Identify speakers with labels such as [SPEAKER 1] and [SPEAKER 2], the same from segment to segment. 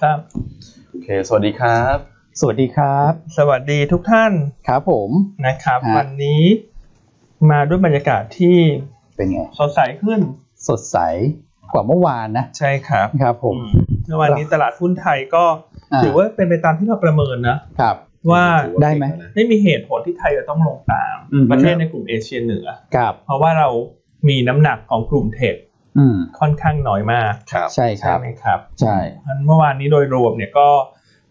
[SPEAKER 1] ครับ
[SPEAKER 2] โอเค สวัสดีครับ
[SPEAKER 3] สวัสดีครับ
[SPEAKER 1] สวัสดีทุกท่าน
[SPEAKER 3] ครับผม
[SPEAKER 1] นะครับ
[SPEAKER 3] ฮะ
[SPEAKER 1] วันนี้มาด้วยบรรยากาศที่
[SPEAKER 3] เป็นไง
[SPEAKER 1] สดใสขึ้น
[SPEAKER 3] สดใสกว่าเมื่อวานนะ
[SPEAKER 1] ใช่ครับ
[SPEAKER 3] ครับผม
[SPEAKER 1] เมื่อวานนี้ตลาดหุ้นไทยก็
[SPEAKER 3] อ่า
[SPEAKER 1] ถือว่าเป็นไปตามที่เราประเมินนะ
[SPEAKER 3] ครับ
[SPEAKER 1] ว่า
[SPEAKER 3] ได้ไหม
[SPEAKER 1] ไม่มีเหตุผลที่ไทยจะต้องลงตาม
[SPEAKER 3] อืม
[SPEAKER 1] ประเทศในกลุ่มเอเชียเหนือ
[SPEAKER 3] ครับ
[SPEAKER 1] เพราะว่าเรามีน้ำหนักของกลุ่มเทรด
[SPEAKER 3] อืม
[SPEAKER 1] ค่อนข้างน้อยมาก
[SPEAKER 2] ครับ
[SPEAKER 3] ใช่ครับ
[SPEAKER 1] ไหมครับ
[SPEAKER 3] ใช่
[SPEAKER 1] งั้นเมื่อวานนี้โดยรวมเนี่ยก็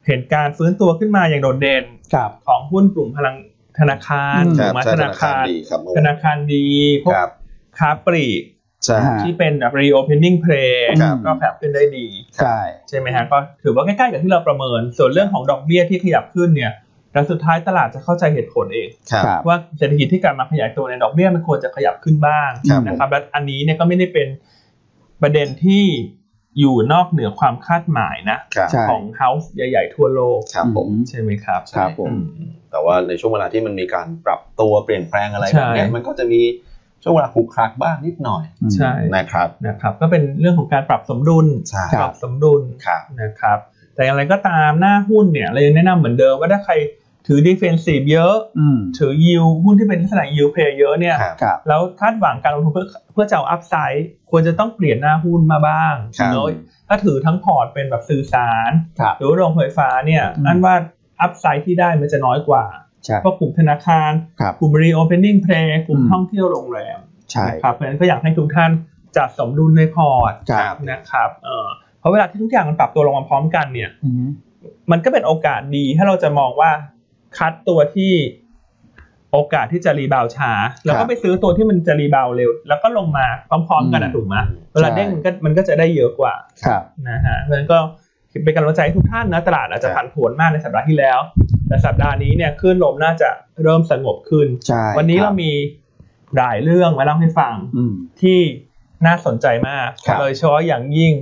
[SPEAKER 1] เห็นการฟื้นตัวขึ้นมาอย่างโดดเด่น
[SPEAKER 3] ครับ
[SPEAKER 1] ของหุ้นกลุ่มพลังธนาคาร
[SPEAKER 3] อืม
[SPEAKER 1] ก
[SPEAKER 2] ครั
[SPEAKER 1] ลุ่
[SPEAKER 2] บ
[SPEAKER 1] มธ
[SPEAKER 2] ใช่ธ
[SPEAKER 1] นา
[SPEAKER 2] นาคา
[SPEAKER 1] คารร
[SPEAKER 2] ดีครับเมื่อ
[SPEAKER 1] ธ
[SPEAKER 2] วาน
[SPEAKER 1] นาคารดีพวก
[SPEAKER 2] ครับ
[SPEAKER 1] ค้าปลีก
[SPEAKER 2] ใช่
[SPEAKER 3] อ่า
[SPEAKER 1] ที่เป็นแบบ reopening play
[SPEAKER 2] ครับ
[SPEAKER 1] ก็แผบขึ้นได้ดี
[SPEAKER 3] ใช่
[SPEAKER 1] ใช่ไหมฮะก็ถือว่าใกล้ๆกับที่เราประเมิน ส่วนเรื่องของดอกเบี้ยที่ขยับขึ้นเนี่ยแต่สุดท้ายตลาดจะเข้าใจเหตุผลเอง
[SPEAKER 2] ครับ
[SPEAKER 3] ครับ
[SPEAKER 1] ว่าเศรษฐกิจที่กลับมาขยายตัวในยดอกเบี้ยมันควรจะขยับขึ้นบ้าง
[SPEAKER 3] ครับ
[SPEAKER 1] นะครับและอันนี้เนี่ยก็ไม่ได้เป็นประเด็นที่อยู่นอกเหนือความคาดหมายนะ
[SPEAKER 2] ครับ
[SPEAKER 3] ใช่
[SPEAKER 1] ของเฮาส์ใหญ่ ๆ ทั่วโลก
[SPEAKER 2] ครับผม
[SPEAKER 1] ใช่ไหมครับ
[SPEAKER 3] ครับผม
[SPEAKER 2] แต่ว่าในช่วงเวลาที่มันมีการปรับตัวเปลี่ยนแปลงอะไร
[SPEAKER 1] ใช่
[SPEAKER 2] แบบเนี้ยมันก็จะมีช่วงเวลาขรุกขลักบ้างนิดหน่อย
[SPEAKER 1] ใช่
[SPEAKER 2] นะครับ
[SPEAKER 1] นะครับ ก็เป็นเรื่องของการปรับสมดุล
[SPEAKER 2] ใช่
[SPEAKER 3] ค
[SPEAKER 1] ป
[SPEAKER 3] รั
[SPEAKER 1] รั
[SPEAKER 3] บบ
[SPEAKER 1] สมดุล
[SPEAKER 2] ครับ
[SPEAKER 1] นะครับแต่อย่างไรก็ตามหน้าหุ้นเนี่ยเรายังแนะนำเหมือนเดิมว่าถ้าใครถือ defensive เยอะ
[SPEAKER 3] อืม
[SPEAKER 1] ถือยิวหุ้นที่เป็นลักษณะยิวเพลเยอะเนี่ย
[SPEAKER 2] ครับ
[SPEAKER 3] ครับ
[SPEAKER 1] แล้วคาดหวังการลงทุนเพื่อเพื่อจะเอาอัพไซด์ควรจะต้องเปลี่ยนหน้าหุ้นมาบ้าง
[SPEAKER 2] ครับ
[SPEAKER 1] เนอะถ้าถือทั้งพอร์ตเป็นแบบสื่อสาร
[SPEAKER 3] ครับ
[SPEAKER 1] หรือว่าโรงไฟฟ้าเนี่ย
[SPEAKER 3] อืม
[SPEAKER 1] นั่นว่าอัพไซด์ที่ได้มันจะน้อยกว่า
[SPEAKER 3] ใช่
[SPEAKER 1] เพราะกลุ่มธนาคาร
[SPEAKER 3] ครับ
[SPEAKER 1] กลุ่ม reopening play กลุ่ม
[SPEAKER 3] อืม
[SPEAKER 1] ท่องเที่ยวโรงแรม
[SPEAKER 3] ใช่
[SPEAKER 1] นะครับเพราะฉะนั้นก็อยากให้ทุกท่านจัดสมดุลในพอร์ต
[SPEAKER 3] ครับ
[SPEAKER 1] นะครับเอ่อเพราะเวลาที่ทุกอย่างมันปรับตัวลงมาพร้อมกันเนี่ย
[SPEAKER 3] อืม
[SPEAKER 1] มันก็เป็นโอกาสดีถ้าเราจะมองว่าคัดตัวที่โอกาสที่จะรีบาวด์ช้า แล้วก็ไปซื้อตัวที่มันจะรีบาวด์เร็ว แล้วก็ลงมาพร้อมๆกันนะถูกไหมเวลาเด้งมันก็มันก็จะได้เยอะกว่า
[SPEAKER 3] ครับ
[SPEAKER 1] นะฮะเพราะฉะนั้นก็เป็นกำลังใจให้ทุกท่านนะตลาดอาจจะผันผวนมากในสัปดาห์ที่แล้ว แต่สัปดาห์นี้เนี่ยคลื่นลมน่าจะเริ่มสงบขึ้น
[SPEAKER 3] ใช่
[SPEAKER 1] วันนี้เรามีหลายเรื่องมาเล่าให้ฟัง
[SPEAKER 3] อืม
[SPEAKER 1] ที่น่าสนใจมาก
[SPEAKER 3] ครับ
[SPEAKER 1] โดยเฉพาะอย่างยิ่ง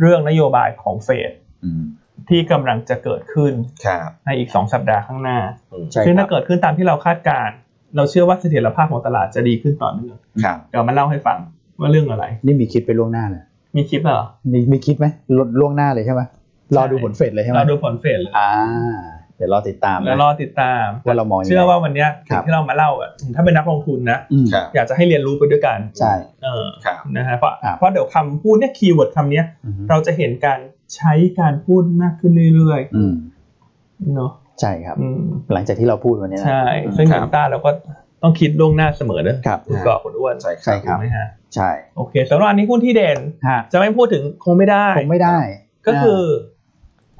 [SPEAKER 1] เรื่องนโยบายของเฟด
[SPEAKER 3] อืม
[SPEAKER 1] ที่กำลังจะเกิดขึ้น
[SPEAKER 2] ครับ
[SPEAKER 1] ในอีก 2 สัปดาห์ข้างหน้า
[SPEAKER 2] อืม
[SPEAKER 3] ใช่
[SPEAKER 1] ซึ่ง
[SPEAKER 3] ครั
[SPEAKER 1] ถ้า
[SPEAKER 3] บ
[SPEAKER 1] เกิดขึ้นตามที่เราคาดการณ์เราเชื่อว่าเสถียรภาพของตลาดจะดีขึ้นต่อเนื่อง
[SPEAKER 2] ครับ
[SPEAKER 1] เดี๋ยวมาเล่าให้ฟังว่าเรื่องอะไร
[SPEAKER 3] นี่มีคิดไปล่วงหน้าเลย
[SPEAKER 1] มีคลิปเหรอ
[SPEAKER 3] มีมีคิดไหมลดล่วงหน้าเลยใช่ไหมรอดู
[SPEAKER 1] ใช่
[SPEAKER 3] ผลเฟดเลยใช่ไหม
[SPEAKER 1] เราดูผลเฟดเลย
[SPEAKER 3] อ่า เดี๋ยวรอติดตามนะ
[SPEAKER 1] แล้วรอติดตาม
[SPEAKER 3] ว่าเรามองยังไง
[SPEAKER 1] เชื่อว่าวันเนี้ย
[SPEAKER 3] ค
[SPEAKER 1] สิ่
[SPEAKER 3] รับ
[SPEAKER 1] งที่เรามาเล่าอะถ้าเป็นนักลงทุนนะ
[SPEAKER 3] อืม
[SPEAKER 2] ครับ
[SPEAKER 1] อยากจะให้เรียนรู้ไปด้วยกัน
[SPEAKER 3] ใช่
[SPEAKER 1] เออ
[SPEAKER 2] ครับ
[SPEAKER 1] นะฮะเพราะ
[SPEAKER 3] ครับ
[SPEAKER 1] เพราะเดี๋ยวคำพูดเนี่ยคีย์เวิร์ดคำเนี้ย
[SPEAKER 3] อืม
[SPEAKER 1] เราจะเห็นการใช้การพูดมากขึ้นเรื่อย
[SPEAKER 3] อืม
[SPEAKER 1] ๆเนาะ
[SPEAKER 3] ใช่ครับ
[SPEAKER 1] อืม
[SPEAKER 3] หลังจากที่เราพูดวันนี้นะ
[SPEAKER 1] ใช่ ซึ่ง
[SPEAKER 2] ครับ
[SPEAKER 1] เดลต้าเราก็ต้องคิดล่วงหน้าเสมอเนอะ
[SPEAKER 3] ครับ
[SPEAKER 1] คุณก่อคุณอ้วน
[SPEAKER 2] ใช่ค
[SPEAKER 3] ใช่
[SPEAKER 2] รับ
[SPEAKER 3] ครับ
[SPEAKER 1] ถูกไหมฮะ
[SPEAKER 3] ใช่
[SPEAKER 1] โอเคสำหรับอันนี้หุ้นที่เด่น
[SPEAKER 3] ฮะ
[SPEAKER 1] จะไม่พูดถึงคงไม่ได้
[SPEAKER 3] ผมไม่ได้
[SPEAKER 1] ก็คือ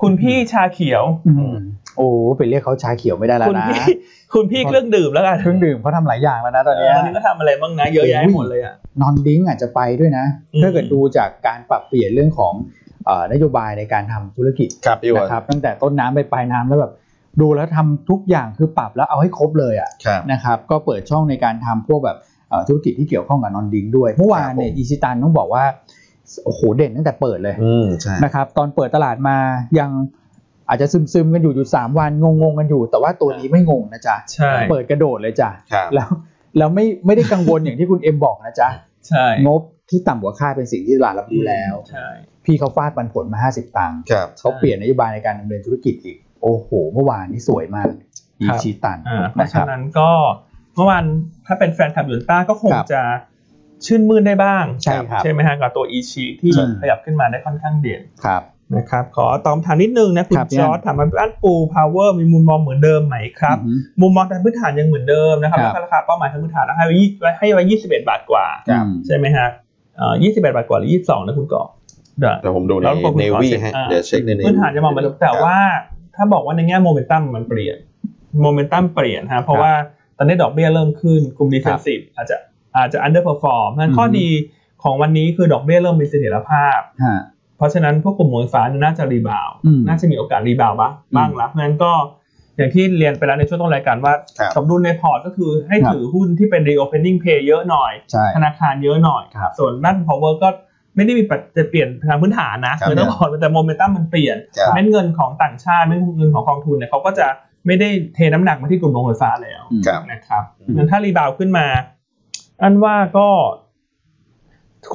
[SPEAKER 1] คุณพี่ชาเขียว
[SPEAKER 3] อืมโอ้ไปเรียกเขาชาเขียวไม่ได้แล้ว
[SPEAKER 1] คุณ
[SPEAKER 3] นะ
[SPEAKER 1] พี่ คุณพี่เครื่องดื่มแล้วกัน
[SPEAKER 3] เครื่องดื่มเขาทำหลายอย่างแล้วนะตอนเนี้ย
[SPEAKER 1] วันนี้ก็ทำอะไรบ้างนะ เยอะแยะ
[SPEAKER 3] โอ้ย
[SPEAKER 1] หมดเลยอ่ะ
[SPEAKER 3] นอนดิ้งอาจจะไปด้วยนะ
[SPEAKER 1] อืม
[SPEAKER 3] ถ้าเกิดดูจากการปรับเปลี่ยนเรื่องของเอ่อนโยบายในการทำธุรกิจ
[SPEAKER 2] ครับพี่วอน
[SPEAKER 3] นะครับตั้งแต่ต้นน้ำไปปลายน้ำแล้วแบบดูแล้วทำทุกอย่างคือปรับแล้วเอาให้ครบเลยอ่ะ
[SPEAKER 2] ครับ
[SPEAKER 3] นะครับก็เปิดช่องในการทำพวกแบบเอ่อธุรกิจที่เกี่ยวข้องกับนอนดิ้งด้วยเมื่อวานเนี่ย
[SPEAKER 2] ครับผม
[SPEAKER 3] อีชิตันต้องบอกว่าโอ้โหเด่นตั้งแต่เปิดเลย
[SPEAKER 2] อืมใช่
[SPEAKER 3] นะครับตอนเปิดตลาดมายังอาจจะซึมๆกันอยู่อยู่3วันงงๆกันอยู่ แต่ว่าตัวนี้ไม่งงนะจ๊ะ
[SPEAKER 1] ใช่
[SPEAKER 3] เปิดกระโดดเลยจ้ะ
[SPEAKER 2] ครับ
[SPEAKER 3] แล้วแล้วไม่ไม่ได้กังวลอย่างที่คุณเอ็มบอกนะจ๊ะ
[SPEAKER 1] ใช่
[SPEAKER 3] งบที่ต่ำกว่าคาดเป็นสิ่งที่ตลาดรับรู้แล้ว
[SPEAKER 1] ใช่
[SPEAKER 3] พี่เขาฟาดปันผลมา 50 ตังค์
[SPEAKER 2] ครับ
[SPEAKER 3] เขาเปลี่ยนนโยบายในการดำเนินธุรกิจอีก โอ้โห เมื่อวานนี้สวยมากอีชีตัน
[SPEAKER 1] อ่าเพ
[SPEAKER 3] นะ
[SPEAKER 1] ราะ
[SPEAKER 3] ค
[SPEAKER 1] ฉะ
[SPEAKER 3] รับ
[SPEAKER 1] นั้นก็เมื่อวานถ้าเป็นแฟนคลับยูนต้าก็คง
[SPEAKER 3] ครับ
[SPEAKER 1] จะชื่นมื่นได้บ้าง
[SPEAKER 3] ใช่ครับ
[SPEAKER 1] ใช่ไหมฮะกับตัวอีชีที่
[SPEAKER 3] อืม
[SPEAKER 1] ขยับขึ้นมาได้ค่อนข้างเด่น
[SPEAKER 3] ครับ
[SPEAKER 1] นะครับขอตอบคำถามนิดนึงนะคุณ
[SPEAKER 3] ครับ
[SPEAKER 1] จอร์ด
[SPEAKER 3] พี่อั้น
[SPEAKER 1] ถามมาพี่อันปูพาวเวอร์มีมุมมองเหมือนเดิมไหมครับ
[SPEAKER 3] อืม
[SPEAKER 1] มุมมองทางพื้นฐานยังเหมือนเดิมนะครับ
[SPEAKER 3] ครั
[SPEAKER 1] แล้วก็
[SPEAKER 3] บ
[SPEAKER 1] ราคาเป้าหมายทางพื้นฐานให้ไว้20ให้ไว้21 บาทกว่า
[SPEAKER 2] ครับ
[SPEAKER 1] ใช่ไหมฮะเอ่อ21 บาทกว่าหรือ 22 นะคุณก่อเดี๋ยว
[SPEAKER 2] แต่ผมดูใน
[SPEAKER 1] แล้วผม
[SPEAKER 2] เนวี่
[SPEAKER 1] ขอเช็ค
[SPEAKER 2] ให้
[SPEAKER 1] อ่า
[SPEAKER 2] เดี๋ยวเช็คใน Navy
[SPEAKER 1] พื้นฐานจะมองเหมือนเดิมแต่ว่าถ้าบอกว่าในแง่โมเมนตัมมันเปลี่ยนโมเมนตัมเปลี่ยนฮะเพราะว่าตอนนี้ดอกเบี้ยเริ่มขึ้นกลุ่มดีเฟนซีฟอาจจะอาจจะอันเดอร์เพอร์ฟอร์มข้อดีของวันนี้คือดอกเบี้ยเริ่มมีเสถียรภาพ
[SPEAKER 3] ฮะ
[SPEAKER 1] เพราะฉะนั้นพวกกลุ่มโรงไฟฟ้าเนี่ยน่าจะรีบาวด์
[SPEAKER 3] อืม
[SPEAKER 1] น่าจะมีโอกาสรีบาวด์บ้าง
[SPEAKER 3] อืม
[SPEAKER 1] บ้างละเพราะฉะนั้นก็อย่างที่เรียนไปแล้วในช่วงต้นรายการว่า
[SPEAKER 2] ครับ
[SPEAKER 1] สมดุลในพอร์ตก็คือให้
[SPEAKER 3] ครับ
[SPEAKER 1] ถือหุ้นที่เป็น reopening play เยอะหน่อย
[SPEAKER 3] ใช่
[SPEAKER 1] ธนาคารเยอะหน่อย
[SPEAKER 3] ครับ
[SPEAKER 1] ส่วนด้าน power ก็ไม่ได้มีปัจจะเปลี่ยนทางพื้นฐานนะครับ คือต้องบอกแต่โมเมนตัมมันเปลี่ยน
[SPEAKER 2] ครับ
[SPEAKER 1] เม็ดเงินของต่างชาติเม็ดเงินของกองทุนเนี่ยเขาก็จะไม่ได้เทน้ำหนักมาที่กลุ่มโรงไฟฟ้าแล้ว
[SPEAKER 3] อืม
[SPEAKER 2] ครับ
[SPEAKER 1] นะครับ
[SPEAKER 2] อืม
[SPEAKER 1] งั้นถ้ารีบาวด์ขึ้นมา อันว่าก็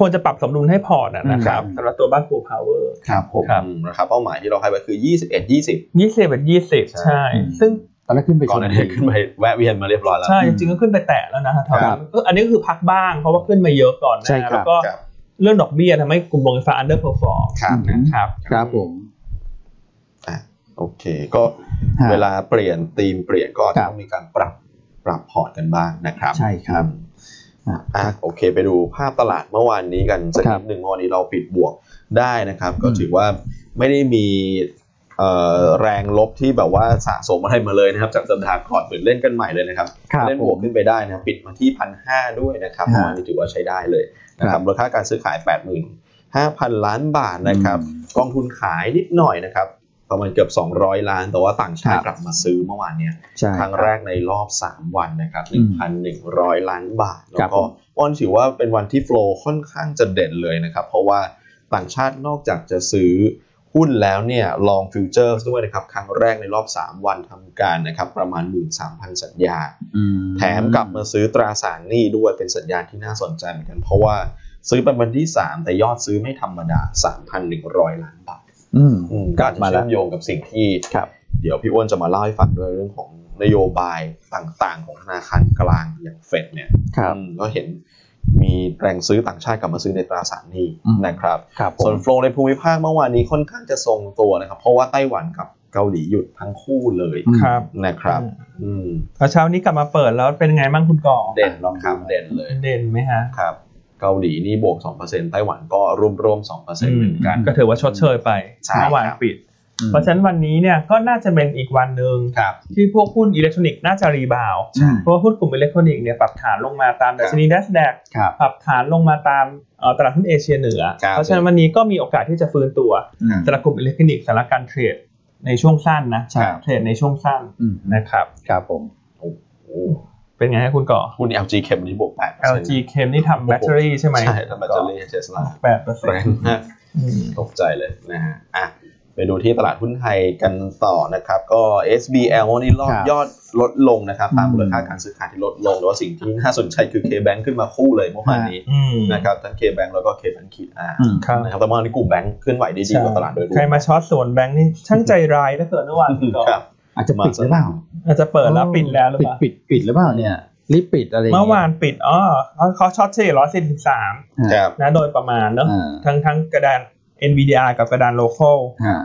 [SPEAKER 1] ควรจะปรับสมดุลให้พอร์ตอะนะครับ
[SPEAKER 3] อืม
[SPEAKER 1] สำหรับตัวบ้านปูพาวเวอร์
[SPEAKER 3] ครับผม
[SPEAKER 1] ครับ
[SPEAKER 2] อืมราคาเป้าหมายที่เราให้ไว้คือ 21 20
[SPEAKER 1] ยี่สิบยี่สิบ
[SPEAKER 2] ใช่
[SPEAKER 1] ใช่ ซึ่ง
[SPEAKER 3] ตอนแรกขึ้นไป
[SPEAKER 2] ก่อน
[SPEAKER 3] ช
[SPEAKER 2] หนั้าน นี้ขึ้นไปแวะเวียนมาเรียบร้อยแล้ว
[SPEAKER 1] ใช่จริงๆก็ขึ้นไปแตะแล้วนะฮะทอม
[SPEAKER 2] ครับ
[SPEAKER 1] เอออันนี้ก็คือพักบ้างเพราะว่าขึ้นมาเยอะก่อนนะ
[SPEAKER 3] ใช่ครับ
[SPEAKER 1] แล้วก็
[SPEAKER 2] ครับ
[SPEAKER 1] เรื่องดอกเบี้ยทำให้กลุ่มโรงไฟฟ้า underperform
[SPEAKER 2] ครับ
[SPEAKER 3] อืม
[SPEAKER 1] ครับ
[SPEAKER 3] ครับผม
[SPEAKER 2] อ่ะโอเค ก็
[SPEAKER 3] ฮะ
[SPEAKER 2] เวลาเปลี่ยนธีมเปลี่ยนก็อาจ
[SPEAKER 3] ครั
[SPEAKER 2] จะ
[SPEAKER 3] บ
[SPEAKER 2] ต้องมีการปรับปรับพอร์ตกันบ้างนะครับ
[SPEAKER 3] ใช่ครับ
[SPEAKER 2] อ่ะโอเคไปดูภาพตลาดเมื่อวานนี้กันสัก
[SPEAKER 3] ครั
[SPEAKER 2] นิ
[SPEAKER 3] บ
[SPEAKER 2] ดหนึ่งวันนี้เราปิดบวกได้นะครับ ก็
[SPEAKER 3] อืม
[SPEAKER 2] ถือว่าไม่ได้มีเอ่อแรงลบที่แบบว่าสะสมอะไรมาเลยนะครับ จากสัปดาห์ก่อนเหมือนเล่นกันใหม่เลยนะครับ
[SPEAKER 3] ครับ
[SPEAKER 2] เล่นบวกขึ้นไปได้นะครับปิดมาที่พันห้าด้วยนะครับ
[SPEAKER 3] ฮะ
[SPEAKER 2] เมื่อวานนี้ถือว่าใช้ได้เลยนะค
[SPEAKER 3] ครั
[SPEAKER 2] รับบ มูลค่าการซื้อขาย 8 5 0 0 0 ล้านบาทนะครับ
[SPEAKER 3] อืม
[SPEAKER 2] กองทุนขายนิดหน่อยนะครับประมาณเกือบ 200 ล้าน แต่ว่าต่างชาติ
[SPEAKER 3] ครับ
[SPEAKER 2] กลับมาซื้อเมื่อวานเนี้ย
[SPEAKER 3] ใช่
[SPEAKER 2] ครั้งแรกในรอบ 3 วันนะครับ
[SPEAKER 3] อืม
[SPEAKER 2] 1,100 ล้านบาท
[SPEAKER 3] ครั
[SPEAKER 2] แล้
[SPEAKER 3] บ
[SPEAKER 2] วก็
[SPEAKER 3] ผม
[SPEAKER 2] อ้อนถือว่าเป็นวันที่โฟลว์ค่อนข้างจะเด่นเลยนะครับ เพราะว่าต่างชาตินอกจากจะซื้อหุ้นแล้วเนี่ยลองฟิวเจอร์ด้วยนะครับ ครั้งแรกในรอบ 3 วันทำการนะครับ ประมาณ 13,000 สัญญา แถมกลับมาซื้อตราสารหนี้ด้วยเป็นสัญญาณที่น่าสนใจเหมือนกัน เพราะว่าซื้อเป็นวันที่ 3 แต่ยอดซื้อไม่ธรรมดา 3,100 ล้านบาท อืมก็อาจจะ
[SPEAKER 3] มาแล้ว
[SPEAKER 2] เชื่อมโยงกับสิ่งที่
[SPEAKER 3] ครับ
[SPEAKER 2] เดี๋ยวพี่อ้วนจะมาเล่าให้ฟังด้วยเรื่องของนโยบายต่างๆ ของธนาคารกลางอย่างเฟดเนี่ย
[SPEAKER 3] ครับ
[SPEAKER 2] อืมก็เห็นมีแรงซื้อต่างชาติกลับมาซื้อในตราสารหนี้
[SPEAKER 3] อืม
[SPEAKER 2] นะครับ
[SPEAKER 3] ครับผ
[SPEAKER 2] ส่ว
[SPEAKER 3] ม
[SPEAKER 2] นโฟลในภูมิภาคเมื่อวานนี้ค่อนข้างจะทรงตัวนะครับ เพราะว่าไต้หวันกับเกาหลีหยุดทั้งคู่เลย
[SPEAKER 3] อืม
[SPEAKER 1] ครับ
[SPEAKER 2] นะครับอืม
[SPEAKER 1] แล้วเช้านี้กลับมาเปิดแล้วเป็นไงบ้างคุณก่อ
[SPEAKER 2] เด่นลองครับเด่นเลย
[SPEAKER 1] เด่นไหมฮะ
[SPEAKER 2] ครับ เกาหลีนี่บวก 2%ไต้หวันก็ร่วมๆ2%เหมือนกัน
[SPEAKER 1] ก็ถือว่าชดเชยไป
[SPEAKER 2] ใช่
[SPEAKER 1] เมื่อวาน
[SPEAKER 2] ครับ
[SPEAKER 1] ปิด
[SPEAKER 3] อืม
[SPEAKER 1] เพราะฉะนั้นวันนี้เนี่ยก็น่าจะเป็นอีกวันหนึ่ง
[SPEAKER 2] ครับ
[SPEAKER 1] ที่พวกหุ้นอิเล็กทรอนิกส์น่าจะรีบาวด์
[SPEAKER 3] ใช่
[SPEAKER 1] เพราะว่าหุ้นกลุ่มอิเล็กทรอนิกส์เนี่ยปรับฐานลงมาตามดัชนี n ดสแดก
[SPEAKER 3] ครับ
[SPEAKER 1] ปรับฐานลงมาตามเอ่อตลาดหุ้นเอเชียเหนือ
[SPEAKER 2] ครับ
[SPEAKER 1] เพราะฉะนั้นวันนี้ก็มีโอกาสที่จะฟื้นตัวสำหรับกลุ่มอิเล็กทรอนิกส์สำหรับการเทรดในช่วงสั้นนะ
[SPEAKER 3] ใช่
[SPEAKER 1] เทรดในช่วงสั้น
[SPEAKER 3] อืม
[SPEAKER 1] นะครับ
[SPEAKER 3] ครับผม
[SPEAKER 2] โอ้
[SPEAKER 1] เป็นไงฮะคุณก่อ
[SPEAKER 2] หุ้น LG เข็มนี้บวก8%
[SPEAKER 1] LG Chem นี่ทำแบตเตอรี่ใช่ไหม
[SPEAKER 2] ใช่ทำแบตเตอรี่เทสลา
[SPEAKER 1] แปดเปอร์เซ็น
[SPEAKER 2] แรง
[SPEAKER 1] ต์
[SPEAKER 2] มากตกใจเลยนะฮะอ่ะไปดูที่ตลาดหุ้นไทยกันต่อนะครับ ก็ SBL วันนี้รอ
[SPEAKER 3] ค
[SPEAKER 2] บ
[SPEAKER 3] รับ
[SPEAKER 2] ยอดลดลงนะครับ ตาม
[SPEAKER 3] อืม
[SPEAKER 2] มูลค่าการซื้อขายที่ลดลงแต่ว่าสิ่งที่น่าสนใจคือ KBank ขึ้นมาคู่เลยเมื่อวานนี้นะครับทั้ง KBank แล้วก็ KBank ขีดอา
[SPEAKER 3] อืม
[SPEAKER 1] ครับ
[SPEAKER 2] นะครับแต่เมื่อวานนี้กลุ่มแบงค์เคลื่อนไหวได้ดีกว่าตลาดโดยรวม
[SPEAKER 1] ใครมาช็อตส่วนแบงค์นี่ช่างใจร้ายถ้าเกิดเมื่อวานคุณก่อ
[SPEAKER 2] ครับ
[SPEAKER 3] อาจจะปิดหรือเปล่า
[SPEAKER 1] อาจจะเปิดแล้วปิดแล้วหรือ
[SPEAKER 3] ปิ
[SPEAKER 1] เป
[SPEAKER 3] ด
[SPEAKER 1] ล่า
[SPEAKER 3] ปิดปิดหรือเปล่าเนี่ยรีบปิดอะไรย่ง
[SPEAKER 1] เมื่
[SPEAKER 3] งี้
[SPEAKER 1] อย วานปิดอ๋อเขาเขาช็อตเฉลี่ยร้อยสี่สิบสาม
[SPEAKER 2] ครับ
[SPEAKER 1] นะโดยประมาณเนอะ
[SPEAKER 3] อ่า
[SPEAKER 1] ทั้งทั้งกระดาน NVDR กับกระดาน local
[SPEAKER 3] ฮะ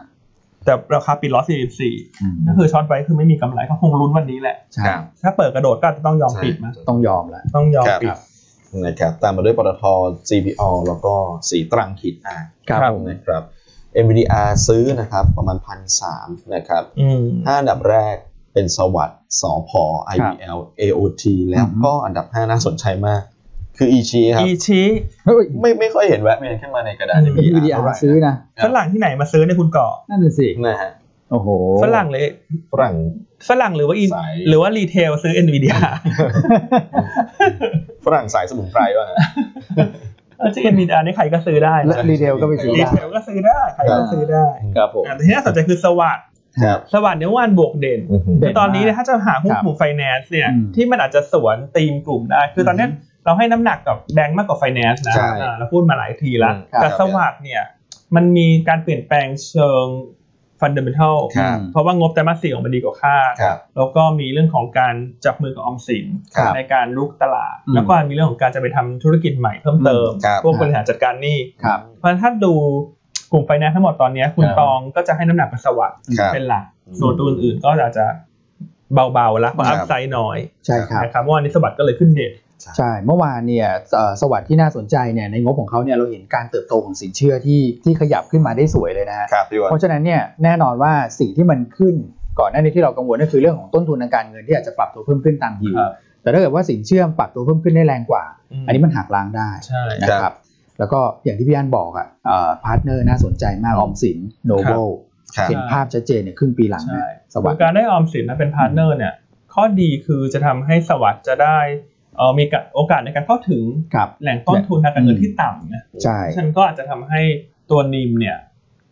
[SPEAKER 1] แต่ราคาปิดร้อยสี่สิบสี่
[SPEAKER 3] อืม
[SPEAKER 1] ก็คือช็อตไว้คือไม่มีกำไรก็คงลุ้นวันนี้แหละ
[SPEAKER 3] ใช่
[SPEAKER 2] ครับ
[SPEAKER 1] ถ้าเปิดกระโดดก็อาจจะต้องยอมปิดนะ
[SPEAKER 3] ต้องยอมละ
[SPEAKER 1] ต้องยอมปิ
[SPEAKER 2] ค
[SPEAKER 1] ด
[SPEAKER 2] รับ นะครับตามมาด้วยปตท CPO แล้วก็สีตรังขีดอา
[SPEAKER 1] ครับผม
[SPEAKER 2] นะครับ MVDR ซื้อนะครับประมาณพันสามนะครับ
[SPEAKER 1] อืม
[SPEAKER 2] ห้าอันดับแรกเป็นสวัสด์สอพอ IBL AOT แล้วก็อันดับ 5 น่าสนใจมาก คือ อีชีครับ
[SPEAKER 1] อีชี
[SPEAKER 3] เฮ้ย
[SPEAKER 2] ไม่ไม่ค่อยเห็นแวะเวียนขึ้นมาในกระดาน
[SPEAKER 3] มี
[SPEAKER 2] NVDR
[SPEAKER 3] วิดีอา
[SPEAKER 2] เท่าไหร่
[SPEAKER 3] ซื้อนะ
[SPEAKER 1] ฝรั่งที่ไหนมาซื้อในยคุณก่อ
[SPEAKER 3] นั่นน่ะสิ
[SPEAKER 2] นะฮะ
[SPEAKER 3] โอ้โห
[SPEAKER 1] ฝรั่งเลย
[SPEAKER 2] ฝรั่ง
[SPEAKER 1] ฝรั่งหรือว่าอิน
[SPEAKER 2] สาย
[SPEAKER 1] หรือว่ารีเทลซื้อ NVDR
[SPEAKER 2] ฝรั่งสายสมุนไพรว่า
[SPEAKER 1] เออจะ NVDR นี่ใครก็ซื้อได้
[SPEAKER 3] และรีเทลก็ไปซื้อ
[SPEAKER 1] รี
[SPEAKER 3] ได้
[SPEAKER 1] เทลก็ซื้อได้ใครก็ซื้อได้
[SPEAKER 3] ครับผม
[SPEAKER 1] อ่ะแต่ที่น่าสนใจคือสวัสด
[SPEAKER 2] ครับ
[SPEAKER 1] สวัสดิ์เนื้อวานบวกเด่น
[SPEAKER 2] อื้อหือ
[SPEAKER 3] เด่น
[SPEAKER 1] คือตอนนี้เนี่ย
[SPEAKER 3] มาก
[SPEAKER 1] ถ้าจะหาหุ้น
[SPEAKER 3] ครับ
[SPEAKER 1] กลุ่มไฟแนนซ์เนี่ย
[SPEAKER 3] อืม
[SPEAKER 1] ที่มันอาจจะสวนตีมกลุ่มได้ คือตอนเนี้ย
[SPEAKER 3] อืม
[SPEAKER 1] เราให้น้ำหนักกับแบงค์มากกว่าไฟแนนซ์นะ
[SPEAKER 2] ใช่
[SPEAKER 1] อ่าเราพูดมาหลายทีแล้ว
[SPEAKER 3] ครับ
[SPEAKER 1] แต่สวัสดิ์เนี่ยมันมีการเปลี่ยนแปลงเชิงฟันเด m e ทัล
[SPEAKER 2] ครับ
[SPEAKER 1] เพราะว่างบไตรมาสสี่ออกมาดีกว่าคาด
[SPEAKER 2] ครับ
[SPEAKER 1] แล้วก็มีเรื่องของการจับมือกับออมสิน
[SPEAKER 2] ครับ
[SPEAKER 1] ในการลุกตลาด
[SPEAKER 3] อืม
[SPEAKER 1] แล้วก็มีเรื่องของการจะไปทำธุรกิจใหม่เพิ่มเติม
[SPEAKER 2] ครับ
[SPEAKER 1] พวกบริหารจัดการหนี้
[SPEAKER 3] ครับ
[SPEAKER 1] เพราะฉะนั้นถ้าดูกลุ่มไฟแนนซ์ทั้งหมดตอนเนี้ยคุณ
[SPEAKER 3] ครับ
[SPEAKER 1] ตองก็จะให้น้ำหนักกับสวัสด
[SPEAKER 2] ครับ
[SPEAKER 1] เป็นหลัก
[SPEAKER 2] อืม
[SPEAKER 1] ส่วนตัวอื่นๆก็อาจจะเบาๆแล้วเพราะ
[SPEAKER 2] ค
[SPEAKER 1] อั
[SPEAKER 2] รับ
[SPEAKER 1] พไซด์น้อย
[SPEAKER 3] ใช่ครับ
[SPEAKER 1] นะครับเมื่อวานนี้สวัสด์ก็เลยขึ้นเด่น
[SPEAKER 3] ใช่ เมื่อวานเนี่ยเอ่อสวัสดิ์ที่น่าสนใจเนี่ยในงบของเขาเนี่ยเราเห็นการเติบโตของสินเชื่อที่ที่ขยับขึ้นมาได้สวยเลยนะฮะ
[SPEAKER 2] ครับพี่วัน
[SPEAKER 3] เพราะฉะนั้นเนี่ยแน่นอนว่าสิ่งที่มันขึ้นก่อนหน้านี้ที่เรากังวลก็คือเรื่องของต้นทุนทางการเงินที่อาจจะปรับตัวเพิ่มขึ้นตามยิว
[SPEAKER 1] ครับ
[SPEAKER 3] แต่ถ้าเกิดว่าสินเชื่อมปรับตัวเพิ่มขึ้นได้แรงกว่า
[SPEAKER 1] อืม
[SPEAKER 3] อันนี้มันหักล้างได้
[SPEAKER 1] ใช่
[SPEAKER 3] นะค
[SPEAKER 2] ครั
[SPEAKER 3] รับบ แล้วก็อย่างที่พี่อันบอกอ่ะพาร์ทเนอร์น่าสนใจมากออมสินโนเบล
[SPEAKER 2] ครับ
[SPEAKER 3] เห็นภาพชัดเจนเนี่ยครึ่งปีหลังนะสวัสดิ์
[SPEAKER 1] การได้ออมสินนะเป็นพาร์ทเนอร์เนี่ย ข้อดีคือจะทำให้สวัสด์จะได้เอ่อมีกะโอกาสในการเข้าถึง
[SPEAKER 3] ครับ
[SPEAKER 1] แหล่งต้นทุนทางการเงินที่ต่ำนะ
[SPEAKER 3] ใช่
[SPEAKER 1] ฉันก็อาจจะทำให้ตัวนิมเนี่ย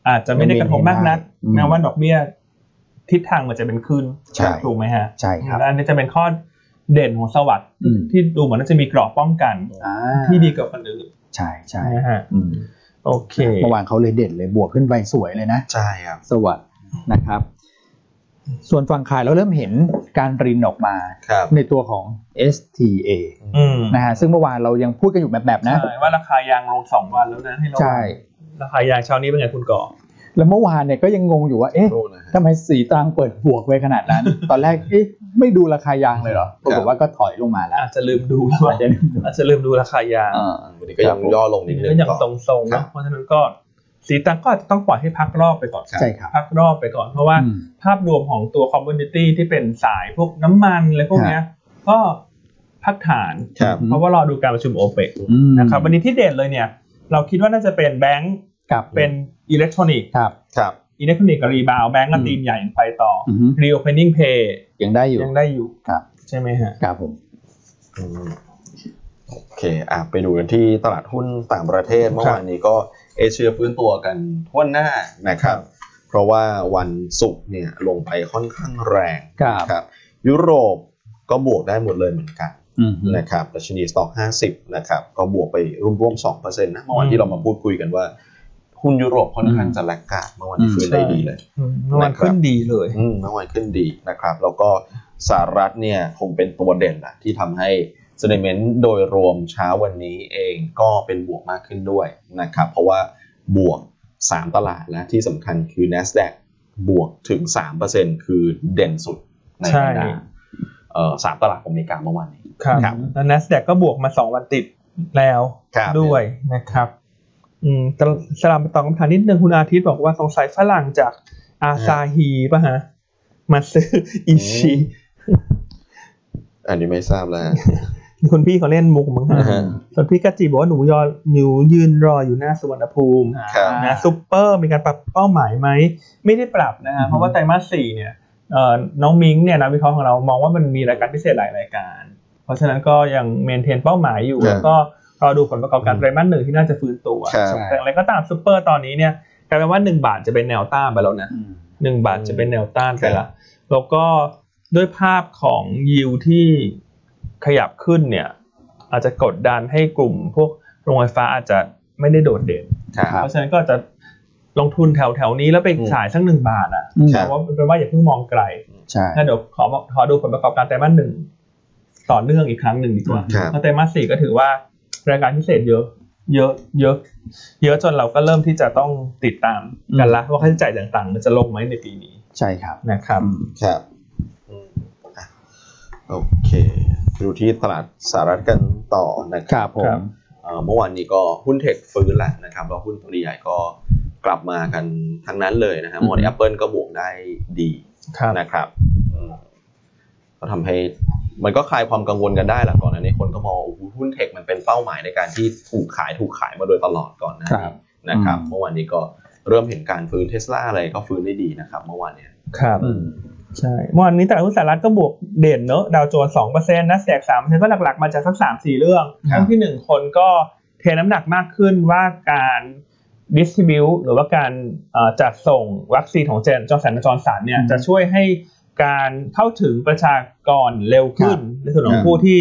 [SPEAKER 1] อาจจะไม่ได้กระทบมากนัก
[SPEAKER 3] อืม
[SPEAKER 1] แม้ว่าดอกเบี้ยทิศทางมันจะเป็นขึ้น
[SPEAKER 3] ใช่
[SPEAKER 1] ถูกไหมฮะ
[SPEAKER 3] ใช่ครับ
[SPEAKER 1] และอันนี้จะเป็นข้อเด่นของสวัสด์
[SPEAKER 3] อืม
[SPEAKER 1] ที่ดูเหมือนว่าจะมีกรอบป้องกัน
[SPEAKER 3] อ่า
[SPEAKER 1] ที่ดีกว่าคนอื่น
[SPEAKER 3] ใช่ใช่
[SPEAKER 1] นะฮะ
[SPEAKER 3] อืม
[SPEAKER 1] โอเค
[SPEAKER 3] เมื่อวานเขาเลยเด่นเลยบวกขึ้นไปสวยเลยนะ
[SPEAKER 2] ใช่ครับ
[SPEAKER 3] สวัสดนะครับ ส่วนฝั่งขายเราเริ่มเห็นการรินออกมา
[SPEAKER 2] ครับ
[SPEAKER 3] ในตัวของ STA
[SPEAKER 1] อืม
[SPEAKER 3] นะฮะซึ่งเมื่อวานเรายังพูดกันอยู่แบบแบบๆนะ
[SPEAKER 1] ใช่ว่าราคายางลงสองวันแล้วนะให้เรา
[SPEAKER 3] ใช่
[SPEAKER 1] ราคายางเช้านี้เป็นไงคุณก่อ
[SPEAKER 3] แล้วเมื่อวานเนี่ยก็ยังงงอยู่ว่า เอ๊ะ
[SPEAKER 2] โทษนะฮะ
[SPEAKER 3] ทำไมสีตรังเปิดบวกไปขนาดนั้น ตอนแรกเอ๊ะไม่ดูราคายางเลยเหรอปรากฏว่าก็ถอยลงมาแล้ว
[SPEAKER 1] อาจจะลืมดูแล้ว
[SPEAKER 3] อาจจะ
[SPEAKER 1] อาจจะลืมดูราคายาง
[SPEAKER 3] อ่า
[SPEAKER 2] วันนี้ก็ยังย่อลงนิดนึ
[SPEAKER 1] ก็
[SPEAKER 2] ง
[SPEAKER 1] ยัง
[SPEAKER 2] ก่อน
[SPEAKER 1] ทรงๆ
[SPEAKER 2] ครั
[SPEAKER 1] นะ
[SPEAKER 2] บ
[SPEAKER 1] เพราะฉะนั้นก็สีตังก็อาจจะต้องปล่อยให้พักรอบไปก่อน
[SPEAKER 3] ใช่ครับ
[SPEAKER 1] พักรอบไปก่อนเพราะว่า
[SPEAKER 3] อืม
[SPEAKER 1] ภาพรวมของตัวคอมมูนิตี้ที่เป็นสายพวกน้ำมันอะไรพวกเนี้ยก็พักฐาน
[SPEAKER 2] ครับ
[SPEAKER 3] อืม
[SPEAKER 1] เพราะว่ารอดูการประชุมโอเปก
[SPEAKER 3] อืม
[SPEAKER 1] นะครับวันนี้ที่เด่นเลยเนี่ย เราคิดว่าน่าจะเป็นแบงก์
[SPEAKER 3] ครับ
[SPEAKER 1] เป็นอิเล็กทรอนิกส์
[SPEAKER 3] ครับ
[SPEAKER 2] ครับ
[SPEAKER 1] อิเล็กทรอนิกส์กับรีบาวแบงก์ก็ตีมใหญ่ไปต่อ
[SPEAKER 3] อือฮึ
[SPEAKER 1] reopening pay
[SPEAKER 3] ยังได้อยู่
[SPEAKER 1] ยังได้อยู่
[SPEAKER 3] ครับ
[SPEAKER 1] ใช่ไหมฮะ
[SPEAKER 3] ครับผม
[SPEAKER 2] อืมโอเคอ่ะไปดูกันที่ตลาดหุ้นต่างประเทศเมื่อวานนี้ก็เอเชียฟื้นตัวกันทั่วหน้านะครับ เพราะว่าวันศุกร์เนี่ยลงไปค่อนข้างแรง
[SPEAKER 3] ครับ
[SPEAKER 2] นะครับ ยุโรปก็บวกได้หมดเลยเหมือนกัน
[SPEAKER 3] อืม
[SPEAKER 2] นะครับดัชนีสต็อก 50 นะครับ ก็บวกไปร่วมๆ2%นะเมื่อวันที่เรามาพูดคุยกันว่า หุ้นยุโรปค่อนข้างจะแลกกาดเมื่อวันนี้ฟื้นได้ดีเลย
[SPEAKER 1] อืมเมื่อวานขึ้นดีเลย
[SPEAKER 2] อืมเมื่อวานขึ้นดีนะครับ แล้วก็สหรัฐเนี่ยคงเป็นตัวเด่นนะที่ทำให้ sentiment โดยรวมเช้าวันนี้เองก็เป็นบวกมากขึ้นด้วยนะครับ เพราะว่าบวก 3 ตลาดนะที่สำคัญคือ NASDAQ บวกถึง 3%คือเด่นสุดใน
[SPEAKER 1] ใช่
[SPEAKER 2] บรรดาเอ่อสามตลาดของอเมริกาเมื่อวานนี้
[SPEAKER 1] ครับ
[SPEAKER 2] ครับ
[SPEAKER 1] แล้ว NASDAQ ก็บวกมา 2 วันติดแล้ว
[SPEAKER 2] ครับ
[SPEAKER 1] ด้วยนะครับอืมแต่สลับมาตอบคำถามนิดนึงคุณอาทิตย์บอกว่าสงสัยฝรั่งจากอาซาฮีป่ะฮะ มาซื้ออิชิ
[SPEAKER 2] อื อันนี้ไม่ทราบแล้ว
[SPEAKER 1] คุณพี่เขาเล่นมุกมั้งฮะ
[SPEAKER 2] อ่าฮะ
[SPEAKER 1] ส่วนพี่กาจีบอกว่าหนูยอหนูยืนรออยู่หน้าสุวรรณภูมิ
[SPEAKER 2] ครับ
[SPEAKER 3] อ่า
[SPEAKER 1] นะซุปเปอร์มีการปรับเป้าหมายไหม ไม่ได้ปรับนะฮะเพราะว่าไตรมาสสี่เนี่ยเอ่อน้องมิงเนี่ยนักวิเคราะห์ของเรามองว่ามันมีรายการพิเศษหลายรายการ เพราะฉะนั้นก็ยังเมนเทนเป้าหมายอยู่
[SPEAKER 2] ครับ
[SPEAKER 1] แล้วก็รอดูผลประกอบการไตรมาสหนึ่งที่น่าจะฟื้นตัว
[SPEAKER 2] ครับ
[SPEAKER 3] ใช่
[SPEAKER 1] แต่อะไรก็ตามซุปเปอร์ตอนนี้เนี่ยกลายเป็นว่าหนึ่งบาทจะเป็นแนวต้านไปแล้วนะ
[SPEAKER 3] อืม
[SPEAKER 1] หนึ่งบาทจะเป็นแนวต้านไป
[SPEAKER 2] ครั
[SPEAKER 1] ละ
[SPEAKER 2] บ
[SPEAKER 1] แล้วก็ด้วยภาพของยิวที่ขยับขึ้นเนี่ย อาจจะกดดันให้กลุ่มพวกโรงไฟฟ้าอาจจะไม่ได้โดดเด่น
[SPEAKER 2] ครับ
[SPEAKER 1] เพราะฉะนั้นก็อาจจะลงทุนแถวๆนี้แล้วไป
[SPEAKER 2] อืม
[SPEAKER 1] ขายสักหนึ่งบาทอ่ะ
[SPEAKER 3] อืม
[SPEAKER 2] ครั
[SPEAKER 1] แต่
[SPEAKER 2] บ
[SPEAKER 1] ว่าเป็นว่าอย่าเพิ่งมองไกล
[SPEAKER 3] ใช่
[SPEAKER 1] งั้นเดี๋ยวขอขอดูผลประกอบการไตรมาสหนึ่งต่อเนื่องอีกครั้งหนึ่งดีกว่า
[SPEAKER 2] ครับ
[SPEAKER 1] แล้วไตรมาสสี่ก็ถือว่ารายการพิเศษเยอะ เยอะ เยอะ เยอะจนเราก็เริ่มที่จะต้องติดตามกันละว่าค่าใช้จ่ายต่างๆ มันจะลงไหมในปีนี้
[SPEAKER 3] ใช่ครับ
[SPEAKER 1] นะครับ
[SPEAKER 3] อืม
[SPEAKER 2] ครับอืมอ่ะโอเคดูที่ตลาดสหรัฐกันต่อนะค
[SPEAKER 3] ครับ รับผม
[SPEAKER 2] เอ่อเมื่อวานนี้ก็หุ้นเทคฟื้นแหละนะครับแล้วหุ้นตัวใหญ่ก็กลับมากันทั้งนั้นเลยนะฮะ
[SPEAKER 3] อืม
[SPEAKER 2] เมื่อวานนี้ Apple ก็บวกได้ดี
[SPEAKER 1] ครับ
[SPEAKER 2] นะครับอืมก็ทำให้มันก็คลายความกังวลกันได้แหละก่อนอันนี้คนก็มองว่าโอ้โหหุ้นเทคมันเป็นเป้าหมายในการที่ถูกขายถูกขายมาโดยตลอดก่อนหนะนะครับ
[SPEAKER 3] อืม
[SPEAKER 2] เมื่อวานนี้ก็เริ่มเห็นการฟื้นเทสลาอะไรก็ฟื้นได้ดีนะครับ เมื่อวานเนี้ย
[SPEAKER 1] ครับ
[SPEAKER 3] อืม
[SPEAKER 1] ใช่เมื่อวานนี้ตลาดหุ้นสหรัฐก็บวกเด่นเนอะ ดาวโจนส์สองเปอร์เซ็นต์นัสแดกสามเปอร์เซ็นต์ก็หลักๆ มาจากทั้งสามสี่เรื่อง
[SPEAKER 3] ครับ
[SPEAKER 1] เรื่องที่หนึ่งคนก็เทน้ำหนักมากขึ้นว่าการดิส t r i บิวหรือว่าการเอ่อจัดส่งวัคซีนของเจนจอร์แดนจอร์สันเนี่ยจะช่วยให้การเข้าถึงประชากรเร็วขึ้น ในส่วนขอ
[SPEAKER 2] ค
[SPEAKER 1] ง
[SPEAKER 2] รับ
[SPEAKER 1] ผู้ที่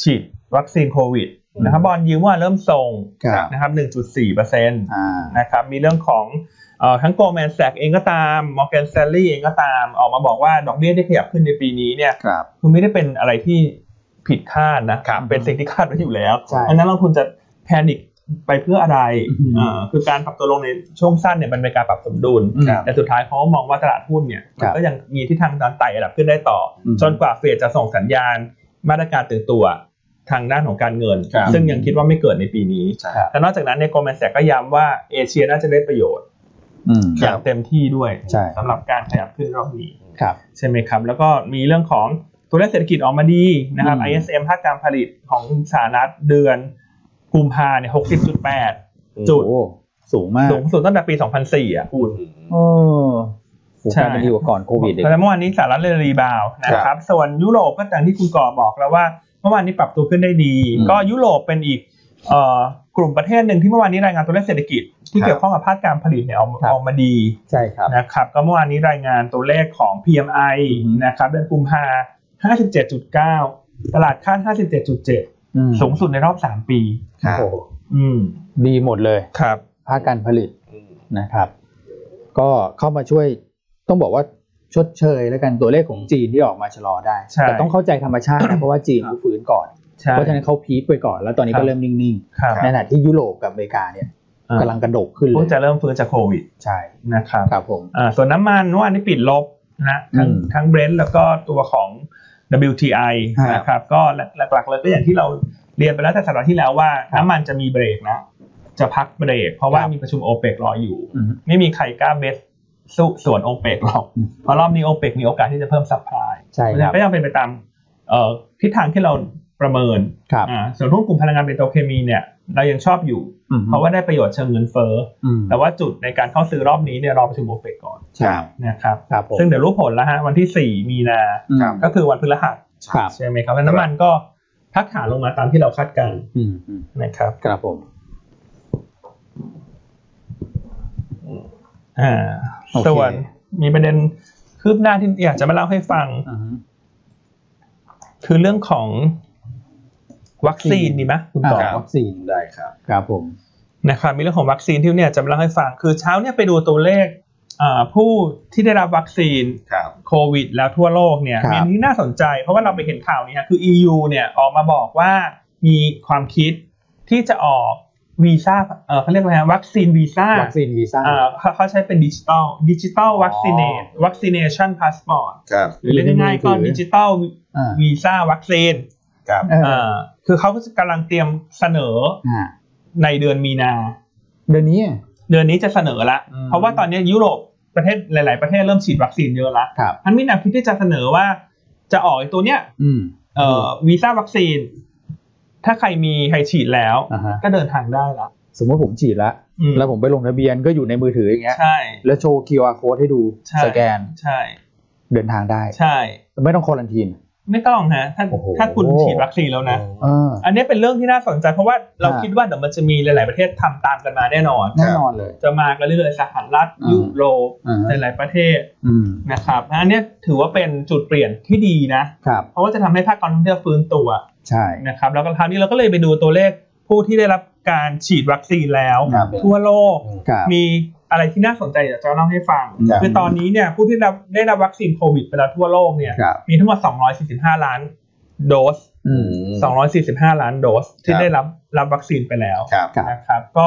[SPEAKER 1] ฉีดวัคซีนโควิดนะครับบอลยิวว่าเริ่มส่ง
[SPEAKER 3] ครับ
[SPEAKER 1] นะครับหนึ่งจุดสี่เปอร์เซ็นต์
[SPEAKER 3] อ่า
[SPEAKER 1] นะครับมีเรื่องของเออทั้ง Goldman Sachs เองก็ตาม Morgan Stanley เองก็ตามออกมาบอกว่าดอกเบี้ยที่ขยับขึ้นในปีนี้เนี่ย
[SPEAKER 3] ครับ
[SPEAKER 1] คือไม่ได้เป็นอะไรที่ผิดคาดนะครับ เป็นสิ่งที่คาดไว้อยู่แล้ว
[SPEAKER 3] ใช่
[SPEAKER 1] อันนั้นลงทุนจะแพนิคไปเพื่ออะไร
[SPEAKER 3] อืม
[SPEAKER 1] เอ่อคือการปรับตัวลงในช่วงสั้นเนี่ยมันเป็นการปรับสมดุล
[SPEAKER 3] ครับ
[SPEAKER 1] แต่สุดท้ายเขาก็มองว่าตลาดหุ้นเนี่ย
[SPEAKER 3] ค
[SPEAKER 1] มั
[SPEAKER 3] รั
[SPEAKER 1] น
[SPEAKER 3] บ
[SPEAKER 1] ก็ยังมีทิศทางการไต่ระดับขึ้นได้ต่ออ
[SPEAKER 3] ม
[SPEAKER 1] จนกว่าเฟดจะส่งสัญญาณมาตรการตื่นตัวทางด้านของการเงิน
[SPEAKER 3] ครับ
[SPEAKER 1] ซึ่งยังคิดว่าไม่เกิดในปีนี้
[SPEAKER 2] ใช่
[SPEAKER 3] ครับ
[SPEAKER 1] แต่นอกจากนั้นเนี่ยโกลแมนแสกก็ย้ำว่าเอเชียน่าจะได้ประโยชน์
[SPEAKER 3] อืม
[SPEAKER 1] อย่างเต็มที่ด้วย
[SPEAKER 3] ใช่
[SPEAKER 1] สำหรับการขยับขึ้นรอบนี้
[SPEAKER 3] ครับ
[SPEAKER 1] ใช่ไหมครับ แล้วก็มีเรื่องของตัวเลขเศรษฐกิจออกมาดีนะครับ
[SPEAKER 3] อืม
[SPEAKER 1] ISM ภาคการผลิตของสหรัฐเดือนกุมภาเนี่ย 60.8 จุด
[SPEAKER 3] โอ้สูงมาก
[SPEAKER 1] สูงสุดตั้งแต่ปี 2004 อ่ะคุณ
[SPEAKER 3] โอ้โห
[SPEAKER 1] ใช่
[SPEAKER 3] กลายเป็นดีกว่าก่อนโควิดอีก
[SPEAKER 1] แต่เมื่อวานนี้สหรัฐเลยรีบาวด์นะค
[SPEAKER 2] ครั
[SPEAKER 1] รับ
[SPEAKER 2] บ
[SPEAKER 1] ส่วนยุโรปก็อย่างที่คุณก่อบอกแล้วว่าเมื่อวานนี้ปรับตัวขึ้นได้ดี
[SPEAKER 3] อืม
[SPEAKER 1] ก็ยุโรปเป็นอีกเอ่อกลุ่มประเทศหนึ่งที่เมื่อวานนี้รายงานตัวเลขเศรษฐกิจ ที่เกี่ยวข้องกับภาคการผลิตเนี่ยออกมา
[SPEAKER 3] ครับ
[SPEAKER 1] ออกมาดี
[SPEAKER 3] ใช่ครับ
[SPEAKER 1] นะครับก็เมื่อวานนี้รายงานตัวเลขของ PMI
[SPEAKER 3] อืม
[SPEAKER 1] นะครับเดือนกุมภา57.9 ตลาดคาด 57.7
[SPEAKER 3] อืม
[SPEAKER 1] สูงสุดในรอบ 3 ปี
[SPEAKER 2] ครับ
[SPEAKER 3] โอ้โห
[SPEAKER 1] อืม
[SPEAKER 3] ดีหมดเลย
[SPEAKER 1] ครับ
[SPEAKER 3] ภาคการผลิต
[SPEAKER 2] อืม
[SPEAKER 3] นะครับ ก็เข้ามาช่วยต้องบอกว่าชดเชย แล้วกันตัวเลขของจีนที่ออกมาชะลอได้
[SPEAKER 1] ใช่
[SPEAKER 3] แต่ต้องเข้าใจธรรมชาตินะเพราะว่าจีนเขาฟื้นก่อน
[SPEAKER 1] ใช่
[SPEAKER 3] เพราะฉะนั้นเขาพีคไปก่อน แล้วตอนนี้
[SPEAKER 1] ครั
[SPEAKER 3] ก็
[SPEAKER 1] บ
[SPEAKER 3] เริ่มนิ่ง
[SPEAKER 1] ครับ
[SPEAKER 3] ๆในขณะที่ยุโรปกับอเมริกาเนี่ยกำลังกระดกขึ้นเล
[SPEAKER 1] เพิ่ง
[SPEAKER 3] ย
[SPEAKER 1] จะเริ่มฟื้นจากโควิด
[SPEAKER 3] ใช่
[SPEAKER 1] นะครับ
[SPEAKER 3] ครับผม
[SPEAKER 1] อ่าส่วนน้ำมันเมื่อวานนี้ปิดลบนะทั้ง
[SPEAKER 3] อืม
[SPEAKER 1] ทั้งเบรนท์แล้วก็ตัวของ WTI
[SPEAKER 3] ครับ
[SPEAKER 1] นะครับก็หลักๆเลยก็อย่างที่เราเรียนไปแล้วแต่สัปดาห์ที่แล้วว่าน้ำมันจะมีเบรกนะ จะพักเบรก เพราะว่า
[SPEAKER 3] ครับ
[SPEAKER 1] มีประชุมโอเปกรออยู่
[SPEAKER 3] อืม
[SPEAKER 1] ไม่มีใครกล้าเบสสู้สวนโอเปกหรอก
[SPEAKER 3] อืม
[SPEAKER 1] เพราะรอบนี้โอเปกมีโอกาสที่จะเพิ่มซัพพลาย
[SPEAKER 3] ใช่ครับ
[SPEAKER 1] ก็ยังเป็นไปตามเอ่อทิศทางที่เราประเมิน
[SPEAKER 3] ครับ
[SPEAKER 1] อ่าส่วนหุ้นกลุ่มพลังงานเปโตรเคมีเนี่ยเรายังชอบอยู่
[SPEAKER 3] อืม
[SPEAKER 1] เพราะว่าได้ประโยชน์เชิงเงินเฟ้อ
[SPEAKER 3] อืม
[SPEAKER 1] แต่ว่าจุดในการเข้าซื้อรอบนี้เนี่ยรอประชุมโอเปกก่อน
[SPEAKER 3] ครับ
[SPEAKER 1] นะครับ
[SPEAKER 3] ครับผม
[SPEAKER 1] ซึ่งเดี๋ยวรู้ผลแล้วฮะวันที่ 4 มีนา
[SPEAKER 3] อืม
[SPEAKER 1] ก็คือวันพฤหัส
[SPEAKER 3] ครับ
[SPEAKER 1] ใช่ไหมครับแล้วน้ำมันก็พักฐานลงมาตามที่เราคาดการณ์
[SPEAKER 3] อืมอืม
[SPEAKER 1] นะครับ
[SPEAKER 3] ครับผม
[SPEAKER 1] อ่า
[SPEAKER 3] โอเค
[SPEAKER 1] ส่วนมีประเด็นคืบหน้าที่อยากจะมาเล่าให้ฟัง
[SPEAKER 3] อืม
[SPEAKER 1] คือเรื่องของวัคซีน
[SPEAKER 3] อืม
[SPEAKER 1] ดีไหมคุณต่อ
[SPEAKER 3] ครั วัคซีน
[SPEAKER 2] ได้ครับ
[SPEAKER 3] ครับผม
[SPEAKER 1] นะครับมีเรื่องของวัคซีนที่เนี่ยจะมาเล่าให้ฟัง คือเช้าเนี่ยไปดูตัวเลขอ่าผู้ที่ได้รับวัคซีน
[SPEAKER 2] ครับ
[SPEAKER 1] โควิด แล้วทั่วโลกเนี่ยมีอันที่น่าสนใจ เพราะว่าเราไปเห็นข่าวนี้ฮะคือ EU เนี่ยออกมาบอกว่ามีความคิดที่จะออกวีซ่าเอ่อเขาเรียกอะไรฮะวัคซีนวีซ่า
[SPEAKER 3] วัคซีนวีซ่า
[SPEAKER 1] อ่าเขาเขาใช้เป็นดิจิตอลดิจิตอล
[SPEAKER 3] อ๋อ
[SPEAKER 1] วัคซีเนตวัคซีเนชันพาสปอร์ต
[SPEAKER 2] ครับ
[SPEAKER 1] หรือเรียกง่ายๆก็ดิจิตอล
[SPEAKER 3] อ่า
[SPEAKER 1] วีซ่าวัคซีน
[SPEAKER 2] ครับ
[SPEAKER 3] เออ
[SPEAKER 1] อ่าคือเขาก็กำลังเตรียมเสนอ
[SPEAKER 3] อ่า
[SPEAKER 1] ในเดือนมีนา
[SPEAKER 3] เดือนนี้อ่ะ
[SPEAKER 1] เดือนนี้จะเสนอละ
[SPEAKER 3] อืม
[SPEAKER 1] เพราะว่าตอนนี้ยุโรปประเทศหลาย ๆ ประเทศเริ่มฉีดวัคซีนเยอะละ
[SPEAKER 3] ครับ
[SPEAKER 1] มันมีแนวคิดที่จะเสนอว่าจะออกไอ้ตัวเนี้ย
[SPEAKER 3] อืม
[SPEAKER 1] เอ่อวีซ่าวัคซีน ถ้าใครมีใครฉีดแล้ว
[SPEAKER 3] อ่าฮะ
[SPEAKER 1] ก็เดินทางได้ละ
[SPEAKER 3] สมมติผมฉีดแล้ว
[SPEAKER 1] อืม
[SPEAKER 3] แล้วผมไปลงทะเบียนก็อยู่ในมือถืออย่างเงี้ย
[SPEAKER 1] ใช่
[SPEAKER 3] แล้วโชว์ QR code ให้ดู
[SPEAKER 1] ใช่
[SPEAKER 3] สแกน
[SPEAKER 1] ใช่
[SPEAKER 3] เดินทางได้
[SPEAKER 1] ใช่
[SPEAKER 3] ไม่ต้องคอลันทีน
[SPEAKER 1] ไม่ต้องฮะถ้า
[SPEAKER 3] โอ้โห
[SPEAKER 1] ถ้าคุณฉีดวัคซีนแล้วนะ
[SPEAKER 3] เออ
[SPEAKER 1] อันนี้เป็นเรื่องที่น่าสนใจ เพราะว่าเรา
[SPEAKER 3] อ่า
[SPEAKER 1] คิดว่าเดี๋ยวมันจะมีหลาย ๆ ประเทศทำตามกันมาแน่นอน
[SPEAKER 3] แน่นอนเลย
[SPEAKER 1] จะมากันเรื่อยๆสหรัฐยุโรป
[SPEAKER 3] อ่า
[SPEAKER 1] ห
[SPEAKER 3] ฮะ
[SPEAKER 1] ลายๆประเทศ
[SPEAKER 3] อืม
[SPEAKER 1] นะครับ อันเนี้ยถือว่าเป็นจุดเปลี่ยนที่ดีนะ
[SPEAKER 3] ครับ
[SPEAKER 1] เพราะว่าจะทำให้ภาคการท่องเที่ยวฟื้นตัว
[SPEAKER 3] ใช่
[SPEAKER 1] นะครับ แล้วก็คราวนี้เราก็เลยไปดูตัวเลขผู้ที่ได้รับการฉีดวัคซีนแล้ว
[SPEAKER 3] ครับ
[SPEAKER 1] ทั่วโลก
[SPEAKER 3] ครับ
[SPEAKER 1] มีอะไรที่น่าสนใจอยากจะเล่าให้ฟัง
[SPEAKER 3] ครับ
[SPEAKER 1] คือตอนนี้เนี่ยผู้ที่รับได้รับวัคซีนโควิดไปแล้วทั่วโลกเนี่ย
[SPEAKER 3] ครับ
[SPEAKER 1] มีทั้งหมด 245 ล้านโดส
[SPEAKER 3] อืม
[SPEAKER 1] 245 ล้านโดสที่ได้รับรับวัคซีนไปแล้ว
[SPEAKER 2] ครับ
[SPEAKER 3] ครับ
[SPEAKER 1] นะครับ ก็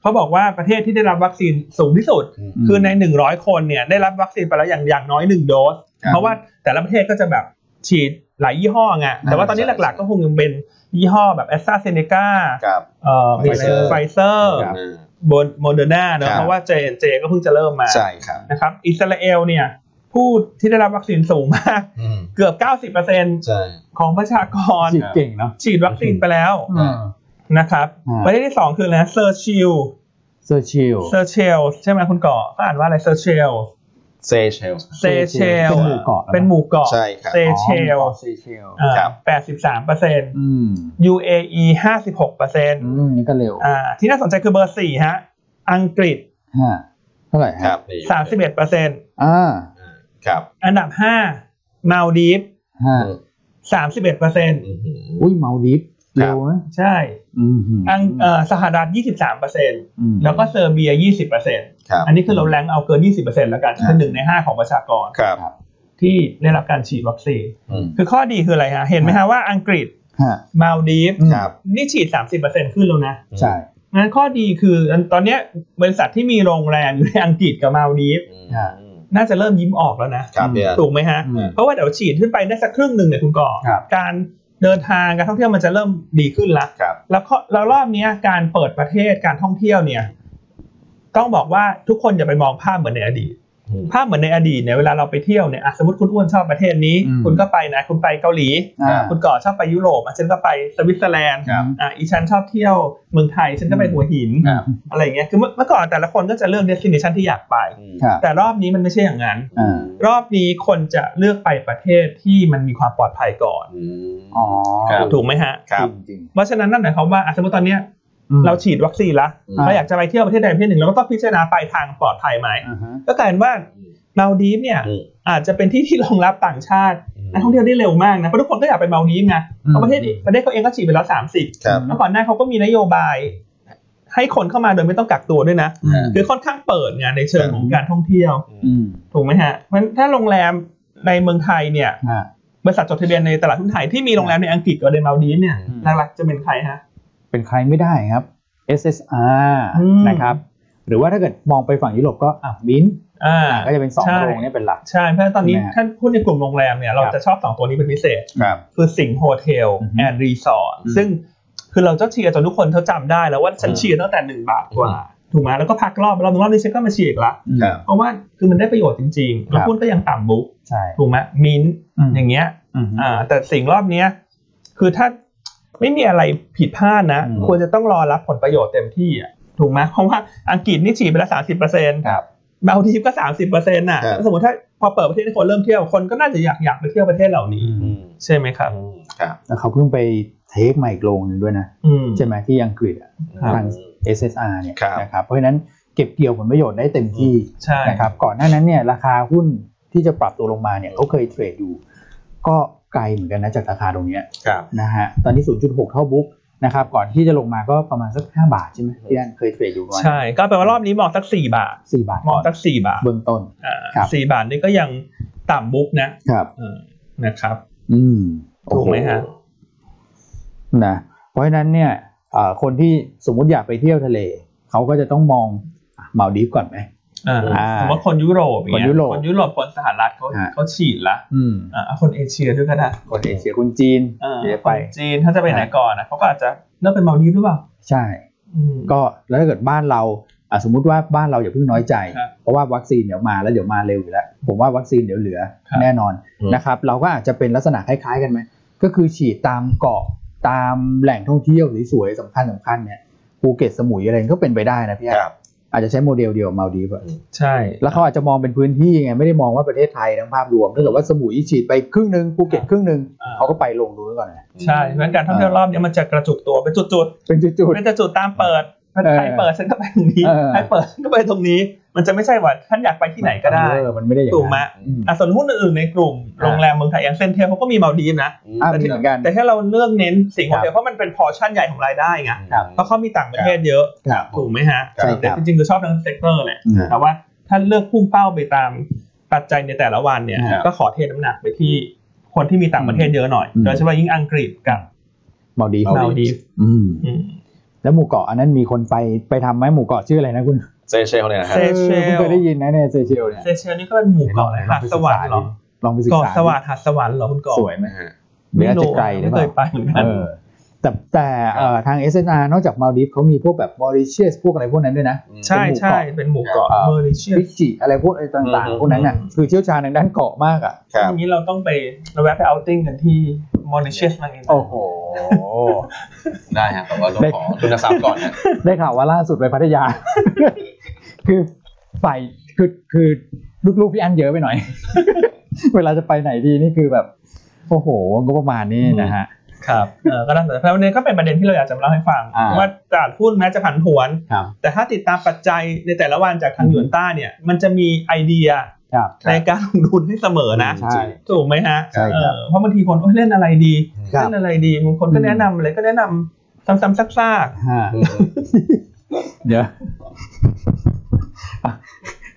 [SPEAKER 1] เขาบอกว่าประเทศที่ได้รับวัคซีนสูงที่สุด
[SPEAKER 3] ม
[SPEAKER 1] คือใน 100 คนเนี่ยได้รับวัคซีนไปแล้วอย่างอย่างน้อย 1 โดส
[SPEAKER 3] ครับ
[SPEAKER 1] เพราะว่าแต่ละประเทศก็จะแบบฉีดหลายยี่ห้อไงแต่ว่าตอนนี้หลักๆก็คงยังเป็นยี่ห้อแบบแอสตราเซเนกา
[SPEAKER 2] ครับ
[SPEAKER 1] เอ่อมีอะไร
[SPEAKER 2] Pfizer
[SPEAKER 1] ไฟเซอร์
[SPEAKER 3] ครับ
[SPEAKER 1] โมเดอร์นาเนอะ
[SPEAKER 2] ครับ
[SPEAKER 1] เพราะว่า J&J ก็เพิ่งจะเริ่มมา
[SPEAKER 2] ใช่ครับ
[SPEAKER 1] นะครับอิสราเอลเนี่ยผู้ที่ได้รับวัคซีนสูงมาก
[SPEAKER 2] อืม
[SPEAKER 1] เกือบ 90%
[SPEAKER 2] ใช่
[SPEAKER 1] ของประชากร
[SPEAKER 3] ฉีดเก่งเนาะ
[SPEAKER 1] ฉีดวัคซีนไปแล้ว
[SPEAKER 3] อืม
[SPEAKER 1] นะครับ
[SPEAKER 3] อ่า
[SPEAKER 1] ประเทศที่สองคืออะไรเซอร์ชิล
[SPEAKER 3] เซอร์ชิล
[SPEAKER 1] เซอร์เชลใช่ไหมคุณก่อก็อ่านว่าอะไรเซอร์เชล
[SPEAKER 2] เซเชลส์
[SPEAKER 1] เซเชล
[SPEAKER 3] เป็นหมู่เกาะ
[SPEAKER 1] เป็นหมู่เกาะ
[SPEAKER 2] ใช่ครับ
[SPEAKER 1] เซ เชล
[SPEAKER 3] อ๋อเซเชล
[SPEAKER 1] อ่า
[SPEAKER 2] ครับ
[SPEAKER 1] แปดสิบสามเปอร์เซ็นต์
[SPEAKER 3] อืม
[SPEAKER 1] UAE ห้าสิบหกเปอร์เซ็นต์
[SPEAKER 3] อืมนี่ก็เร็ว
[SPEAKER 1] อ่าที่น่าสนใจคือเบอร์สี่ฮะ อังกฤษ
[SPEAKER 3] ฮะเท่าไหร่ฮะ
[SPEAKER 2] ครับนี่
[SPEAKER 1] สามสิบเอ็ดเปอร์เซ็นต์
[SPEAKER 3] อ่า
[SPEAKER 2] อ่าครับ
[SPEAKER 1] อันดับห้ามาลดีฟ
[SPEAKER 3] ฮะ
[SPEAKER 1] สามสิบเอ็ดเปอร์เซ็นต์
[SPEAKER 2] อืมอืม
[SPEAKER 3] อุ้ยเมาดิฟส์
[SPEAKER 2] ครั
[SPEAKER 3] เร็
[SPEAKER 2] บ
[SPEAKER 3] วนะ
[SPEAKER 1] ใช่
[SPEAKER 3] อืม
[SPEAKER 1] อังเอ่อสหรัฐยี่สิบสามเปอร์เซ็นต์
[SPEAKER 3] ม
[SPEAKER 1] แล้วก็เซอร์เบียยี่สิบเปอร์เซ็นต์
[SPEAKER 2] ครับ
[SPEAKER 1] อันนี้คือเราแรงเอาเกินยี่สิบเปอร์เซ็นต์แล้วกัน คือหนึ่งในห้าของประชากร
[SPEAKER 2] ครับ
[SPEAKER 1] ที่ได้รับการฉีดวัคซีน
[SPEAKER 2] อืม
[SPEAKER 1] คือข้อดีคืออะไรฮะ เห็นไหมฮะว่าอังกฤษ
[SPEAKER 3] ฮะ
[SPEAKER 1] มาลดีฟ
[SPEAKER 3] อืม
[SPEAKER 2] ครับ
[SPEAKER 1] นี่ฉีดสามสิบเปอร์เซ็นต์ขึ้นแล้วนะ
[SPEAKER 3] ใช่
[SPEAKER 1] งั้นข้อดีคือตอนเนี้ยบริษัทที่มีโรงแรมอยู่ในอังกฤษกับมาลดีฟ
[SPEAKER 2] อืม
[SPEAKER 1] น่าจะเริ่มยิ้มออกแล้วนะ
[SPEAKER 2] ครับเนี่ย
[SPEAKER 1] ถูกไหมฮะ
[SPEAKER 3] อืม
[SPEAKER 1] เพราะว่าเดี๋ยวฉีดขึ้นไปได้สักครึ่งหนึ่งเนี่ยคุณก่อ
[SPEAKER 3] ครับ
[SPEAKER 1] การเดินทางการท่องเที่ยวมันจะเริ่มดีขึ้นละ
[SPEAKER 2] ครับ
[SPEAKER 1] แล้วก็แล้วรอบเนี้ยการเปิดประเทศการท่องเที่ยวเนี่ย ต้องบอกว่าทุกคนอย่าไปมองภาพเหมือนในอดีต
[SPEAKER 2] อืม
[SPEAKER 1] ภาพเหมือนในอดีตเนี่ยเวลาเราไปเที่ยวเนี่ยอ่ะสมมติคุณอ้วนชอบประเทศนี้
[SPEAKER 3] อืม
[SPEAKER 1] คุณก็ไปนะคุณไปเกาหลี
[SPEAKER 3] อ่า
[SPEAKER 1] คุณก่อชอบไปยุโรปอ่ะฉันก็ไปสวิตเซอร์แลนด์
[SPEAKER 3] ครับ
[SPEAKER 1] อ่ะอีฉันชอบเที่ยวเมืองไทยฉันก็ไปหัวหิน
[SPEAKER 3] ครับ
[SPEAKER 1] อะไรอย่างเงี้ย คือเมื่อเมื่อก่อนแต่ละคนก็จะเลือก destination ที่อยากไป
[SPEAKER 3] ครับ
[SPEAKER 1] แต่รอบนี้มันไม่ใช่อย่างนั้น
[SPEAKER 3] อ่า
[SPEAKER 1] รอบนี้คนจะเลือกไปประเทศที่มันมีความปลอดภัยก่อน
[SPEAKER 2] อืม
[SPEAKER 3] อ๋อ
[SPEAKER 2] ครับ
[SPEAKER 1] ถูกไหมฮะ
[SPEAKER 2] ครับ
[SPEAKER 3] จริง
[SPEAKER 1] เพราะฉะนั้นนั่นหมายความว่าอ่ะสมมติตอนเนี้ย
[SPEAKER 3] ๆอืม
[SPEAKER 1] เราฉีดวัคซีนละ
[SPEAKER 2] อืม
[SPEAKER 1] เราอยากจะไปเที่ยวประเทศใดประเทศหนึ่งเราก็ต้องพิจารณาปลายทางปลอดภัยไหม
[SPEAKER 3] อ่าฮะ
[SPEAKER 1] ก็กลายเป็นว่ามาลดีฟเนี่ย
[SPEAKER 2] อืม
[SPEAKER 1] อาจจะเป็นที่ที่รองรับต่างชาตินักท่องเที่ยวได้เร็วมากนะ เพราะทุกคนก็อยากไปมาลดีฟไง
[SPEAKER 3] อืม
[SPEAKER 1] เพราะประเทศประเทศเขาเองก็ฉีดไปแล้ว 30
[SPEAKER 2] ครับ
[SPEAKER 1] แล้วก่อนหน้าเขาก็มีนโยบาย ให้คนเข้ามาโดยไม่ต้องกักตัวด้วยนะ
[SPEAKER 3] อืม
[SPEAKER 1] คือค่อนข้างเปิดงานในเชิงของการท่องเที่ยว
[SPEAKER 3] อืม
[SPEAKER 1] ถูกไหมฮะเพราะฉะนั้นถ้าโรงแรมในเมืองไทยเนี่ย
[SPEAKER 3] ฮะ
[SPEAKER 1] บริษัทจดทะเบียนในตลาดหุ้นไทยที่มีโรงแรมในอังกฤษกับเดนมาร์กเนี่ย
[SPEAKER 3] อืม
[SPEAKER 1] หลักๆจะเป็นใครฮะ
[SPEAKER 3] เป็นใครไม่ได้ครับ SSR
[SPEAKER 1] อืม
[SPEAKER 3] นะครับ หรือว่าถ้าเกิดมองไปฝั่งยุโรปก็อ่ะมิน
[SPEAKER 1] อ่า
[SPEAKER 3] ก็จะเป็นสอง
[SPEAKER 1] ใช่
[SPEAKER 3] โรงเนี่ยเป็นหลัก
[SPEAKER 1] ใช่เพราะฉะนั้นตอนนี้
[SPEAKER 3] ใช่ไหมฮะ
[SPEAKER 1] ถ้าพูดในกลุ่มโรงแรมเนี่ยเรา
[SPEAKER 3] ครับ
[SPEAKER 1] จะชอบสองตัวนี้เป็นพิเศษ
[SPEAKER 3] ครับ
[SPEAKER 1] คือสิงห์โฮเทล
[SPEAKER 3] อือฮึ
[SPEAKER 1] แอนด์รีสอร์ท
[SPEAKER 3] อืม
[SPEAKER 1] ซึ่งคือเราเจ้าเชียร์จนทุกคนเขาจำได้แล้วว่าฉัน
[SPEAKER 2] อืม
[SPEAKER 1] เชียร์ตั้งแต่หนึ่งบาทกว่า ถูกไหมแล้วก็พักรอบรอบหนึ่งรอบนี้ฉันก็มาเชียร์อีกละ
[SPEAKER 2] ครับ
[SPEAKER 1] เพราะว่าคือมันได้ประโยชน์จริงๆ แล้ว
[SPEAKER 3] ครับ
[SPEAKER 1] หุ้นก็ยังต่ำบุ๊ก
[SPEAKER 3] ใช่
[SPEAKER 1] ถูกไหมมิน
[SPEAKER 3] ม
[SPEAKER 1] อย่างเงี้ย
[SPEAKER 3] อืม
[SPEAKER 1] อ่าแต่สิ่งรอบเนี้ยคือถ้าไม่มีอะไรผิดพลาดนะ
[SPEAKER 3] อืม
[SPEAKER 1] ควรจะต้องรอรับผลประโยชน์เต็มที่อ่ะถูกไหมเพราะว่าอังกฤษนี่ฉีดไปละสามสิบเปอร์เซ็นต์
[SPEAKER 3] ครับ
[SPEAKER 1] เบลทีฟก็สามสิบเปอร์เซ็นต์น่ะ
[SPEAKER 2] ครับ
[SPEAKER 1] สมมติถ้าพอเปิดประเทศให้คนเริ่มเที่ยวคนก็น่าจะอยากอยากไปเที่ยวประเทศเหล่านี้
[SPEAKER 2] อืม
[SPEAKER 1] ใช่ไหมครับ
[SPEAKER 2] อืมครับ
[SPEAKER 3] แล้วเขาเพิ่งไปเทคมาอีกโรงหนึ่งด้วยนะ
[SPEAKER 1] อืม
[SPEAKER 3] ใช่ไหมที่อังกฤษอะ
[SPEAKER 1] ครับ
[SPEAKER 3] ทาง SSR เนี่ย
[SPEAKER 2] ครับ
[SPEAKER 3] นะครับเพราะฉะนั้นเก็บเกี่ยวผลประโยชน์ได้เต็มที่
[SPEAKER 1] ใช่
[SPEAKER 3] นะครับก่อนหน้านั้นเนี่ยราคาหุ้นที่จะปรับตัวลงมาเนี่ยเขาเคยเทรดอยู่ ก็ไกลเหมือนกันนะจากราคาตรงเนี้ย
[SPEAKER 2] ครับ
[SPEAKER 3] นะฮะตอนนี้ 0.6 เท่าบุ๊กนะครับก่อนที่จะลงมาก็ประมาณสัก 5 บาทใช่ไหมที่อันเคยเทรดอยู่ประมาณ
[SPEAKER 1] ใช่ ก็แปลว่ารอบนี้มองสักสี่บาท
[SPEAKER 3] สี่บาท
[SPEAKER 1] มอง
[SPEAKER 3] ก่
[SPEAKER 1] สักสี่บาท
[SPEAKER 3] เบื้องต้น
[SPEAKER 1] อ่า
[SPEAKER 3] ครับ
[SPEAKER 1] สี่บาทนี่ก็ยังต่ำบุ๊กนะครับ เออนะครับ
[SPEAKER 3] อืม
[SPEAKER 1] ถูกไหมฮะ
[SPEAKER 3] นะเพราะฉะนั้นเนี่ยเอ่อคนที่สมมุติอยากไปเที่ยวทะเล เขาก็จะต้องมองมาดีฟก่อนไหม
[SPEAKER 1] อ่า
[SPEAKER 3] อ่า
[SPEAKER 1] สมมติคนยุโรปอย่างเงี้
[SPEAKER 3] คนยุโรป
[SPEAKER 1] คนยุโรปคนสหรัฐเขา
[SPEAKER 3] ฮะ
[SPEAKER 1] เขาฉีดละ
[SPEAKER 3] อืม
[SPEAKER 1] อ่าคนเอเชียด้วยก็ได้
[SPEAKER 3] คนเอเชียคนจีน
[SPEAKER 1] อ่า
[SPEAKER 3] เดี๋ย
[SPEAKER 1] ค
[SPEAKER 3] วไป
[SPEAKER 1] นจีนถ้าจะไปไหน
[SPEAKER 3] ฮะ
[SPEAKER 1] ก่อนนะเขาก็อาจจะเลือกเป็นมาลดีฟหรือเปล่า
[SPEAKER 3] ใช่
[SPEAKER 1] อืม
[SPEAKER 3] ก็แล้วถ้าเกิดบ้านเราอ่ะสมมุติว่าบ้านเราอย่าเพิ่งน้อยใจ
[SPEAKER 1] ครับ
[SPEAKER 3] เพราะว่าวัคซีนเดี๋ยวมาแล้วเดี๋ยวมาเร็วอยู่แล้ว ผมว่าวัคซีนเดี๋ยวเหลือ
[SPEAKER 1] ครับ
[SPEAKER 3] แน่นอน
[SPEAKER 2] อืม
[SPEAKER 3] นะครับ เราก็อาจจะเป็นลักษณะคล้าย ๆ กันไหมก็คือฉีดตามเกาะตามแหล่งท่องเที่ยวสวยๆสำคัญสำคัญๆเนี่ยภูเก็ตสมุยอะไรก็เป็นไปได้นะพี่
[SPEAKER 2] ค
[SPEAKER 3] อา
[SPEAKER 2] รับ
[SPEAKER 3] อาจจะใช้โมเดลเดียวมาดีฟอะ
[SPEAKER 1] ใช่
[SPEAKER 3] แล้วเขาอาจจะมองเป็นพื้นที่ไงไม่ได้มองว่าประเทศไทยทั้งภาพรวมถ้าเกิดว่าสมุยฉีดไปครึ่งหนึ่งภูเก็ตครึ่งหนึ่ง
[SPEAKER 1] อ่า
[SPEAKER 3] เขาก็ไปลงนู้นก่อนนะ
[SPEAKER 1] ใช่เพราะฉะนั้นการท่องเที่ยวรอบเนี้ยมันจะกระจุกตัวเป็นจุด
[SPEAKER 3] เป็นจุ
[SPEAKER 1] ๆ
[SPEAKER 3] ด
[SPEAKER 1] เป็นจุดๆตามเปิด
[SPEAKER 3] เออ
[SPEAKER 1] ใครเปิดฉันก็ไปตรงนี้
[SPEAKER 3] เออ
[SPEAKER 1] ใครเปิดฉันก็ไปตรงนี้ มันจะไม่ใช่ว่าฉันอยากไปที่ไหนก็ได้
[SPEAKER 3] เออมันไม่ได้อย่าง
[SPEAKER 1] ถูก
[SPEAKER 3] นั้น
[SPEAKER 1] ไหม
[SPEAKER 3] อืม
[SPEAKER 1] อ่ะส่วนหุ้นอื่นๆในกลุ่มโรงแรมเมืองไทยอย่างเซนเทลเขาก็มีมาลดีฟนะ
[SPEAKER 2] อืม
[SPEAKER 3] อ่า
[SPEAKER 1] แต่
[SPEAKER 3] มี
[SPEAKER 1] ที่
[SPEAKER 3] เหมือนกัน
[SPEAKER 1] แต่ถ้าเราเลือกเน้นสิงคโป
[SPEAKER 3] ครั
[SPEAKER 1] ร์
[SPEAKER 3] บ
[SPEAKER 1] เพราะมันเป็นพอร์ชั่นใหญ่ของรายได้ไง
[SPEAKER 3] ครับ
[SPEAKER 1] เพราะเขามีต่างประเทศเยอะ
[SPEAKER 3] ครับ
[SPEAKER 1] ถูกไหมฮะ
[SPEAKER 3] ใช่ค
[SPEAKER 1] แต่
[SPEAKER 3] รับ
[SPEAKER 1] จริงๆคือชอบทั้งเซกเตอร์แหละ
[SPEAKER 3] อืม
[SPEAKER 1] แต่ว่าถ้าเลือกพุ่งเป้าไปตามปัจจัยในแต่ละวันเนี่ย
[SPEAKER 3] ครับ
[SPEAKER 1] ก็ขอเทน้ำหนักไปที่คนที่มีต่างประเทศเยอะหน่อย
[SPEAKER 3] อืม
[SPEAKER 1] โดยเฉพาะยิ่งอังกฤษกับ
[SPEAKER 3] มาดีฟ
[SPEAKER 1] มาลดีฟ
[SPEAKER 3] อืม
[SPEAKER 1] อืม
[SPEAKER 3] แล้วหมู่เกาะอันนั้นมีคนไปไปทำไหมหมู่เกาะชื่ออะไรนะคุณ
[SPEAKER 2] เซเชลเนี่ยนะฮะ
[SPEAKER 1] เซเชล
[SPEAKER 3] ออพิ่งเคยได้ยินนะเนี่ยเซเชลเนี่ย
[SPEAKER 1] เซเชลนี่ก็เป็นหมู่เกาะนะหาดสวรรค์เหรอ
[SPEAKER 3] ลองไปศึกษา
[SPEAKER 1] เกาะสวรรค์หาดสวรรค์เหรอคุณเกาะ
[SPEAKER 3] สวยไหมเดี๋ยวอาจจะไกลหรือ
[SPEAKER 1] ไม่เค
[SPEAKER 3] เปล่า
[SPEAKER 1] ยไปเหมือนกัน
[SPEAKER 3] เออแต่แต่เอ่อทาง s n r นอกจากมาลดีฟเขามีพวกแบบมอริเชียสพวกอะไรพวกนั้นด้วยนะ
[SPEAKER 1] ใช่ใช่เป็นหมู่เกาะ
[SPEAKER 3] อ่า
[SPEAKER 1] เมอริเชีย
[SPEAKER 3] ฟิ
[SPEAKER 1] ส
[SPEAKER 3] จิอะไรพวกอะไรต่าง
[SPEAKER 2] อืม
[SPEAKER 3] ๆ พวกนั้นน่ะ
[SPEAKER 1] อืม
[SPEAKER 3] คือเชี่ยวชาญทางด้านเกาะมากอ่ะ
[SPEAKER 2] ครับ
[SPEAKER 1] ทีนี้เราต้องไปเราแวะไปเอาท์ติ้งกันที่มอริเชียสนั่นเอง
[SPEAKER 3] โอ้โห
[SPEAKER 2] ได้ฮะแต่ว่าต้อง
[SPEAKER 3] ได้
[SPEAKER 2] ขอทุนทรัพย์ก่อนนะ
[SPEAKER 3] ได้ข่าวว่าล่าสุดไปพัทยา คือฝ่ายคือคือลูกๆพี่อันเยอะไปหน่อย เวลาจะไปไหนดีนี่คือแบบ โอ้โหงบประมาณนี่นะฮะ
[SPEAKER 1] ครับเออก็น่าสนใจเพราะวันนี้ก็เป็นประเด็นที่เราอยากจะมาเล่าให้ฟัง
[SPEAKER 3] อ่า
[SPEAKER 1] ว่าตลาดหุ้นแม้จะผันผวน
[SPEAKER 3] ครับ
[SPEAKER 1] แต่ถ้าติดตามปัจจัยในแต่ละวันจากทางหยวนต้าเนี่ย มันจะมีไอเดีย
[SPEAKER 3] ครับ
[SPEAKER 1] ในการลงทุนให้เสมอนะ
[SPEAKER 3] ใช่
[SPEAKER 1] ถูกไหมฮะ
[SPEAKER 3] ใช่ครับ
[SPEAKER 1] เออเพราะบางทีคนโอ้ยเล่นอะไรดี
[SPEAKER 3] ครับ
[SPEAKER 1] เล่นอะไรดีบางคนก็แนะนำอะไรก็แนะนำซ้ำๆซาก
[SPEAKER 3] ฮะเดี๋ยว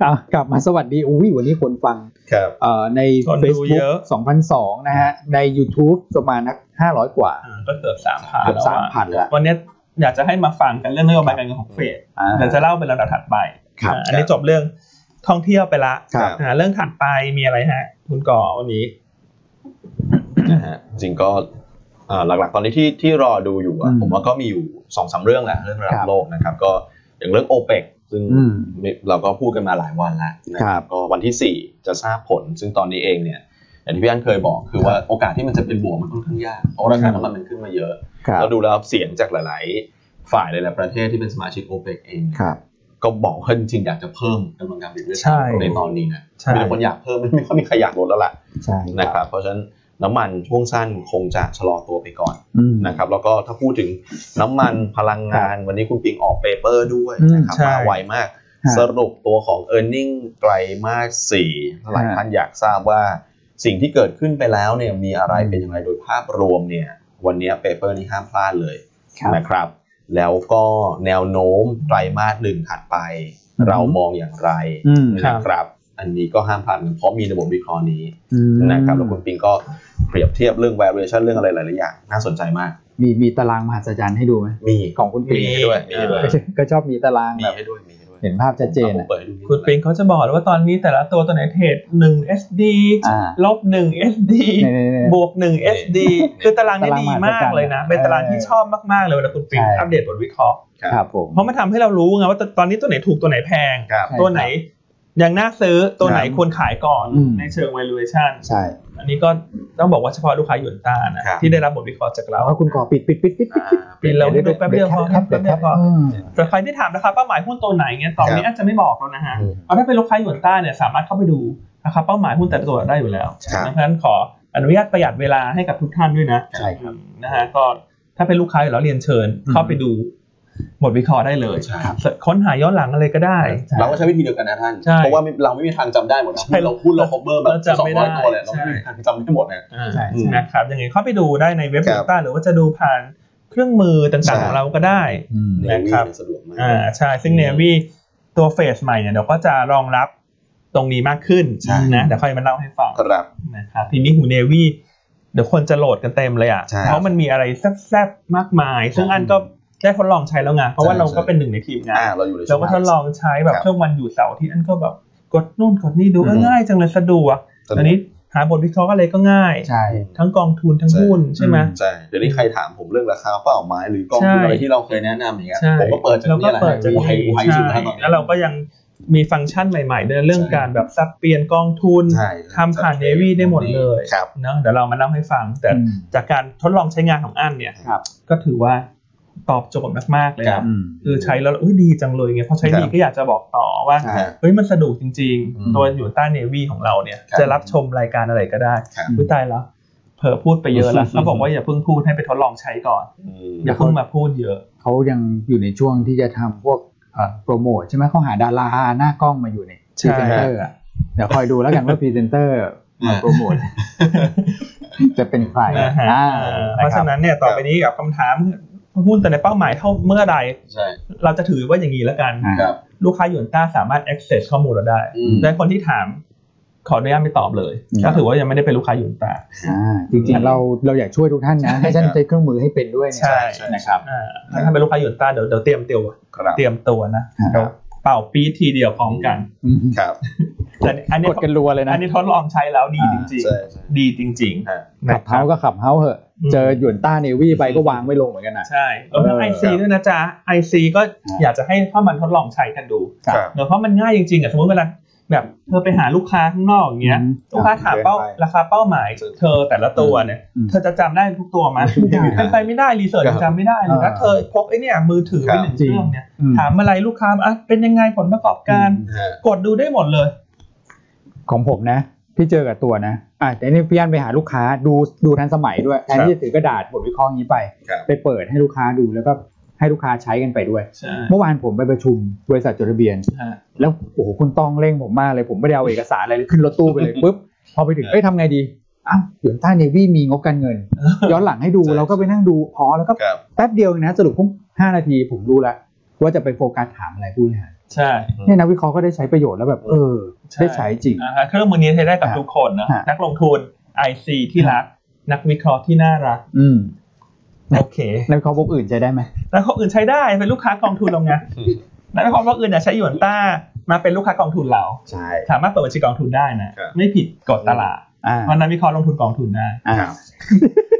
[SPEAKER 3] เอากลับมาสวัสดีอุ้ยวันนี้คนฟัง
[SPEAKER 2] ครับ
[SPEAKER 3] เอ่อใน
[SPEAKER 1] ๆคนดู
[SPEAKER 3] Facebook
[SPEAKER 1] เยอะ
[SPEAKER 3] 2,002นะฮะ ใน YouTube ประมาณนัก500 กว่า
[SPEAKER 1] อ่าก็เกือบสามพัน
[SPEAKER 3] เกือบ
[SPEAKER 1] แล้ว
[SPEAKER 3] สาม
[SPEAKER 1] อะ
[SPEAKER 3] พันละ
[SPEAKER 1] วันนี้อยากจะให้มาฟังกันเรื่องนโยบายการเงินของเฟด
[SPEAKER 3] อ่า
[SPEAKER 1] เดี๋ยวจะเล่าเป็นลำดับถัดไป
[SPEAKER 3] ครับ
[SPEAKER 1] อ่าอันนี้จบเรื่องท่องเที่ยวไปละ
[SPEAKER 3] ครับ
[SPEAKER 1] อ่าเรื่องถัดไปมีอะไรฮะ คุณก่อวันนี้
[SPEAKER 2] นะฮะจริงก็เอ่อหลักๆ ตอนนี้ที่ที่รอดูอยู่อะ
[SPEAKER 3] อืม
[SPEAKER 2] ผมว่าก็มีอยู่สองสามเรื่องแหละเรื่องระดั
[SPEAKER 3] ครับ บ
[SPEAKER 2] โลกนะครับ ก็อย่างเรื่องโอเปกซึ่ง
[SPEAKER 3] อืม
[SPEAKER 2] มีเราก็พูดกันมาหลายวันแล้วนะค
[SPEAKER 3] ครั
[SPEAKER 2] รับบ ก็วันที่สี่จะทราบผล ซึ่งตอนนี้เองเนี่ยอย่างที่พี่อันเคยบอกคือว่าโอกาสที่มันจะเป็นบวกมันค่อนข้างยากเพราะรา
[SPEAKER 3] ครับ
[SPEAKER 2] คาน้ำมันมันขึ้นมาเยอะ
[SPEAKER 3] ครับ
[SPEAKER 2] เราดูแล้วเสียงจากหลาย ๆ ฝ่ายหลายๆประเทศที่เป็นสมาชิกโอเปกเอง
[SPEAKER 3] ครับ
[SPEAKER 2] ก็บอกว่าจริงๆอยากจะเพิ่มกำลังการผลิตด้วย
[SPEAKER 1] ใช่
[SPEAKER 2] ในตอนนี้นะมีแต่คนอยากเพิ่มไม่ค่อยมีใครอยากลดแล้วล่ะ
[SPEAKER 3] ใช่
[SPEAKER 2] นะครับเพราะฉะนั้นน้ำมันช่วงสั้นคงจะชะลอตัวไปก่อน
[SPEAKER 3] อืม
[SPEAKER 2] นะครับแล้วก็ถ้าพูดถึงน้ำมันพลังงาน วันนี้คุณปิงออกเปเปอร์ด้วยนะครับ
[SPEAKER 1] อืมใช่
[SPEAKER 2] มาไวมาก
[SPEAKER 3] ฮะ
[SPEAKER 2] สรุปตัวของ e a r n i n g ไตรมาส4หลาย
[SPEAKER 3] ฮะ
[SPEAKER 2] ท่านอยากทราบว่าสิ่งที่เกิดขึ้นไปแล้วเนี่ยมีอะไรเป็นอย่างไรโดยภาพรวมเนี่ยวันนี้เปเปอร์นี้ห้ามพลาดเลย
[SPEAKER 3] ครับ
[SPEAKER 2] นะครับ แล้วก็แนวโน้มไตรมาสหนึ่งถัดไป
[SPEAKER 3] อือฮึ
[SPEAKER 2] เรามองอย่างไร
[SPEAKER 3] อืม
[SPEAKER 1] ครับ
[SPEAKER 2] นะครับ อันนี้ก็ห้ามพลาดเพราะมีระบบวิเคราะห์นี้
[SPEAKER 3] อืม
[SPEAKER 2] นะครับแล้วคุณปิงก็เปรียบเทียบเรื่อง valuation เรื่องอะไรหลายๆอย่างน่าสนใจมาก
[SPEAKER 3] มีมีตารางมหัศจรรย์ให้ดูไหม
[SPEAKER 2] มี
[SPEAKER 3] ของคุณปิง
[SPEAKER 2] มีให้ด้วยมีให้ด้วย
[SPEAKER 3] ก็ชอบมีตาราง
[SPEAKER 2] มี
[SPEAKER 3] แบบ
[SPEAKER 2] ให้ด้วยมีให้ด้วย
[SPEAKER 3] เห็นภาพชัดเจน
[SPEAKER 2] ผม
[SPEAKER 3] อ่ะ
[SPEAKER 2] เปิดให้ดูนิดนึง
[SPEAKER 1] คุณปิงเขาจะบอกว่าตอนนี้แต่ละตัวตัวไหนเทรด1 SD
[SPEAKER 3] อ่า
[SPEAKER 1] ลบ1 SD
[SPEAKER 3] เนี่ยเนี่ยเนี่ย
[SPEAKER 1] บวก1 SD คือตารางนี้ดีมากเลยนะ เป็นตารางที่ชอบมากๆเลยเวลาคุณปิง
[SPEAKER 3] ใช่
[SPEAKER 1] อัปเดตบทวิเคราะห์
[SPEAKER 3] ครับผม
[SPEAKER 1] เพราะมันทำให้เรารู้ไงว่าตอนนี้ตัวไหนถูกตัวไหนแพง
[SPEAKER 2] ครับ
[SPEAKER 3] ใช่
[SPEAKER 1] ตัวไหนยังน่าซื้อตัวไหน
[SPEAKER 2] ครับ
[SPEAKER 1] ควรขายก่อน
[SPEAKER 3] อืม
[SPEAKER 1] ในเชิง valuation
[SPEAKER 3] ใช่
[SPEAKER 1] อันนี้ก็ต้องบอกว่าเฉพาะลูกค้าหยวนต้านะครับ ที่ได้รับบทวิเคราะห์จากเรา
[SPEAKER 3] แล้วก็คุณก่อปิดปิดปิดปิดปิดปิด
[SPEAKER 1] ปิดแล้ว
[SPEAKER 3] ยว
[SPEAKER 1] ดูแป๊บเดียวพอ
[SPEAKER 3] ครับ
[SPEAKER 1] แป๊บเดียวพอ
[SPEAKER 3] อืม
[SPEAKER 1] แต่ใครที่ถามนะครับเป้าหมายหุ้นตัวไหนเงี้ยตอนนี้อาจจะไม่บอกแล้วนะฮะ
[SPEAKER 2] อืม
[SPEAKER 1] เอาถ้าเป็นลูกค้าหยวนต้าเนี่ยสามารถเข้าไปดูนะครับเป้าหมายหุ้นแต่ละตัวได้อยู่แล้ว
[SPEAKER 2] ครับ
[SPEAKER 1] ดังนั้นขออนุญาตประหยัดเวลาให้กับทุกท่านด้วยนะ
[SPEAKER 3] ใช่ครับ
[SPEAKER 1] นะฮะก็ถ้าเป็นลูกค้าอยู่แล้วเรียนเชิญ เข้าไปดูบทวิเคราะห์ได้เลย
[SPEAKER 2] ใช่
[SPEAKER 1] ค้นหาย้อนหลังอะไรก็ได้
[SPEAKER 3] ใช่
[SPEAKER 2] เราก็ใช้วิธีเดียวกันนะท่าน
[SPEAKER 1] ใช่
[SPEAKER 2] เพราะว่าไม่เราไม่มีทางจำได้หมดนะ
[SPEAKER 1] ใช่
[SPEAKER 2] เราพูดเรา cover แบบ
[SPEAKER 1] เรา
[SPEAKER 2] สอ
[SPEAKER 1] จำ
[SPEAKER 2] ง
[SPEAKER 1] ไม่
[SPEAKER 2] ร้อย
[SPEAKER 1] ได้
[SPEAKER 2] ตัวเลยเราไม่มี
[SPEAKER 1] ใช่
[SPEAKER 2] ทางจำได้หมดนะ
[SPEAKER 3] ใช่
[SPEAKER 2] อืม
[SPEAKER 1] นะครับยังไงเข้าไปดูได้ในเว็บ
[SPEAKER 2] ครั
[SPEAKER 1] โย
[SPEAKER 2] บ
[SPEAKER 1] ต้าหรือว่าจะดูผ่านเครื่องมือต่างๆ
[SPEAKER 2] ใช่
[SPEAKER 1] ของเราก็ได้
[SPEAKER 3] อืม
[SPEAKER 2] เน
[SPEAKER 1] นะ
[SPEAKER 2] วี่
[SPEAKER 1] ครับ
[SPEAKER 2] ยสะดวกมาก
[SPEAKER 1] อ่าใช่ซึ่ง Navy ตัวเฟสใหม่เนี่ยเดี๋ยวก็จะรองรับตรงนี้มากขึ้น
[SPEAKER 2] ใช่
[SPEAKER 1] นะเดี๋ยวค่อยมาเล่าให้ฟัง
[SPEAKER 2] ครับ
[SPEAKER 1] นะครับทีนี้หู Navy เดี๋ยวคนจะโหลดกันเต็มเลยอ่ะ
[SPEAKER 2] ใช่
[SPEAKER 1] เพราะมันมีอะไรแซ่บๆมากมาย ซึ่งอันก็ได้ทดลองใช้แล้วไงเพราะว่า
[SPEAKER 2] ใช่
[SPEAKER 1] เราก็
[SPEAKER 2] ใช่
[SPEAKER 1] เป็นหนึ่งในทีมงา
[SPEAKER 2] อ่าน เราอยู่ในช่
[SPEAKER 1] เรา
[SPEAKER 2] วง
[SPEAKER 1] ก็ทดลองใช้แบบ
[SPEAKER 2] ครับ
[SPEAKER 1] ช่วงวันอยู่เสาร์อาที่อันก็แบบกดนู่นกดนี่ดูเออ
[SPEAKER 2] อืม
[SPEAKER 1] ง่ายจังเลยสะดวก
[SPEAKER 2] สะดวก
[SPEAKER 1] อันนี้หาบทวิเคราะห์อะไรก็ง่าย
[SPEAKER 3] ใช่
[SPEAKER 1] ทั้งกองทุนทั้งหุ้นใช่ไหม
[SPEAKER 3] อืม
[SPEAKER 2] ใช่เดี๋ยวนี้ใครถามผมเรื่องราคาเป้าหมายหรือกองทุ
[SPEAKER 1] ใช่
[SPEAKER 2] นอะไรที่เราเคยแนะนำอย่างเงี้ย
[SPEAKER 1] ใช่
[SPEAKER 2] ผมก็เปิดจาก
[SPEAKER 1] เราก็
[SPEAKER 2] เนี่ยแหละ
[SPEAKER 1] เปิดจาก
[SPEAKER 2] ไฮไฮสุดแล้ว
[SPEAKER 1] ใช่
[SPEAKER 2] ตอนนี้
[SPEAKER 1] แล้วเราก็ยังมีฟังก์ชันใหม่ๆด้วยเรื่อง
[SPEAKER 2] ใช่
[SPEAKER 1] การแบบสับเปลี่ยนกองทุน
[SPEAKER 2] ใช่
[SPEAKER 1] ทำผ่านเนวีได้หมดเลย
[SPEAKER 2] ครับ
[SPEAKER 1] เนาะเดี๋ยวเรามาเล่าให้ฟัง แต่
[SPEAKER 3] อืม
[SPEAKER 1] จากการทดลองใช้งานของอันเนี่ย
[SPEAKER 3] ครับ
[SPEAKER 1] ก็ถือว่าตอบโจทย์มากๆเลย
[SPEAKER 2] ครั
[SPEAKER 1] นะ
[SPEAKER 2] บ
[SPEAKER 3] อืม
[SPEAKER 1] คือใช้แล้วอุ้ยดีจังเลยไงพอใช้ดี
[SPEAKER 2] ครับ
[SPEAKER 1] ก็อยากจะบอกต่อว่า
[SPEAKER 3] ใช่
[SPEAKER 2] อ่า
[SPEAKER 1] เฮ้ยมันสะดวกจริง
[SPEAKER 2] อืม
[SPEAKER 1] ๆ ตัวอยู่ใต้เนวีของเราเนี่ย
[SPEAKER 2] ครับ
[SPEAKER 1] จะรับชมรายการอะไรก็ได้
[SPEAKER 2] ครับ
[SPEAKER 1] อุ้ยตายแล้วเผลอพูดไปเย อะแล้วเขาบอกว่าอย่าเพิ่งพูดให้ไปทดลองใช้ก่อน อย่าเพิ่งมาพูดเยอะ
[SPEAKER 3] เขายังอยู่ในช่วงที่จะทำพวกเอ่อโปรโมทใช่ไหมเขาหาดาราหน้ากล้องมาอยู่ในพ
[SPEAKER 1] ใช่
[SPEAKER 3] รีเซนเตอร์อะเดี๋ยวคอยดูแล้วกันว่าพรีเซนเตอร์มาโปรโมทจะเป็นใคร
[SPEAKER 1] นะฮะ
[SPEAKER 3] อ่า
[SPEAKER 1] เออ
[SPEAKER 3] ค
[SPEAKER 1] เพราะ
[SPEAKER 3] บ
[SPEAKER 1] ฉะนั้นเนี่ยต่อไปนี้กับคำถามหุ้นแต่ในเป้าหมายเท่าเมื่อใด
[SPEAKER 2] ใช่
[SPEAKER 1] เราจะถือว่าอย่างนี้แล้วกัน
[SPEAKER 3] อ่า
[SPEAKER 2] ครับ
[SPEAKER 1] ลูกค้าหยวนต้าสามารถ access ข้อมูลเราได้
[SPEAKER 2] อืม
[SPEAKER 1] และคนที่ถามขออนุญาตไม่ตอบเลย
[SPEAKER 3] อืม
[SPEAKER 1] ก็ถือว่ายังไม่ได้เป็นลูกค้าหยวนต้า
[SPEAKER 3] อ่าจริงๆเราเราอยากช่วยทุกท่านนะให้ท่านใช้เครื่องมือให้เป็นด้วยเนี่ย
[SPEAKER 1] ใช่
[SPEAKER 3] นะครับ
[SPEAKER 1] อ่าถ้าท่านเป็นลูกค้าหยวนต้าเดี๋ยวเดี๋ยวเตรียมตัว
[SPEAKER 2] ครับ
[SPEAKER 1] เตรียมตัวนะครับ เดี๋ยวเป่าปีดทีเดียวพร้อมกัน
[SPEAKER 3] อืม
[SPEAKER 2] ครับ
[SPEAKER 1] แต่อันนี้
[SPEAKER 3] กดกันรัวเลยนะ
[SPEAKER 1] อันนี้ทดลองใช้แล้วดี
[SPEAKER 3] อ่า
[SPEAKER 1] จริง
[SPEAKER 2] ใช่ใช่
[SPEAKER 1] ๆ ดีจริง
[SPEAKER 2] ฮะ
[SPEAKER 1] ๆ
[SPEAKER 3] ขั
[SPEAKER 1] นะ
[SPEAKER 3] บ
[SPEAKER 1] ครั
[SPEAKER 3] เฮา
[SPEAKER 1] บ
[SPEAKER 3] ก็ขับเฮาเหอะ
[SPEAKER 1] อืม
[SPEAKER 3] เจอหยวนต้าเนวี่ไปก็ว างไม่ลงเหมือนกันนะ
[SPEAKER 1] ใช่รวมทั้ง
[SPEAKER 3] เออ
[SPEAKER 1] IC
[SPEAKER 2] ครับ
[SPEAKER 1] ด้วยนะจ๊ะ IC ก็อยากจะให้เข้ามันทดลองใช้กันดู
[SPEAKER 2] ครับ
[SPEAKER 1] เนอะเพราะมันง่ายจริงๆอ่ะสมมติเวลาแบบเธอไปหาลูกค้าข้างนอกอย่างเงี้ย
[SPEAKER 3] อืม
[SPEAKER 1] ลูกค้าถามเป้า
[SPEAKER 2] เดินไป
[SPEAKER 1] ราคาเป้าหมายเธอแต่ละตัวเนี่ย
[SPEAKER 3] อืม
[SPEAKER 1] เธอจะจำได้ทุกตัวไหมเป็นไปไม่ได้รีเสิร์ช
[SPEAKER 2] ครับ
[SPEAKER 1] จำไม่ได้เลย
[SPEAKER 3] อ่า
[SPEAKER 1] ถ้าเธอพกไอ้เนี่ยมือถือ
[SPEAKER 2] ครั
[SPEAKER 1] ไปห
[SPEAKER 2] บ
[SPEAKER 1] นึ่งเค
[SPEAKER 3] จริง
[SPEAKER 1] รื่องเนี่ย
[SPEAKER 3] อืม
[SPEAKER 1] ถามอะไรลูกค้าอ่ะเป็นยังไงผลประกอบการ
[SPEAKER 3] อืม
[SPEAKER 2] ฮะ
[SPEAKER 1] กดดูได้หมดเลย
[SPEAKER 3] ของผมนะ พี่เจอกับตัวนะอ่ะแต่นี่พี่อันไปหาลูกค้าดูดูทันสมัยด้วยแทนที่จะถือกระดาษบทวิเคราะห์อย่างนี้ไป
[SPEAKER 2] ครับ
[SPEAKER 3] ไปเปิดให้ลูกค้าดูแล้วก็ให้ลูกค้าใช้กันไปด้วย
[SPEAKER 1] ใช่
[SPEAKER 3] เมื่อวานผมไปประชุมบริษัทจดทะเบียน
[SPEAKER 1] ฮะ
[SPEAKER 3] แล้วโอ้โหคุณต้องเร่งผมมากเลยผมไม่ได้เอาเอกสารอะไรเลยขึ้นรถตู้ไปเลยปุ๊บพอไปถึงเอ้ยทำไงดีอ้าวหยวนต้าเนวี่มีงบการเงิน ย้อนหลังให้ดู
[SPEAKER 2] ใช่
[SPEAKER 3] เราก็ไปนั่งดูอ๋อแล้วก็
[SPEAKER 2] ครับ
[SPEAKER 3] แป๊บเดียวเองนะสรุปปุ๊บห้านาทีผมรู้ละว่าจะไปโฟกัสถามอะไรผู้บริหาร
[SPEAKER 1] ใช่
[SPEAKER 3] เนี่ยนักวิเคราะห์ก็ได้ใช้ประโยชน์แล้วแบบเออได้ใช้จริง
[SPEAKER 1] อ่าฮะเครื่องมือนี้ใช้ได้กับ
[SPEAKER 3] ฮะ
[SPEAKER 1] ทุกคนนะ
[SPEAKER 3] ฮะ
[SPEAKER 1] นักลงทุน IC ที่รัก นักวิเคราะห์ที่น่ารัก
[SPEAKER 3] อืม
[SPEAKER 1] โอเค
[SPEAKER 3] นักวิเคราะห์พวกอื่นใช้ได้ไหม
[SPEAKER 1] แล้วคนอื่นใช้ได้เป็นลูกค้ากองทุนเราไง นักวิเคราะห์พวกอื่นน่ะใช้หยวนต้ามาเป็นลูกค้ากองทุนเรา
[SPEAKER 2] ใช่
[SPEAKER 1] สามารถเปิดบัญชีกองทุนได้นะ
[SPEAKER 2] ครับ
[SPEAKER 1] ไม่ผิดกฎตลาด
[SPEAKER 3] อ่า
[SPEAKER 1] เพราะนักวิเคราะห์ลงทุนกองทุนได้
[SPEAKER 3] อ่า
[SPEAKER 2] ครับ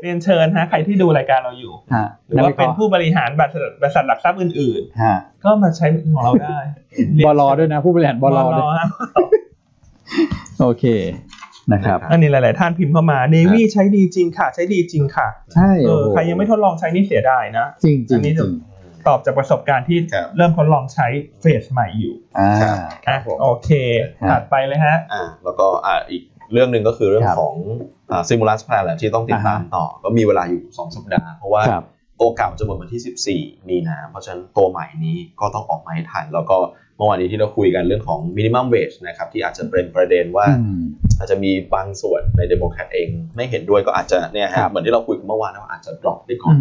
[SPEAKER 1] เรียนเชิญฮะใครที่ดูรายการเราอยู่
[SPEAKER 3] ฮะ
[SPEAKER 1] หรือว่าเป็นผู้บริหารบริษัทบริษัทหลักทรัพย์อื่น
[SPEAKER 3] ฮะ
[SPEAKER 1] ๆ ก็มาใช้ของเราได้
[SPEAKER 3] บลอด้วยนะผู้บริหารบบล
[SPEAKER 1] ล
[SPEAKER 3] อ
[SPEAKER 1] อ
[SPEAKER 3] ด้วย
[SPEAKER 1] ฮะ
[SPEAKER 3] โอเคนะครับ
[SPEAKER 1] อันนี้หลาย ๆ ท่านพิมพ์เข้ามาเนวี่ใช้ดีจริงค่ะ ใช้ดีจริงค่ะ
[SPEAKER 3] ใช่
[SPEAKER 1] เอ
[SPEAKER 3] โอ้
[SPEAKER 1] อ
[SPEAKER 3] โห
[SPEAKER 1] ใครยังไม่ทดลองใช้นี่เสียดายนะ
[SPEAKER 3] จริงจริ
[SPEAKER 1] อั
[SPEAKER 3] ง
[SPEAKER 1] นนี้
[SPEAKER 3] จ
[SPEAKER 1] เดี๋
[SPEAKER 3] ริ
[SPEAKER 1] ยว
[SPEAKER 3] ง
[SPEAKER 1] ตอบจากประสบการณ์ที่
[SPEAKER 2] ครับ
[SPEAKER 1] เริ่มทดลองใช้เฟสใหม่อยู่
[SPEAKER 3] อ่า
[SPEAKER 2] ครับ
[SPEAKER 1] อ่ะโอเค
[SPEAKER 3] ค
[SPEAKER 1] ถั
[SPEAKER 3] รับ
[SPEAKER 1] ดไปเลยฮะ
[SPEAKER 2] อ่าแล้วก็อ่าอีกเรื่องหนึ่งก็คือเรื่อง
[SPEAKER 3] ครับ
[SPEAKER 2] ของอ่าซิมูลัสแพลนแหละที่ต้องติดตา
[SPEAKER 3] อ่า
[SPEAKER 2] ม
[SPEAKER 3] ฮะ
[SPEAKER 2] ต่อ ก็มีเวลาอยู่ 2 สัปดาห์ เพราะว่า
[SPEAKER 3] ครับ
[SPEAKER 2] ตัวเก่าจะหมดวันที่ 14 มีนา เพราะฉะนั้นตัวใหม่นี้ก็ต้องออกมาให้ทัน แล้วก็เมื่อวานนี้ที่เราคุยกันเรื่องของมินิมัมเวจนะครับที่อาจจะเป็นประเด็นว่า อาจจะมีบางส่วนในเดโมแครตเองไม่เห็นด้วยก็อาจจะเนี่ย
[SPEAKER 3] ครั
[SPEAKER 2] ฮะ
[SPEAKER 3] บ
[SPEAKER 2] เหมือนที่เราคุยกันเมื่อวานนะว่าอาจจะดรอปไปก่อน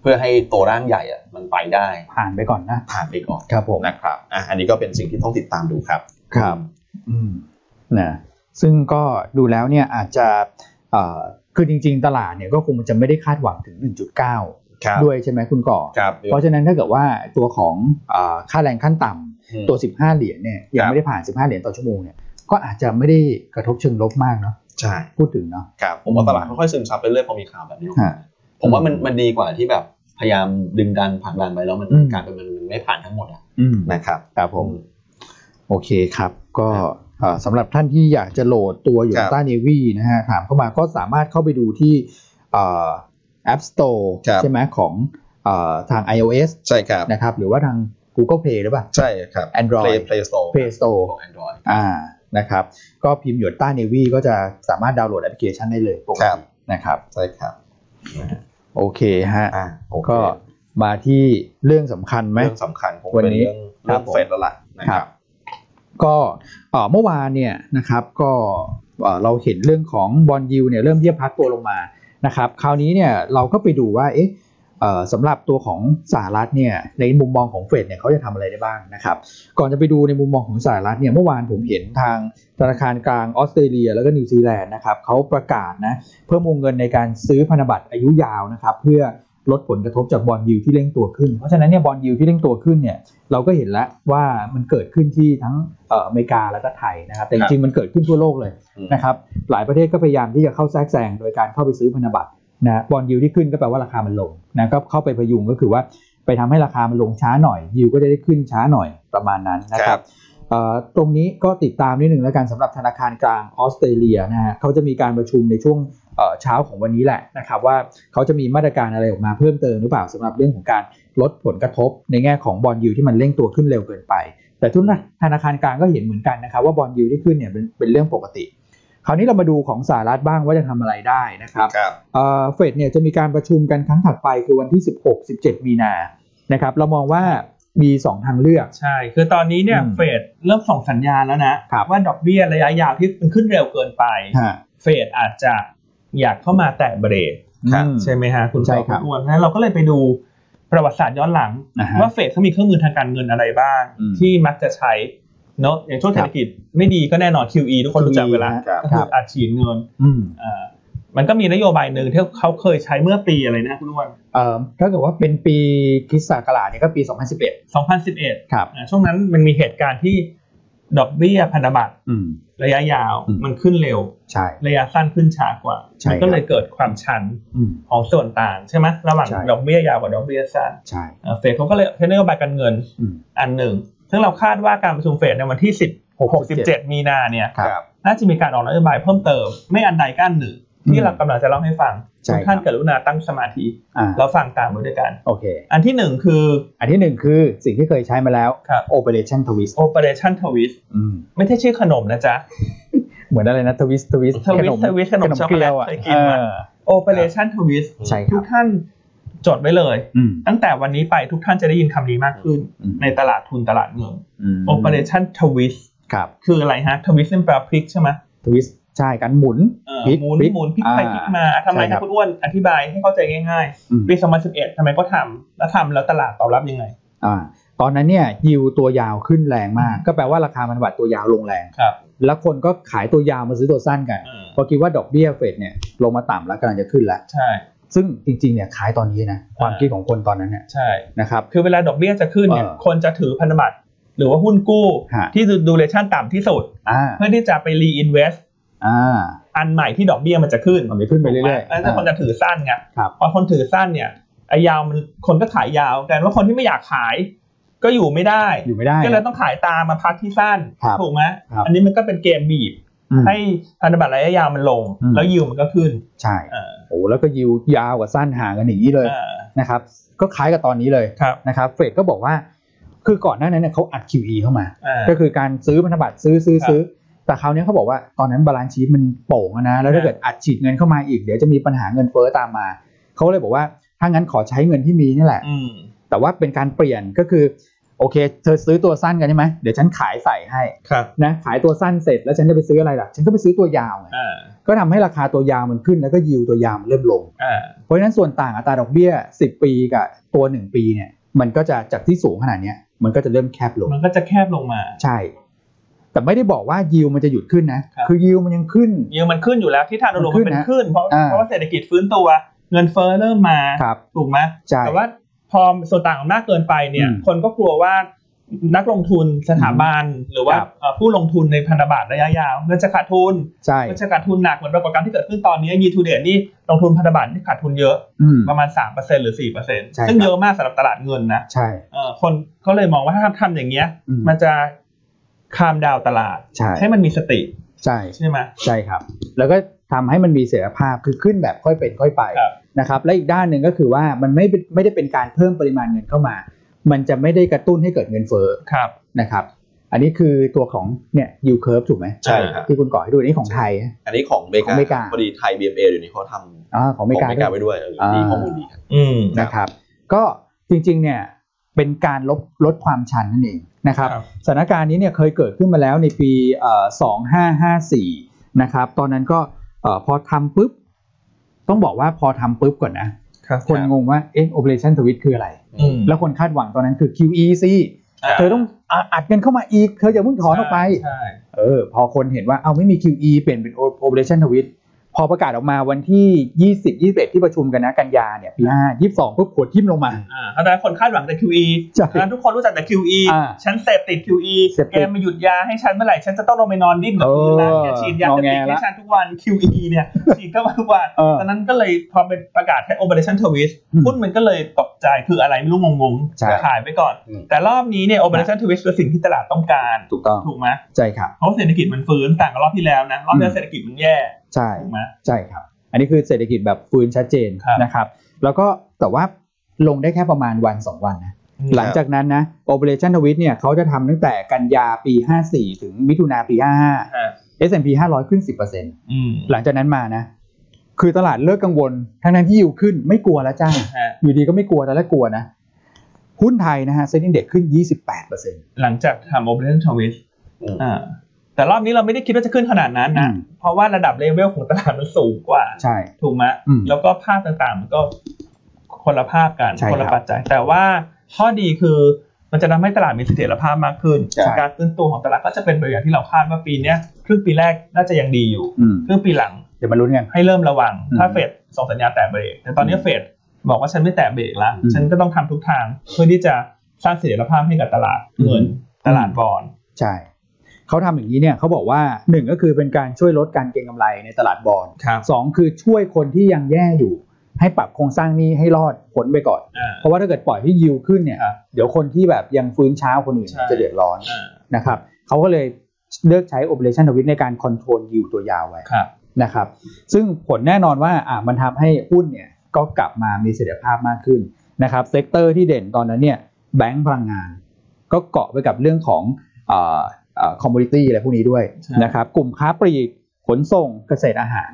[SPEAKER 2] เ พื่อให้ตัวร่างใหญ่อะมันไปได้
[SPEAKER 3] ผ่านไปก่อนนะ
[SPEAKER 2] ผ่านไปก่อน
[SPEAKER 3] ครับผม
[SPEAKER 2] นะครับอ่ะอันนี้ก็เป็นสิ่งที่ต้องติดตามดูครับ
[SPEAKER 3] ครับ อืมนะซึ่งก็ดูแล้วเนี่ยอาจจะเอ่อคือจริง ๆ ตลาดเนี่ยก็คงจะไม่ได้คาดหวังถึง 1.9
[SPEAKER 2] ครับ
[SPEAKER 3] ด้วยใช่ไหมคุณก่อ
[SPEAKER 2] ครับ
[SPEAKER 3] เพราะฉะนั้นถ้าเกิดว่าตัวของเอ่อค่าแรงขั้นต่ำตัว 15 เหรียญเนี่ยยังไม่ได้ผ่าน 15 เหรียญต่อชั่วโมงเนี่ยก็อาจจะไม่ได้กระทบเชิงลบมากเนาะ
[SPEAKER 2] ใช่
[SPEAKER 3] พูดถึงเนาะ
[SPEAKER 2] ครับผมว่าตลาดค่อยๆซึมซับไปเรื่อยพอมีข่าวแบบนี้ออกมา
[SPEAKER 3] ฮะ
[SPEAKER 2] ผมว่ามันมันดีกว่าที่แบบพยายามดึงดันผลักดันไปแล้วมัน
[SPEAKER 3] อืม
[SPEAKER 2] กลารเป็นมันไม่ผ่านทั้งหมดอะ
[SPEAKER 3] อืม
[SPEAKER 2] นะครับ
[SPEAKER 3] ครับผม โอเคครับก็เอ่อสำหรับท่านที่อยากจะโหลดตัวอยู่ต้าเนวีนะฮะถามเข้ามาก็สามารถเข้าไปดูที่เอ่อ App Store ใช่ไหมของเอ่อทาง iOS
[SPEAKER 2] ใช่ครับ
[SPEAKER 3] นะครับหรือว่าทาง Google Play หรือเปล่า
[SPEAKER 2] ใช่ครับ
[SPEAKER 3] Android
[SPEAKER 2] Play Play Store
[SPEAKER 3] Play Store
[SPEAKER 2] ของ Android
[SPEAKER 3] อ่านะครับก็พิมพ์หยดต้าเนวีก็จะสามารถดาวน์โหลดแอปพลิเคชันได้เลยปก
[SPEAKER 2] ครั
[SPEAKER 3] ติ
[SPEAKER 2] บ
[SPEAKER 3] นะครับ
[SPEAKER 2] ใช่ครับ
[SPEAKER 3] โอเคฮะ
[SPEAKER 2] อ่ะโอเค
[SPEAKER 3] ก็มาที่เรื่องสำคัญไหม
[SPEAKER 2] เรื่องสำคัญคง
[SPEAKER 3] วัน
[SPEAKER 2] เป็น
[SPEAKER 3] นี้
[SPEAKER 2] เรื่อง
[SPEAKER 3] ค
[SPEAKER 2] เรื่อง
[SPEAKER 3] รับผม
[SPEAKER 2] เฟดแล้วล่ะ
[SPEAKER 3] ค
[SPEAKER 2] นะค
[SPEAKER 3] รั
[SPEAKER 2] รั
[SPEAKER 3] บบ ก็เอ่อเมื่อวานเนี่ยนะครับก็เอ่อเราเห็นเรื่องของบอลยูเนี่ยเริ่มเยียบพัดตัวลงมานะครับคราวนี้เนี่ยเราก็ไปดูว่าเอ๊ะเอ่อสำหรับตัวของสหรัฐเนี่ยในมุมมองของเฟดเนี่ยเขาจะทำอะไรได้บ้างนะครับก่อนจะไปดูในมุมมองของสหรัฐเนี่ยเมื่อวานผมเห็นทางธนาคารกลางออสเตรเลีย แล้วก็นิวซีแลนด์นะครับเขาประกาศนะเพิ่มวงเงินในการซื้อพันธบัตรอายุยาวนะครับเพื่อลดผลกระทบจากบอลยูที่เร่งตัวขึ้นเพราะฉะนั้นเนี่ยบอลยูที่เร่งตัวขึ้นเนี่ย เราก็เห็นแล้วว่ามันเกิดขึ้นที่ทั้งเอ่ออเมริกาแล้วก็ไทยนะครับ แต่จริงๆมันเกิดขึ้นทั่วโลกเลย
[SPEAKER 2] อืม
[SPEAKER 3] นะครับ หลายประเทศก็พยายามที่จะเข้าแทรกแซงโดยการเข้าไปซื้อพันธบัตรนะบอลยูที่ขึ้นก็แปลว่าราคามันลงนะก็เข้าไปพยุงก็คือว่าไปทำให้ราคามันลงช้าหน่อยยูก็จะได้ขึ้นช้าหน่อยประมาณนั้นนะครับเอ่อตรงนี้ก็ติดตามนิดหนึ่งแล้วกันสำหรับธนาคารกลางออสเตรเลียนะฮะเขาจะมีการประชุมในช่วงเอ่อเช้าของวันนี้แหละนะครับว่าเขาจะมีมาตรการอะไรออกมาเพิ่มเติมหรือเปล่าสำหรับเรื่องของการ ลดผลกระทบในแง่ของบอลยูที่มันเร่งตัวขึ้นเร็วเกินไป แต่ทุนธนาคารกลางก็เห็นเหมือนกันนะครับว่าบอลยูที่ขึ้นเนี่ยเป็นเป็นเรื่องปกติ คราวนี้เรามาดูของสหรัฐบ้างว่าจะทำอะไรได้นะครับ
[SPEAKER 2] ครับ
[SPEAKER 3] เอ่อเฟดเนี่ยจะมีการประชุมกันครั้งถัดไปคือวันที่ 16 17 มีนานะครับเรามองว่ามี 2 ทางเลือก
[SPEAKER 1] ใช่ คือตอนนี้เนี่ย
[SPEAKER 3] อืม
[SPEAKER 1] เฟดเริ่มส่งสัญญาณแล้วนะ
[SPEAKER 3] ครับ
[SPEAKER 1] ว่าดอกเบี้ยระยะยาวที่มันขึ้นเร็วเกินไป เฟดอาจจะอยากเข้ามาแตะเบรก
[SPEAKER 2] ครับ
[SPEAKER 3] อืม
[SPEAKER 1] ใช่ไหมฮะคุณ
[SPEAKER 3] ใช่
[SPEAKER 1] จอ
[SPEAKER 3] ค
[SPEAKER 1] คุ
[SPEAKER 3] รั
[SPEAKER 1] ณ
[SPEAKER 3] บ
[SPEAKER 1] อ้วนนั้นเราก็เลยไปดูประวัติศาสตร์ย้อนหลัง
[SPEAKER 3] อ่าฮะ
[SPEAKER 1] ว่าเฟดเขามีเครื่องมือทางการเงินอะไรบ้าง
[SPEAKER 3] อืม
[SPEAKER 1] ที่มักจะใช้เนาะอย่างช่วงเศรษฐกิจไม่ดีก็แน่นอน QE ทุกคนรู้จักเวลา
[SPEAKER 3] ครับ
[SPEAKER 1] ก็คืออัดฉีดเงิน
[SPEAKER 3] อืม
[SPEAKER 1] อ่ามันก็มีนโยบายหนึ่งที่เขาเคยใช้เมื่อปีอะไรนะคุณอ้วน
[SPEAKER 3] เอ่อถ้าเกิดว่าเป็นปีคริสตศักราชเนี่ยก็ปี 2011
[SPEAKER 1] 2011
[SPEAKER 3] ครับ
[SPEAKER 1] อ่าช่วงนั้นมันมีเหตุการณ์ที่ดอกเบี้ยพันธบัตร
[SPEAKER 3] อืม
[SPEAKER 1] ระยะยาว
[SPEAKER 3] อืม
[SPEAKER 1] มันขึ้นเร็ว
[SPEAKER 3] ใช่
[SPEAKER 1] ระยะสั้นขึ้นช้ากว่า
[SPEAKER 3] ใช่
[SPEAKER 1] มั
[SPEAKER 3] ครั
[SPEAKER 1] ก็
[SPEAKER 3] บ
[SPEAKER 1] เลยเกิดความชัน
[SPEAKER 3] อืม
[SPEAKER 1] ของส่วนต่างใช่ไหมระหว่าง
[SPEAKER 3] ใช่
[SPEAKER 1] ดอกเบี้ยยาวกับดอกเบี้ยสั้น
[SPEAKER 3] ใช่
[SPEAKER 1] เอ่อเฟดเขาก็เลยใช้นโยบายการเงิน
[SPEAKER 3] อืม
[SPEAKER 1] อันหนึ่ง ซึ่งเราคาดว่าการประชุมเฟดในวันที่ 10
[SPEAKER 3] 67
[SPEAKER 1] 67 มีนาเนี่ย
[SPEAKER 3] ครับ
[SPEAKER 1] น่าจะมีการออกนโยบายเพิ่มเติม ไม่อันใดก้านหนึ่ง ที่เรากำลังจะเล่าให้ฟัง
[SPEAKER 3] ใช่
[SPEAKER 1] ทุกท่าน
[SPEAKER 3] ครับ
[SPEAKER 1] กรุณาตั้งสมาธิ
[SPEAKER 3] อ่า
[SPEAKER 1] แล้วฟังตามไปด้วยกัน
[SPEAKER 3] โอเค
[SPEAKER 1] อันที่หนึ่งคือ
[SPEAKER 3] อันที่หนึ่งคือสิ่งที่เคยใช้มาแล้ว
[SPEAKER 1] ครับ
[SPEAKER 3] Operation Twist
[SPEAKER 1] Operation Twist
[SPEAKER 3] อืม
[SPEAKER 1] ไม่ใช่ชื่อขนมนะจ๊ะ
[SPEAKER 3] เหมือนอะไรนะ Twist Twist
[SPEAKER 1] Twist Twist ขนมช็อกโกแลต
[SPEAKER 3] เยวอ่ะ
[SPEAKER 1] เคยกินมั้ย
[SPEAKER 3] เออ
[SPEAKER 1] Operation Twist
[SPEAKER 3] ใช่ค
[SPEAKER 1] ทุ
[SPEAKER 3] รั
[SPEAKER 1] ก
[SPEAKER 3] บ
[SPEAKER 1] ท่านจดไว้เลย
[SPEAKER 3] อืม
[SPEAKER 1] ตั้งแต่วันนี้ไปทุกท่านจะได้ยินคำนี้มากขึ้น
[SPEAKER 3] อืม
[SPEAKER 1] ในตลาดทุนตลาดเงิน
[SPEAKER 3] อืม
[SPEAKER 1] Operation Twist
[SPEAKER 3] ครับ
[SPEAKER 1] คืออะไรฮะ Twist เป็นแปลว่าพลิกใช่ไหม
[SPEAKER 3] Twist ใช่การหมุน
[SPEAKER 1] เอ่อ
[SPEAKER 3] พลิก
[SPEAKER 1] หมุน
[SPEAKER 3] พลิก
[SPEAKER 1] หมุนพลิกไป
[SPEAKER 3] อ่
[SPEAKER 1] พลิกมาทำไม
[SPEAKER 3] ใช่ครั
[SPEAKER 1] นะ
[SPEAKER 3] บ
[SPEAKER 1] คุณอ้วนอธิบายให้เข้าใจง่าย
[SPEAKER 3] อืม
[SPEAKER 1] ๆปี2011ทำไมก็ทำแล้วทำแล้วตลาดตอบรับยังไง
[SPEAKER 3] อ่าตอนนั้นเนี่ยยิวตัวยาวขึ้นแรงมาก ก็แปลว่าราคาพันธบัตรตัวยาวลงแรง
[SPEAKER 1] ครับ
[SPEAKER 3] แล้วคนก็ขายตัวยาวมาซื้อตัวสั้นกันเพราะคิดว่าดอกเบี้ยเฟดเนี่ยลงมาต่ำแล้วกำลังจะขึ้นแล้ว
[SPEAKER 1] ใช่
[SPEAKER 3] ซึ่งจริงๆเนี่ยขายตอนนี้นะความคิดของคนตอนนั้นเนี่ย
[SPEAKER 1] ใช่
[SPEAKER 3] นะครับ
[SPEAKER 1] คือเวลาดอกเบี้ยจะขึ้นเนี่ย
[SPEAKER 3] เออ
[SPEAKER 1] คนจะถือพันธบัตรหรือว่าหุ้นกู้
[SPEAKER 3] ฮะ
[SPEAKER 1] ที่ดูเลชั่นต่ำที่สุด
[SPEAKER 3] อ่า
[SPEAKER 1] เพื่อที่จะไปรีอินเวสต์
[SPEAKER 3] อ่า
[SPEAKER 1] อันใหม่ที่ดอกเบี้ยมันจะขึ้น
[SPEAKER 3] มันไปขึ้นไปเรื่อย
[SPEAKER 1] แล้วถ้าคนจะถือสั้นไง
[SPEAKER 3] ๆครับ
[SPEAKER 1] พอคนถือสั้นเนี่ยไอ้ยาวมันคนก็ขายยาวแต่ว่าคนที่ไม่อยากขาย ก็อยู่ไม่ได้
[SPEAKER 3] อยู่ไม่ได้
[SPEAKER 1] ก็เลยต้องขายตามมาพักที่สั้น
[SPEAKER 3] ครับ
[SPEAKER 1] ถูกไหม
[SPEAKER 3] ครับ
[SPEAKER 1] อันนี้มันก็เป็นเกมบีบ
[SPEAKER 3] อืม
[SPEAKER 1] ให้พันธบัตรระยะยาวมันลง
[SPEAKER 3] อืม
[SPEAKER 1] แล้วยิวมันก็ขึ้น
[SPEAKER 3] ใช่
[SPEAKER 1] เออ
[SPEAKER 3] โอ้โหแล้วก็ยิวยาวกับสั้นห่างกันอย่างนี้เลย
[SPEAKER 1] เออ
[SPEAKER 3] นะครับ ก็คล้ายกับตอนนี้เลย
[SPEAKER 1] ครับ
[SPEAKER 3] นะครับเฟดก็บอกว่า คือก่อนหน้านั้นเนี่ยเขาอัด QE เข้ามา
[SPEAKER 1] เออ
[SPEAKER 3] ก็คือการซื้อพันธบัตรซื้อซื้อ
[SPEAKER 1] ครับ
[SPEAKER 3] ซื้อ แต่คราวนี้เขาบอกว่าตอนนั้นบาลานซ์ชีพมันโป่งแล้วนะ แล้ว
[SPEAKER 1] ครั
[SPEAKER 3] ถ้า
[SPEAKER 1] บ
[SPEAKER 3] เกิดอัดฉีดเงินเข้ามาอีกเดี๋ยวจะมีปัญหาเงินเฟ้อตามมา เขาเลยบอกว่าถ้างั้นขอใช้เงินที่มีนี่แหละ
[SPEAKER 1] อืม
[SPEAKER 3] แต่ว่าเป็นการเปลี่ยนก็คือโอเค เธอซื้อตัวสั้นกันใช่ไหมเดี๋ยวฉันขายใส่ให้
[SPEAKER 1] ครับ
[SPEAKER 3] นะขายตัวสั้นเสร็จแล้วฉันจะไปซื้ออะไรล่ะ ฉันก็ไปซื้อตัวยาวไง
[SPEAKER 1] อ่า
[SPEAKER 3] ก็ทำให้ราคาตัวยาวมันขึ้นแล้วก็ยิวตัวยาวมันเริ่มลง
[SPEAKER 1] อ่า
[SPEAKER 3] เพราะฉะนั้นส่วนต่างอัตราดอกเบี้ย 10 ปีกับตัว 1 ปีเนี่ยมันก็จะจากที่สูงขนาดเนี้ยมันก็จะเริ่มแคบลง
[SPEAKER 1] มันก็จะแคบลงมา
[SPEAKER 3] ใช่ แต่ไม่ได้บอกว่ายิวมันจะหยุดขึ้นนะ
[SPEAKER 1] ครับ
[SPEAKER 3] คือยิวมันยังขึ้น
[SPEAKER 1] ยิวมันขึ้นอยู่แล้วที่ทางอุดม
[SPEAKER 3] มั
[SPEAKER 1] มัน น
[SPEAKER 3] ขึ้น
[SPEAKER 1] เป็น
[SPEAKER 3] นะ
[SPEAKER 1] ขึ้น เพราะ
[SPEAKER 3] อ่า
[SPEAKER 1] เพราะว่าเศรษฐกิจฟื้นตัว เงินเฟ้อเริ่มมา
[SPEAKER 3] ครับ
[SPEAKER 1] ถูกไหม
[SPEAKER 3] ใช่
[SPEAKER 1] แต่ว่าพอส่วนต่างอำนาจเกินไปเนี่ย
[SPEAKER 3] อืม
[SPEAKER 1] คนก็กลัวว่านักลงทุนสถาบันหรือว่า
[SPEAKER 3] ครับ
[SPEAKER 1] เอ่อผู้ลงทุนในพันธบัตรระยะยาวเงินจะขาดทุน
[SPEAKER 3] ใช่
[SPEAKER 1] เงินจะขาดทุนหนักเหมือนปรากฏการณ์ที่เกิดขึ้นตอนนี้ยีทูเดียนี่ลงทุนพันธบัตรที่ขาดทุนเยอะ
[SPEAKER 3] อืม
[SPEAKER 1] ประมาณ3%หรือ
[SPEAKER 3] ใช่
[SPEAKER 1] 4%ซึ่ง
[SPEAKER 3] ครับ
[SPEAKER 1] เยอะมากสำหรับตลาดเงินนะ
[SPEAKER 3] ใช่
[SPEAKER 1] เอ่อคนก็เลยมองว่าถ้าทำอย่างเงี้ย
[SPEAKER 3] อืม
[SPEAKER 1] มันจะคามดาวตลาด
[SPEAKER 3] ใช่
[SPEAKER 1] ให้มันมีสติ
[SPEAKER 3] ใช่
[SPEAKER 1] ใช่ไหม
[SPEAKER 3] ใช่ครับ แล้วก็ทำให้มันมีเสถียรภาพคือขึ้นแบบค่อยเป็นค่อยไป
[SPEAKER 1] ครับ
[SPEAKER 3] นะครับ และอีกด้านหนึ่งก็คือว่ามันไม่เป็นไม่ได้เป็นการเพิ่มปริมาณเงินเข้ามา มันจะไม่ได้กระตุ้นให้เกิดเงินเฟ้อ
[SPEAKER 1] ครับ
[SPEAKER 3] นะครับ อันนี้คือตัวของเนี่ยยูเคิร์ฟถูกไหม
[SPEAKER 2] ใช่ครับ
[SPEAKER 3] ที่คุณก่อให้ดูนี่ของไทย
[SPEAKER 2] อันนี้ของอเมริ
[SPEAKER 3] ของอเมริกา
[SPEAKER 2] กาพอดีไทย BMA เดี๋ยวนี้เขาทำ
[SPEAKER 3] อ่าของอ
[SPEAKER 2] ข
[SPEAKER 3] เม
[SPEAKER 2] องอก
[SPEAKER 3] ริา
[SPEAKER 2] เมริ
[SPEAKER 3] ด้วย
[SPEAKER 2] กาไว้ด้วยเออดี
[SPEAKER 3] อ่า
[SPEAKER 2] ข้อมูลดีครับ
[SPEAKER 1] อืม
[SPEAKER 3] นะครับ ก็จริงๆเนี่ยเป็นการลดลดความชันนั่นเองนะครับ
[SPEAKER 1] ครับ
[SPEAKER 3] สถานการณ์นี้เนี่ยเคยเกิดขึ้นมาแล้วในปีเอ่อ2554นะครับตอนนั้นก็เอ่อพอทำปุ๊บ ต้องบอกว่าพอทำปุ๊บก่อนนะ
[SPEAKER 1] ครับ
[SPEAKER 3] คนงงว่าเอ๊ะ operation twist คืออะไร
[SPEAKER 1] อืม
[SPEAKER 3] แล้วคนคาดหวังตอนนั้นคือ QE สิ
[SPEAKER 1] า
[SPEAKER 3] เธอต้องอัดอัดเงินเข้ามาอีก เธออย่าเพิ่งถอนออกไป
[SPEAKER 1] ใช่
[SPEAKER 3] เออพอคนเห็นว่าเอาไม่มี QE เปลี่ยนเป็น O- Operation Twist พอประกาศออกมาวันที่ 20 21 ที่ประชุมกันนะกันยาเนี่ยปี5 22ปุ๊บขวดทิ่มลงมา
[SPEAKER 1] อ่าเพราะฉะนั้นคนคาดหวังแต่ QE
[SPEAKER 3] ใช่
[SPEAKER 1] เพราะฉะนั้นทุกคนรู้จักแต่ QE
[SPEAKER 3] อ่า
[SPEAKER 1] ฉันเสพติด QE
[SPEAKER 3] เสพติด
[SPEAKER 1] แกมาหยุดยาให้ฉันเมื่อไหร่ ฉันจะต้องลงไปนอนดิ้นกับพื้นแล้ว
[SPEAKER 3] เออ
[SPEAKER 1] แกฉีดยาจะติด
[SPEAKER 3] งอแง
[SPEAKER 1] ให้
[SPEAKER 3] ละ
[SPEAKER 1] ฉันทุกวัน QE เนี่ย ฉีดเข้ามาทุกวัน
[SPEAKER 3] เออ
[SPEAKER 1] ตอนนั้นก็เลยพอเป็นประกาศแค่ Operation Twist
[SPEAKER 3] อืม
[SPEAKER 1] หุ้นมันก็เลยตกใจคืออะไรไม่รู้งง
[SPEAKER 3] ใช่
[SPEAKER 1] ๆขายไปก่อน
[SPEAKER 2] อืม
[SPEAKER 1] แต่รอบนี้เนี่ย Operation Twist คือสิ่งที่ตลาดต้องการ
[SPEAKER 3] ถูกต้อง
[SPEAKER 1] ถูกไหม
[SPEAKER 3] ใช่ครับ
[SPEAKER 1] เพราะว่าเศรษฐกิจมันฟื้นต่างกับรอบที่แล้วนะรอบที่แล้วเศรษฐกิจมันแย่
[SPEAKER 3] ใช่
[SPEAKER 1] ถูกไหม
[SPEAKER 3] ใช่ครับ อันนี้คือเศรษฐกิจแบบฟื้นชัดเจน
[SPEAKER 1] ครับ
[SPEAKER 3] นะครับ แล้วก็แต่ว่าลงได้แค่ประมาณวัน 2 วันนะหลังจากนั้นนะ Operation Twist เนี่ยเขาจะทำตั้งแต่กันยาปี 54 ถึงมิถุนาปี
[SPEAKER 1] อ่า
[SPEAKER 3] 55 S&P 500 ขึ้น 10%
[SPEAKER 1] อืม
[SPEAKER 3] หลังจากนั้นมานะ คือตลาดเลิกกังวลทั้งนั้นที่อยู่ขึ้นไม่กลัวแล้วจ้า
[SPEAKER 1] ฮะ
[SPEAKER 3] อยู่ดีก็ไม่กลัวตอนแรกกลัวนะ หุ้นไทยนะฮะเซ็นดิ้งเด็กขึ้น 28เปอร์เซ็นต์
[SPEAKER 1] หลังจากทำ operation twist
[SPEAKER 2] อืม
[SPEAKER 1] อ่า แต่รอบนี้เราไม่ได้คิดว่าจะขึ้นขนาดนั้นนะ
[SPEAKER 3] อืม
[SPEAKER 1] เพราะว่าระดับเลเวลของตลาดมันสูงกว่า
[SPEAKER 3] ใช่
[SPEAKER 1] ถูกไหม
[SPEAKER 3] อืม
[SPEAKER 1] แล้วก็ภาพต่างๆ มันก็คนละภาพกัน
[SPEAKER 3] ใช่ครับ
[SPEAKER 1] คนละปัจจัย แต่ว่าข้อดีคือมันจะทำให้ตลาดมีเสถียรภาพมากขึ้น
[SPEAKER 3] ใช่
[SPEAKER 1] การฟื้นตัวของตลาดก็จะเป็นไปอย่างที่เราคาดว่าปีเนี้ยครึ่งปีแรกน่าจะยังดีอยู่
[SPEAKER 3] อืม
[SPEAKER 1] ครึ่งปีหลัง
[SPEAKER 3] เดี๋ยวมาลุ้นกัน
[SPEAKER 1] ให้เริ่มระวัง
[SPEAKER 3] อืม
[SPEAKER 1] ถ้าเฟดส่งสัญญาณแตะเบรก แต่ตอนนี้
[SPEAKER 3] อืม
[SPEAKER 1] เฟดบอกว่าฉันไม่แตะเบรกแล้ว
[SPEAKER 3] อืม
[SPEAKER 1] ฉันก็ต้องทำทุกทางเพื่อที่จะสร้างเสถียรภาพให้กับตลาดเงิน
[SPEAKER 3] อืม
[SPEAKER 1] ตลาดบอล
[SPEAKER 3] ใช่ เขาทำอย่างนี้เนี่ยเขาบอกว่าหนึ่งก็คือเป็นการช่วยลดการเก็งกำไรในตลาดบอล
[SPEAKER 1] ครับ
[SPEAKER 3] สองคือช่วยคนที่ยังแย่อยู่ ให้ปรับโครงสร้างหนี้ให้รอดผลไปก่อน
[SPEAKER 1] อ่า
[SPEAKER 3] เพราะว่าถ้าเกิดปล่อยให้ยิวขึ้นเนี่ย
[SPEAKER 1] ครับ
[SPEAKER 3] เดี๋ยวคนที่แบบยังฟื้นช้าคนอื่น
[SPEAKER 1] ใช่
[SPEAKER 3] จะเดือดร้อน
[SPEAKER 1] อ่า
[SPEAKER 3] นะครับเขาก็เลยเลือกใช้ operation twist ในการคอนโทรลยิวตัวยาวไว้
[SPEAKER 1] ครับ
[SPEAKER 3] นะครับซึ่งผลแน่นอนว่าอ่ะมันทำให้หุ้นเนี่ยก็กลับมามีเสถียรภาพมากขึ้นนะครับเซกเตอร์ที่เด่นตอนนั้นเนี่ยแบงก์พลังงาน ก็เกาะไปกับเรื่องของคอมมูนิตี้อะไรพวกนี้ด้วยนะครับกลุ่มค้าปลีกขนส่งเกษตรอาหาร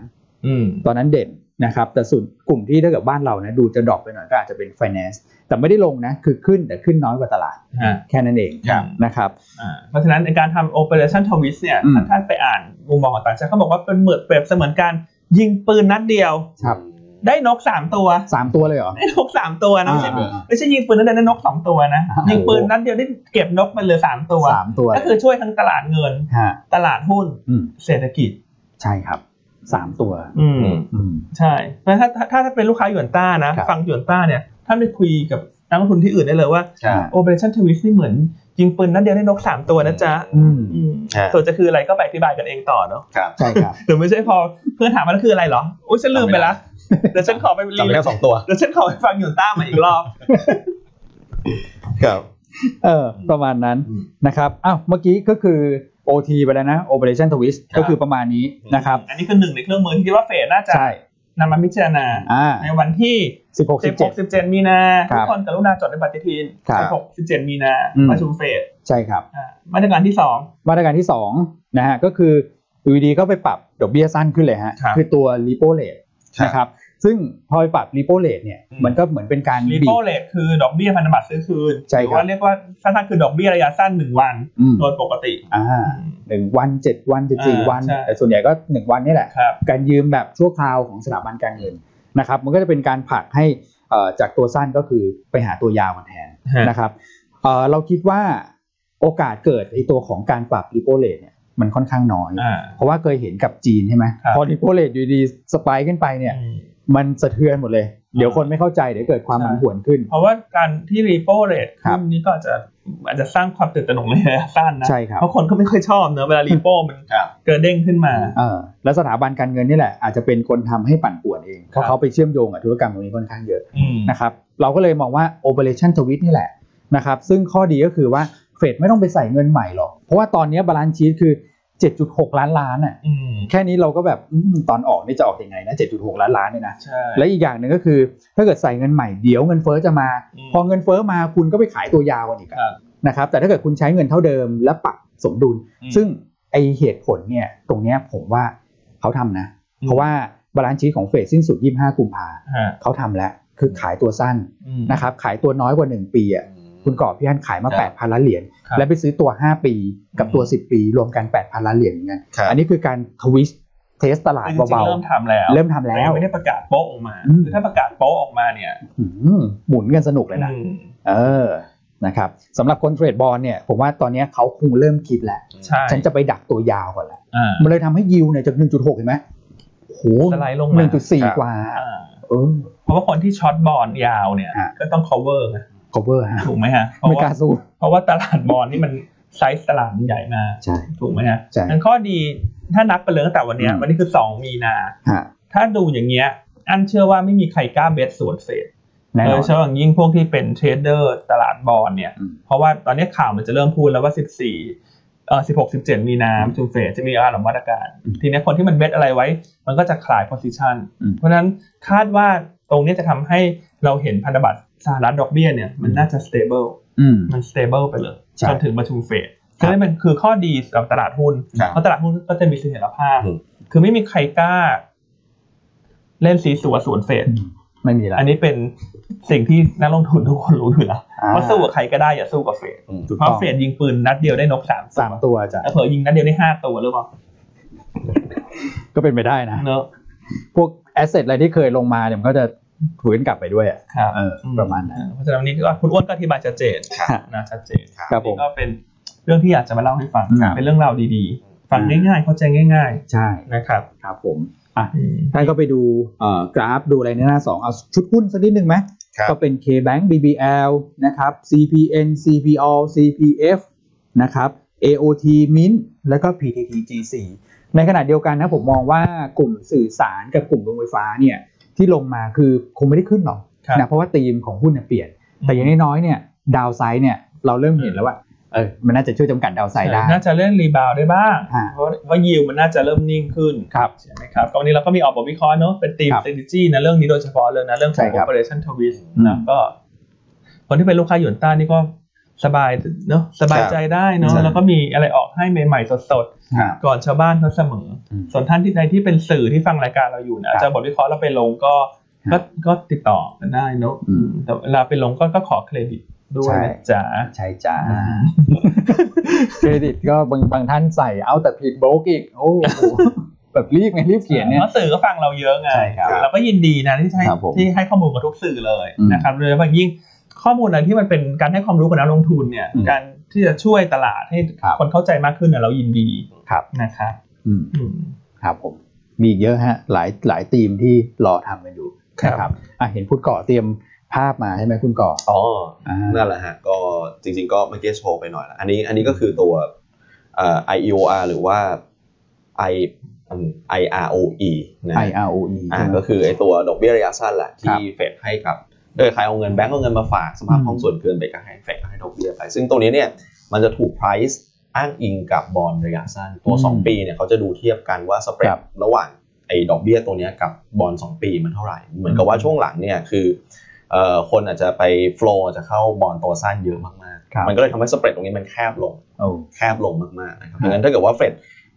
[SPEAKER 1] อืม
[SPEAKER 3] ตอนนั้นเด่นนะครับแต่ส่วนกลุ่มที่ถ้าเกิดบ้านเรานะดูจะดรอปไปหน่อยก็อาจจะเป็น finance แต่ไม่ได้ลงนะคือขึ้นแต่ขึ้นน้อยกว่าตลาด
[SPEAKER 1] ฮะ
[SPEAKER 3] แค่นั้นเอง
[SPEAKER 1] ครับ
[SPEAKER 3] นะครับ
[SPEAKER 1] อ่าเพราะฉะนั้นในการทำ operation twist เนี่ย
[SPEAKER 3] อืม
[SPEAKER 1] ถ้าท่านไปอ่านมุมมองของต่างชาติเขาบอกว่าเป็นเหมือนเปรียบเสมือนการยิงปืนนัดเดียว
[SPEAKER 3] ครับ
[SPEAKER 1] ได้นกสามตัว
[SPEAKER 3] สามตัวเลยเหรอ
[SPEAKER 1] ได้นกสามตัวนะไม่ใช่
[SPEAKER 3] อ่า
[SPEAKER 1] ไม่ใช่ยิงปืนนัดเดียวได้นกสองตัวนะ
[SPEAKER 3] อ่ายิ
[SPEAKER 1] ยิงปืนนัดเดียวได้เก็บนกไปเหลือสามตัว
[SPEAKER 3] สามตัว
[SPEAKER 1] ก็คือช่วยทั้งตลาดเงิน
[SPEAKER 3] ฮะ
[SPEAKER 1] ตลาดหุ้น
[SPEAKER 3] อืม
[SPEAKER 1] เศรษฐกิจ
[SPEAKER 3] ใช่ครับสามตัว
[SPEAKER 1] อืม
[SPEAKER 3] อืม
[SPEAKER 1] ใช่เพราะฉะนั้นถ้าถ้าถ้าเป็นลูกค้าหยวนต้านะ
[SPEAKER 3] ครับ
[SPEAKER 1] ฟังหยวนต้าเนี่ยท่านไปคุยกับนักลงทุนที่อื่นได้เลยว่า
[SPEAKER 2] ใช่
[SPEAKER 1] operation twist นี่เหมือนยิงปืนนัดเดียวได้นกสามตัวนะจ๊ะ
[SPEAKER 3] อืม
[SPEAKER 1] อืม
[SPEAKER 2] ฮะ
[SPEAKER 1] ส่วนจะคืออะไรก็ไปอธิบายกันเองต่อเนาะ
[SPEAKER 2] ครับ
[SPEAKER 3] ใช่ครับ
[SPEAKER 1] หรือไม่ใช่พอเพื่อนถามมาแล้วคืออะไรเหรออุ้ยฉันลืมไปละเดี๋ยวฉันขอไปรี
[SPEAKER 2] จำไม่ได้สองตัว
[SPEAKER 1] เดี๋ยวฉันขอไปฟังหยุนต้ามาอีกรอบ
[SPEAKER 2] ครับ
[SPEAKER 3] เออ ประมาณนั้น
[SPEAKER 2] อืม
[SPEAKER 3] นะครับ อ้าว เมื่อกี้ก็คือ OT ไปแล้วนะ Operation Twist
[SPEAKER 2] ครับ
[SPEAKER 3] ก็คือประมาณนี้นะครับ
[SPEAKER 1] อันนี้คือหนึ่งในเครื่องมือที่คิดว่าเฟดน่าจะ
[SPEAKER 3] ใช่
[SPEAKER 1] นำมาพิจารณา
[SPEAKER 3] อ่า
[SPEAKER 1] ในวันที่
[SPEAKER 3] 16
[SPEAKER 1] 16
[SPEAKER 3] 17
[SPEAKER 1] 17 มีนา
[SPEAKER 3] ครั
[SPEAKER 1] ทุ
[SPEAKER 3] บ
[SPEAKER 1] กคนกรุณาจดในปฏิทิน
[SPEAKER 3] ครับ
[SPEAKER 1] 16 17 มีนา
[SPEAKER 3] อืม
[SPEAKER 1] ประชุมเฟด
[SPEAKER 3] ใช่ครับ
[SPEAKER 1] อ่ามาตรการที่
[SPEAKER 3] มาตรการที่2นะฮะ ก็คืออยู่ดีๆก็ไปปรับดอกเบี้ยสั้นขึ้นเลยฮะ
[SPEAKER 1] ครับ
[SPEAKER 3] อตัว repo rate
[SPEAKER 2] ครับ
[SPEAKER 3] นะครับ ซึ่งพอไปปรับรีโปเลทเนี่ยมันก็เหมือนเป็นการ
[SPEAKER 1] รี
[SPEAKER 3] บี
[SPEAKER 1] โป
[SPEAKER 3] บ
[SPEAKER 1] เลทคือดอกเบี้ยพันธบัตรซื้อคืน
[SPEAKER 3] ใช่
[SPEAKER 1] หรื
[SPEAKER 3] ครับ
[SPEAKER 1] ว่าเรียกว่าสั้นๆคือดอกเบี้ยระยะสั้นหนึ่งวัน
[SPEAKER 3] อืม
[SPEAKER 1] โดยปกติ
[SPEAKER 3] อ่าหนึ่งวันเจ็ดวันสิบสี่
[SPEAKER 1] อ่า
[SPEAKER 3] วัน
[SPEAKER 1] ใช่
[SPEAKER 3] แต่ส่วนใหญ่ก็หนึ่งวันนี่แหละ
[SPEAKER 1] ครับ
[SPEAKER 3] การยืมแบบชั่วคราวของสถาบันการเงินนะครับ มันก็จะเป็นการผลักให้เอ่อจากตัวสั้นก็คือไปหาตัวยาวมาแทนนะครับเอ่อเราคิดว่าโอกาสเกิดไอตัวของการปรับริโปเลตเนี่ยมันค่อนข้างน้อย
[SPEAKER 1] อ่า
[SPEAKER 3] เพราะว่าเคยเห็นกับจีนใช่ไหม
[SPEAKER 1] ครับ
[SPEAKER 3] พอริโปเลตอยู่ดีสไปค์ขึ้นไปเนี่ย
[SPEAKER 1] อืม
[SPEAKER 3] มันสะเทือนหมดเลย เดี๋ยวคนไม่เข้าใจเดี๋ยวเกิดความ
[SPEAKER 1] ใช่
[SPEAKER 3] ผันผวนขึ้น
[SPEAKER 1] เพราะว่าการที่รีโปเรท
[SPEAKER 3] ครั
[SPEAKER 1] ขึ้
[SPEAKER 3] บ
[SPEAKER 1] นนี่ก็อาจจะอาจจะสร้างความตื่นตระหนกในระยะสั้นนะ
[SPEAKER 3] ใช่ครับ
[SPEAKER 1] เพราะคนก็ไม่ค่อยชอบเนอะเวลารีโปมัน
[SPEAKER 2] ครับ
[SPEAKER 1] เกิดเด้งขึ้นมา
[SPEAKER 3] เออแล้วสถาบันการเงินนี่แหละอาจจะเป็นคนทำให้ปั่นป่วนเองเพ
[SPEAKER 1] ค
[SPEAKER 3] ราะ
[SPEAKER 1] รับ
[SPEAKER 3] เขาไปเชื่อมโยงกับธุรกรรมตรงนี้ค่อนข้างเยอะ
[SPEAKER 1] อืม
[SPEAKER 3] นะครับเราก็เลยมองว่า operation twist นี่แหละนะครับซึ่งข้อดีก็คือว่าเฟดไม่ต้องไปใส่เงินใหม่หรอก เพราะว่าตอนนี้บาลานซ์ชีตคือ 7.6 ล้านล้านอ่ะ
[SPEAKER 1] อืม
[SPEAKER 3] แค่นี้เราก็แบบอืมตอนออกนี่จะออกยังไงนะ 7.6 ล้านล้านเนี่ยนะ
[SPEAKER 1] ใช่
[SPEAKER 3] และอีกอย่างหนึ่งก็คือ ถ้าเกิดใส่เงินใหม่เดี๋ยวเงินเฟ้อจะมา
[SPEAKER 1] ม
[SPEAKER 3] พอเงินเฟ้อมาคุณก็ไปขายตัวยาวกันอีกอะ
[SPEAKER 1] ครับ
[SPEAKER 3] นะครับแต่ถ้าเกิดคุณใช้เงินเท่าเดิมและปรับสมดุล
[SPEAKER 1] อืม
[SPEAKER 3] ซึ่งไอเหตุผลเนี่ยตรงเนี้ยผมว่าเขาทำนะ
[SPEAKER 1] อืม
[SPEAKER 3] เพราะว่าบาลานซ์ชีตของเฟดสิ้นสุด 25 กุมภา
[SPEAKER 1] ฮะ
[SPEAKER 3] เขาทำแล้วคือขายตัวสั้น
[SPEAKER 1] อืม
[SPEAKER 3] นะครับขายตัวน้อยกว่า 1 ปีอ่ะคุณกรอบพี่อันขายมา
[SPEAKER 2] ครับ
[SPEAKER 3] 8,000ล้านเหรียญ
[SPEAKER 1] ครับ
[SPEAKER 3] แล้วไปซื้อตัว 5 ปีกับตัว
[SPEAKER 1] อืม
[SPEAKER 3] 10 ปี รวมกัน 8,000ล้านเหรียญเหมือนกัน
[SPEAKER 2] ครับ
[SPEAKER 3] อันนี้คือการทวิสเทสตลาด
[SPEAKER 1] ซึ่งจริงๆ
[SPEAKER 3] เบา
[SPEAKER 1] เริ่มทำแล้ว
[SPEAKER 3] ๆ เริ่มทำ
[SPEAKER 1] แต่
[SPEAKER 3] แล้
[SPEAKER 1] ยั
[SPEAKER 3] ว
[SPEAKER 1] งไม่ได้ประกาศโป๊ะออกมา
[SPEAKER 3] อืม
[SPEAKER 1] คือถ้าประกาศโป๊ะออกมาเนี่ย
[SPEAKER 3] หืมหมุนกันสนุกเลยนะ
[SPEAKER 1] อืม
[SPEAKER 3] เออนะครับสำหรับคนเทรดบอลเนี่ยผมว่าตอนเนี้ยเขาคงเริ่มคิดแล้ว
[SPEAKER 1] ใช่
[SPEAKER 3] ฉันจะไปดักตัวยาวก่อนละ
[SPEAKER 1] อ่า
[SPEAKER 3] มันเลยทำให้ยิวเนี่ยจาก 1.6 เห็นไหมโอ้โห
[SPEAKER 1] สไลด์ลงมา
[SPEAKER 3] หนึ่งจุดสี่
[SPEAKER 2] ครับ
[SPEAKER 3] กว่า
[SPEAKER 1] อ่า
[SPEAKER 3] เออ
[SPEAKER 1] เพราะว่าคนที่ช็อตบอลยาวเนี่ย
[SPEAKER 3] อ่ะ
[SPEAKER 1] ก็ต้อง cover ไง
[SPEAKER 3] cover ฮะ
[SPEAKER 1] ถูกไหมฮะ เพ
[SPEAKER 3] ไม่
[SPEAKER 1] ราะ
[SPEAKER 3] กล้า
[SPEAKER 1] ว่า
[SPEAKER 3] สู้
[SPEAKER 1] เพราะว่าตลาดบอลนี่มันไซส์ตลาดมันใหญ่มาก
[SPEAKER 3] ใช่
[SPEAKER 1] ถูกไหมฮะ
[SPEAKER 3] ใช่
[SPEAKER 1] นั้นข้อดีถ้านับไปเลยตั้งแต่วันเนี้ย
[SPEAKER 3] อืม
[SPEAKER 1] วันนี้คือ 2 มีนา
[SPEAKER 3] ฮะ
[SPEAKER 1] ถ้าดูอย่างเงี้ย อันเชื่อว่าไม่มีใครกล้าเบสส่วนเฟด
[SPEAKER 3] แน่
[SPEAKER 1] โด
[SPEAKER 3] นอย น
[SPEAKER 1] เฉพาะอย่างยิ่งพวกที่เป็นเทรดเดอร์ตลาดบอลเนี่ย
[SPEAKER 3] อืม
[SPEAKER 1] เพราะว่าตอนนี้ข่าวมันจะเริ่มพูดแล้วว่า 14 เอ่อ 16 17 มีนาประชุมเฟดจะมีอาหรมาตรการ
[SPEAKER 3] อืม
[SPEAKER 1] ทีนี้คนที่มันเบสอะไรไว้ มันก็จะขาย position
[SPEAKER 3] อืม
[SPEAKER 1] เพราะฉะนั้นคาดว่าตรงนี้จะทำให้เราเห็นพันธบัตรสหรัฐดอกเบี้ยเนี่ย มันน่าจะ stable
[SPEAKER 3] อืม
[SPEAKER 1] มัน stable ไปเลย
[SPEAKER 3] ใช่
[SPEAKER 1] จนถึงประชุมเฟดก็เลยมันคือข้อดีสำหรับตลาดหุ้น
[SPEAKER 2] ครับ
[SPEAKER 1] เพราะตลาดหุ้นก็จะมีเสถียรภาพ
[SPEAKER 2] อืม
[SPEAKER 1] คือไม่มีใครกล้า เล่นสีสัวสวนเฟด
[SPEAKER 3] ไม่มีแล้ว
[SPEAKER 1] อันนี้เป็นสิ่งที่นักลงทุนทุกคนรู้อยู่แล้ว
[SPEAKER 3] อ่
[SPEAKER 1] เพราะสู้กับใครก็ได้อย่าสู้กับเฟด
[SPEAKER 2] อืม
[SPEAKER 3] ถูก
[SPEAKER 1] เพราะ
[SPEAKER 3] ต้อง
[SPEAKER 1] เฟดยิงปืนนัดเดียวได้นกสาม
[SPEAKER 3] สามตัวอาจ้ะ
[SPEAKER 1] แล้วเผลอยิงนัดเดียวได้ห้าตัวหรือเปล่า
[SPEAKER 3] ก็เป็นไปได้นะ
[SPEAKER 1] เนอะ
[SPEAKER 3] พวกแอสเซทอะไรที่เคยลงมาเนี่ยมันก็จะถูนกลับไปด้วยอ่ะ
[SPEAKER 1] ครับ
[SPEAKER 3] เออประมาณนั้น
[SPEAKER 1] เพราะฉะนั้นวันนี้ก็คุณอ้วนก็อธิบายชัดเจน
[SPEAKER 2] ครับ
[SPEAKER 1] นะชัดเจน
[SPEAKER 3] ครับผม
[SPEAKER 1] นี่ก็เป็นเรื่องที่อยากจะมาเล่าให้ฟัง
[SPEAKER 3] ครับ
[SPEAKER 1] เป็นเรื่องราวดีๆ ฟังง่ายๆ เข้าใจง่าย
[SPEAKER 3] ใช่
[SPEAKER 1] ๆ นะครับ
[SPEAKER 3] ครับผมอ่ะ
[SPEAKER 1] อืม
[SPEAKER 3] ท่านก็ไปดูเอ่อกราฟดูอะไรในหน้าสองเอาชุดหุ้นสักนิดหนึ่งไหม
[SPEAKER 2] ครับ
[SPEAKER 3] ก็เป็น KBank BBL นะครับ CPN CPO CPF นะครับ AOT Mint แล้วก็ PTT GC ในขณะเดียวกันนะผมมองว่ากลุ่มสื่อสารกับกลุ่มโรงไฟฟ้าเนี่ยที่ลงมาคือคงไม่ได้ขึ้นหรอก
[SPEAKER 1] ครับ
[SPEAKER 3] นะเพราะว่าธีมของหุ้นเนี่ยเปลี่ยน แต่อย่างน้อยๆเนี่ยดาวไซด์เนี่ยเราเริ่มเห็นแล้วว่าเออมันน่าจะช่วยจำกัดดาวไซด์ได้
[SPEAKER 1] น่าจะเล่นรีบาวด์ได้บ้าง
[SPEAKER 3] อ่า
[SPEAKER 1] เพราะว่ายิวมันน่าจะเริ่มนิ่งขึ้น
[SPEAKER 3] ครับ
[SPEAKER 1] ใช่ไหมครับก็วันนี้เราก็มีออกบทวิเคราะห์เนอะเป็นทีม
[SPEAKER 3] ครับ
[SPEAKER 1] strategy นะเรื่องนี้โดยเฉพาะเลยนะเรื่องขอ
[SPEAKER 3] ใช่
[SPEAKER 1] ง
[SPEAKER 3] ครับ
[SPEAKER 1] operation twist
[SPEAKER 3] อืม
[SPEAKER 1] นะก็ คนที่เป็นลูกค้าหยวนต้านี่ก็สบายเนอะสบายใจได้เนอะ
[SPEAKER 2] ใช่
[SPEAKER 1] แล้วก็มีอะไรออกให้ใหม่ๆสด
[SPEAKER 3] ครับ
[SPEAKER 1] ๆ ก่อนชาวบ้านเขาเสมอ
[SPEAKER 3] อืม
[SPEAKER 1] ส่วนท่านที่ใดที่เป็นสื่อที่ฟังรายการเราอยู่นะอาจจะบทวิเคราะห์เราไปลงก็
[SPEAKER 3] ค
[SPEAKER 1] ก็
[SPEAKER 3] รับ
[SPEAKER 1] ก็ติดต่อกันได้เนอะ
[SPEAKER 3] อืม
[SPEAKER 1] แต่เวลาไปลงก็ก็ขอเครดิตด้วย
[SPEAKER 3] ใช่
[SPEAKER 1] นะจ๊ะ
[SPEAKER 3] ใช่จ้าเครดิตก็บางบางท่านใส่เอาแต่ผิดโบรกอีกโอ้โหแบบรีบไงรีบเขียนเนี่ย
[SPEAKER 1] พราะสื่อก็ฟังเราเยอะไง
[SPEAKER 3] ใช่ครับ
[SPEAKER 1] เราก็ยินดีนะที่ให้
[SPEAKER 3] ครับผม
[SPEAKER 1] ที่ให้ข้อมูลกับทุกสื่อเลย
[SPEAKER 3] อืม
[SPEAKER 1] นะครับโดยเฉพาะยิ่งข้อมูลอะไรที่มันเป็นการให้ความรู้กับนักลงทุนเนี่ย
[SPEAKER 3] อืม
[SPEAKER 1] การที่จะช่วยตลาดให้
[SPEAKER 3] ครับ
[SPEAKER 1] คนเข้าใจมากขึ้นเนี่ยเรายินดี
[SPEAKER 3] ครับ
[SPEAKER 1] นะครับ
[SPEAKER 3] อืม
[SPEAKER 1] อืม
[SPEAKER 3] ครับผมมีอีกเยอะฮะหลายหลายธีมที่รอทำกันอยู่
[SPEAKER 1] ครับ
[SPEAKER 3] นะครับอ่ะเห็นพูดก่อเตรียมภาพมาใช่ไหมคุณก่อ
[SPEAKER 2] อ๋อ
[SPEAKER 3] อ่า
[SPEAKER 2] นั่นแหละฮะก็จริงๆก็เมื่อกี้โชว์ไปหน่อยละอันนี้อันนี้ก็คือตัวเอ่อ IEOR หรือว่า I อืม IROE นะ
[SPEAKER 3] IROE
[SPEAKER 2] อ่า
[SPEAKER 3] ใช่ไหม
[SPEAKER 2] ก็คือไอตัวดอกเบี้ยระยะสั้นแหละ
[SPEAKER 3] ครั
[SPEAKER 2] ที่
[SPEAKER 3] บ
[SPEAKER 2] เฟดให้กับเออใครเอาเงินแบงก์เอาเงินมาฝากสภาพคล่องส่วนเกินไปก็ให้เฟดให้ดอกเบี้ยไป ซึ่งตรงนี้เนี่ยมันจะถูก price อ้างอิงกับบอลระยะสั้นตัว
[SPEAKER 3] อืม
[SPEAKER 2] 2 ปีเนี่ยเขาจะดูเทียบกันว่าสเปร
[SPEAKER 3] ครั
[SPEAKER 2] ด
[SPEAKER 3] บ
[SPEAKER 2] ระหว่างไอ้ดอกเบี้ยตัวเนี้ยกับบอล2 ปีมันเท่าไหร่ เหมือนกับว่าช่วงหลังเนี่ยคือเอ่อคนอาจจะไป flow จะเข้าบอลตัวสั้นเยอะมาก
[SPEAKER 3] ครับ
[SPEAKER 2] ๆ มันก็เลยทำให้สเปรดตรงนี้มันแคบลง
[SPEAKER 3] โอ้
[SPEAKER 2] แคบลงมากๆนะครับเพราะฉะนั้นถ้าเกิดว่าเฟด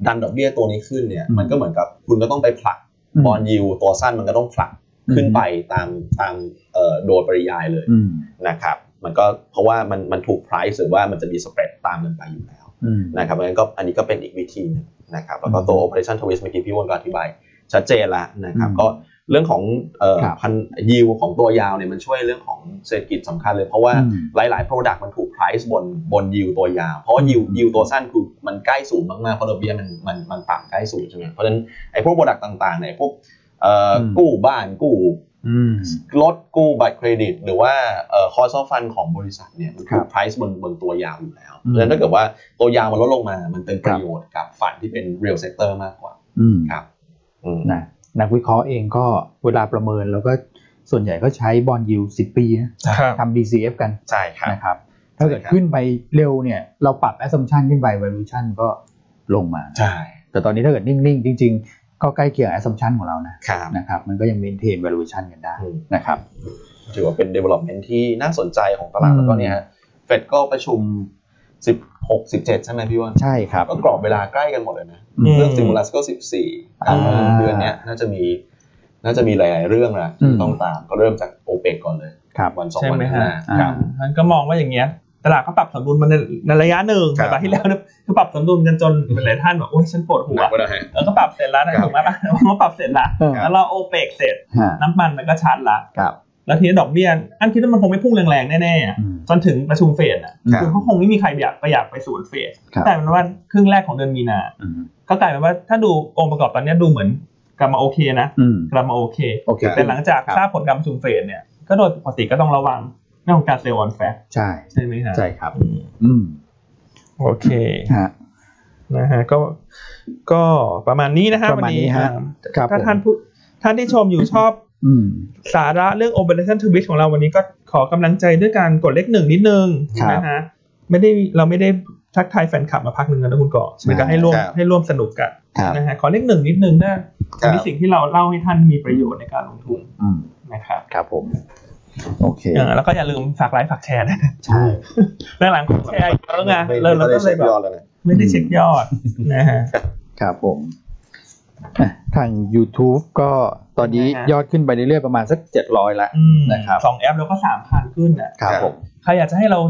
[SPEAKER 2] ดันดอกเบี้ยตัวนี้ขึ้นเนี่ย
[SPEAKER 3] อืม
[SPEAKER 2] มันก็เหมือนกับคุณก็ต้องไปผลัก บอลยูตัวสั้นมันก็ต้องผลัก ขึ้นไปตามตามเอ่อโดยปริยายเลย
[SPEAKER 3] อืม
[SPEAKER 2] นะครับ มันก็เพราะว่ามันมันถูก price หรือว่ามันจะมีสเปรดตามกันไปอยู่แล้ว
[SPEAKER 3] อืม
[SPEAKER 2] นะครับเพราะฉะนั้นก็อันนี้ก็เป็นอีกวิธีหนึงนะครับแล้วก็ตัว operation twist เมื่อกี้พี่อ้วนก็อธิบาย ชัดเจนละนะครับ
[SPEAKER 3] อืม
[SPEAKER 2] ก็เรื่องของเอ่อ
[SPEAKER 3] ครับ
[SPEAKER 2] พันยิวของตัวยาวเนี่ยมันช่วยเรื่องของเศรษฐกิจสำคัญเลย เพราะว่า
[SPEAKER 3] อืม
[SPEAKER 2] หลาย ๆ product มันถูก price บนบนยิวตัวยาว เพราะว่ายิวยิวตัวสั้นคือมันใกล้ศูนย์มากๆเพราะดอกเบี้ยมันมันมันต่ำใกล้ศูนย์ใช่ไหมเพราะฉะนั้นไอ้พวก product ต่างๆเนี่ยพวกเอ่ออ
[SPEAKER 3] ม
[SPEAKER 2] กู้บ้านกู้
[SPEAKER 3] อืม
[SPEAKER 2] ลดกู้บัตรเครดิต หรือว่าคอร์สฟันของบริษัทเนี่ยมัน
[SPEAKER 3] ครั
[SPEAKER 2] ถู
[SPEAKER 3] บ
[SPEAKER 2] ก price บนบนตัวยาวอยู่แล้ว
[SPEAKER 3] อืม
[SPEAKER 2] เพราะฉะนั้นถ้าเกิดว่าตัวยาวมันลดลงมา มันเป็น
[SPEAKER 3] ค
[SPEAKER 2] ป
[SPEAKER 3] รับ
[SPEAKER 2] ระโยชน์กับฝันที่เป็น real sector มากกว่า
[SPEAKER 3] อืม
[SPEAKER 2] ครับอืม
[SPEAKER 3] นะนักวิเคราะห์เองก็เวลาประเมินแล้วก็ส่วนใหญ่ก็ใช้บอลยูสิบปีนะครับ ทำ DCF กัน
[SPEAKER 2] ใช่ครับ
[SPEAKER 3] นะครับ ถ้าเกิด
[SPEAKER 2] ใช่ครับ
[SPEAKER 3] ขึ้นไปเร็วเนี่ย เราปรับ assumption ขึ้นไป valuation ก็ลงมา
[SPEAKER 2] ใช่
[SPEAKER 3] แต่ตอนนี้ถ้าเกิดนิ่ง ๆ จริง ๆ ก็ใกล้เคียง assumption ของเรานะครับ นะครับ มันก็ยัง maintain valuation กันได้
[SPEAKER 2] อืม
[SPEAKER 3] นะครับ
[SPEAKER 2] ถือว่าเป็น development ที่น่าสนใจของตลาด
[SPEAKER 3] อืม
[SPEAKER 2] แล้วก็เนี่ยฮะเฟดก็ประชุม 16 17 ใช่ไหมพี่ว่าน
[SPEAKER 3] ใช่ครับ
[SPEAKER 2] ก็กรอบเวลาใกล้กันหมดเลยนะ
[SPEAKER 3] อืม
[SPEAKER 2] เรื่อง stimulus ก็ 14การเมือง
[SPEAKER 3] อ่า
[SPEAKER 2] เดือนเนี้ยน่าจะมีน่าจะมีหลาย ๆ เรื่องนะ
[SPEAKER 3] อื
[SPEAKER 2] ที่
[SPEAKER 3] ม
[SPEAKER 2] ต้องตามก็เริ่มจากโอเปกก่อนเลย
[SPEAKER 3] ครับ
[SPEAKER 2] วันสอง
[SPEAKER 1] ใช่
[SPEAKER 2] วัน
[SPEAKER 1] ไหม
[SPEAKER 2] ข้าง
[SPEAKER 1] ฮะ
[SPEAKER 2] ห
[SPEAKER 1] อ่า
[SPEAKER 2] น้าครับ
[SPEAKER 1] มันก็มองว่าอย่างเงี้ย ตลาดก็ปรับสมดุลมาในในระยะหนึ่ง
[SPEAKER 2] ครั
[SPEAKER 1] แต่
[SPEAKER 2] บ
[SPEAKER 1] ตอนที่แล้วเนี่ยคือปรับสมดุลกันจนหลายท่านบอกโอ้ยฉันปวดหัว
[SPEAKER 2] หนักกว่านะฮะ
[SPEAKER 1] เออก็ปรับเสร็จแล้วนะครับ ถูกไหมปะว่าปรับเสร็จละ
[SPEAKER 3] เออ
[SPEAKER 1] แล้วเราโอเปกเสร็จ
[SPEAKER 3] ฮะ
[SPEAKER 1] น้ำมันมันก็ชาร์จละ
[SPEAKER 3] ครับ
[SPEAKER 1] แล้วทีนี้ดอกเบี้ยอันคิดว่ามันคงไม่พุ่งแรงๆแน่ๆอะ
[SPEAKER 3] อืม
[SPEAKER 1] จนถึงประชุมเฟดอ่ะ
[SPEAKER 2] ครับ
[SPEAKER 1] คือเขาคงไม่มีใครอยากไปอยากไปสวนเฟด
[SPEAKER 3] ครับ
[SPEAKER 1] แต่มันว่าครึ่งแรกของเดือนมีนา
[SPEAKER 3] อืม
[SPEAKER 1] ก็กลายเป็นว่าถ้าดูองค์ประกอบตอนเนี้ยดูเหมือนกลับมาโอเคนะ
[SPEAKER 3] อืม
[SPEAKER 1] กลับมาโอเค
[SPEAKER 3] โอเค
[SPEAKER 1] แต่หลังจาก
[SPEAKER 3] ครับ
[SPEAKER 1] ทราบผลการประชุมเฟดเนี่ยก็โดยปกติก็ต้องระวังเรื่องของการเซลล์ออนแฟก
[SPEAKER 3] ใช่
[SPEAKER 1] ใช่ไหมฮะ
[SPEAKER 3] ใช่ครับ
[SPEAKER 1] อืม
[SPEAKER 3] อืม
[SPEAKER 1] โอเค
[SPEAKER 3] ฮะ
[SPEAKER 1] นะฮะก็ก็ประมาณนี้นะฮะ
[SPEAKER 3] ประมาณนี้ฮะ
[SPEAKER 1] วั
[SPEAKER 3] ครับ
[SPEAKER 1] ถ้าท่านผู้ท่านที่ชมอยู่ชอบ
[SPEAKER 3] อืม
[SPEAKER 1] สาระเรื่อง Operation to Bridge ของเราวันนี้ก็ขอกำลังใจด้วยการกดเลขหนึ่งนิดนึง
[SPEAKER 3] ครับ
[SPEAKER 1] นะฮะไม่ได้เราไม่ได้ทักทายแฟนคลับมาพักหนึ่งแล้วนะคุณก่อมันก็ให้ร่วม
[SPEAKER 2] ครับ
[SPEAKER 1] ให้ร่วมสนุกกัน
[SPEAKER 3] ครับ
[SPEAKER 1] นะฮะขอเลขหนึ่งนิดนึงนะ
[SPEAKER 2] ครั
[SPEAKER 1] มี
[SPEAKER 2] บ
[SPEAKER 1] สิ่งที่เราเล่าให้ท่านมีประโยชน์ในการลงทุน
[SPEAKER 3] อืม
[SPEAKER 1] นะครับ
[SPEAKER 3] ครับผม โอเค
[SPEAKER 1] เออแล้วก็อย่าลืมฝากไลค์ฝากแชร์นะ
[SPEAKER 3] ใช่
[SPEAKER 1] หลังๆคนแชร์เยอะไง
[SPEAKER 2] ไม่
[SPEAKER 1] เราเรา
[SPEAKER 2] ไม่
[SPEAKER 1] ก็เล
[SPEAKER 2] ได้เช็
[SPEAKER 1] ย
[SPEAKER 2] ค
[SPEAKER 1] แบ
[SPEAKER 2] ย
[SPEAKER 1] บ
[SPEAKER 2] อดแล้วนะ
[SPEAKER 1] ไม่ได้เช็คยอดนะฮะ
[SPEAKER 3] ครับผมอ่ะทาง YouTube ก็ตอนนี้
[SPEAKER 1] นะฮะ
[SPEAKER 3] ยอดขึ้นไปเรื่อยๆประมาณสัก 700 ละ
[SPEAKER 1] อืม
[SPEAKER 3] นะครับ
[SPEAKER 1] สองแอปแล้วก็สามพันขึ้นอ่ะ
[SPEAKER 3] ครับผม
[SPEAKER 1] ใครอยากจะให้เรา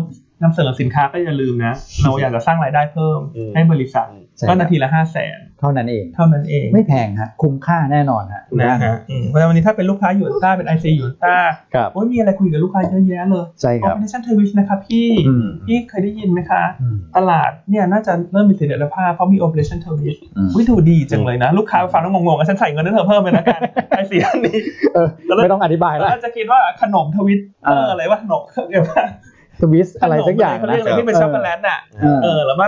[SPEAKER 1] นำเสนอสินค้าก็อย่าลืมนะ เราอยากจะสร้างรายได้เพิ่ม
[SPEAKER 2] อืม
[SPEAKER 1] ให้บริษัท
[SPEAKER 3] ใช่ค
[SPEAKER 1] ก็
[SPEAKER 3] รับ
[SPEAKER 1] นาทีละห้าแสน
[SPEAKER 3] เท่านั้นเอง
[SPEAKER 1] เท่านั้นเอง
[SPEAKER 3] ไม่แพงฮะ คุ้มค่าแน่นอนฮะ
[SPEAKER 1] นะฮะอืมเพราะฉะนั้นวันนี้ถ้าเป็นลูกค้ายูนต้าเป็นไอซียูนต้า
[SPEAKER 3] ครับ
[SPEAKER 1] โอ้ยมีอะไรคุยกับลูกค้าเยอะแยะเลย
[SPEAKER 3] ใช่
[SPEAKER 1] โอ
[SPEAKER 3] ครับ
[SPEAKER 1] เปอเรชั่นเทอร์วิชนะคะพี่
[SPEAKER 3] อืม
[SPEAKER 1] พี่เคยได้ยินไหมคะ
[SPEAKER 3] อืม
[SPEAKER 1] ตลาดเนี่ยน่าจะเริ่มมีเสถียรภาพเพราะมีโอเปอเรชั่นเทอร์วิช
[SPEAKER 3] อืม
[SPEAKER 1] วิดูดีจังเลยนะ ลูกค้าฟังแล้วงงๆอ่ะฉันใส่เงินให้เธอเพิ่มไปแล้ว กันไอซีอันนี้
[SPEAKER 3] เออ
[SPEAKER 1] แล้ว
[SPEAKER 3] ไม่ต้องอธิบาย
[SPEAKER 1] แล้ว
[SPEAKER 3] ละ
[SPEAKER 1] อาจจะคิดว่าขนมทวิตเตอร์
[SPEAKER 3] เอออ
[SPEAKER 1] อะไรวะขนมเรียกว่า
[SPEAKER 3] สวิสอะไรสักอย่าง
[SPEAKER 1] ขนมะไรเขาเรียก
[SPEAKER 3] นะ
[SPEAKER 1] อะไรที่เป็นช็อกโกแลตอ่ะ
[SPEAKER 3] เออ
[SPEAKER 1] เออแล้วว่า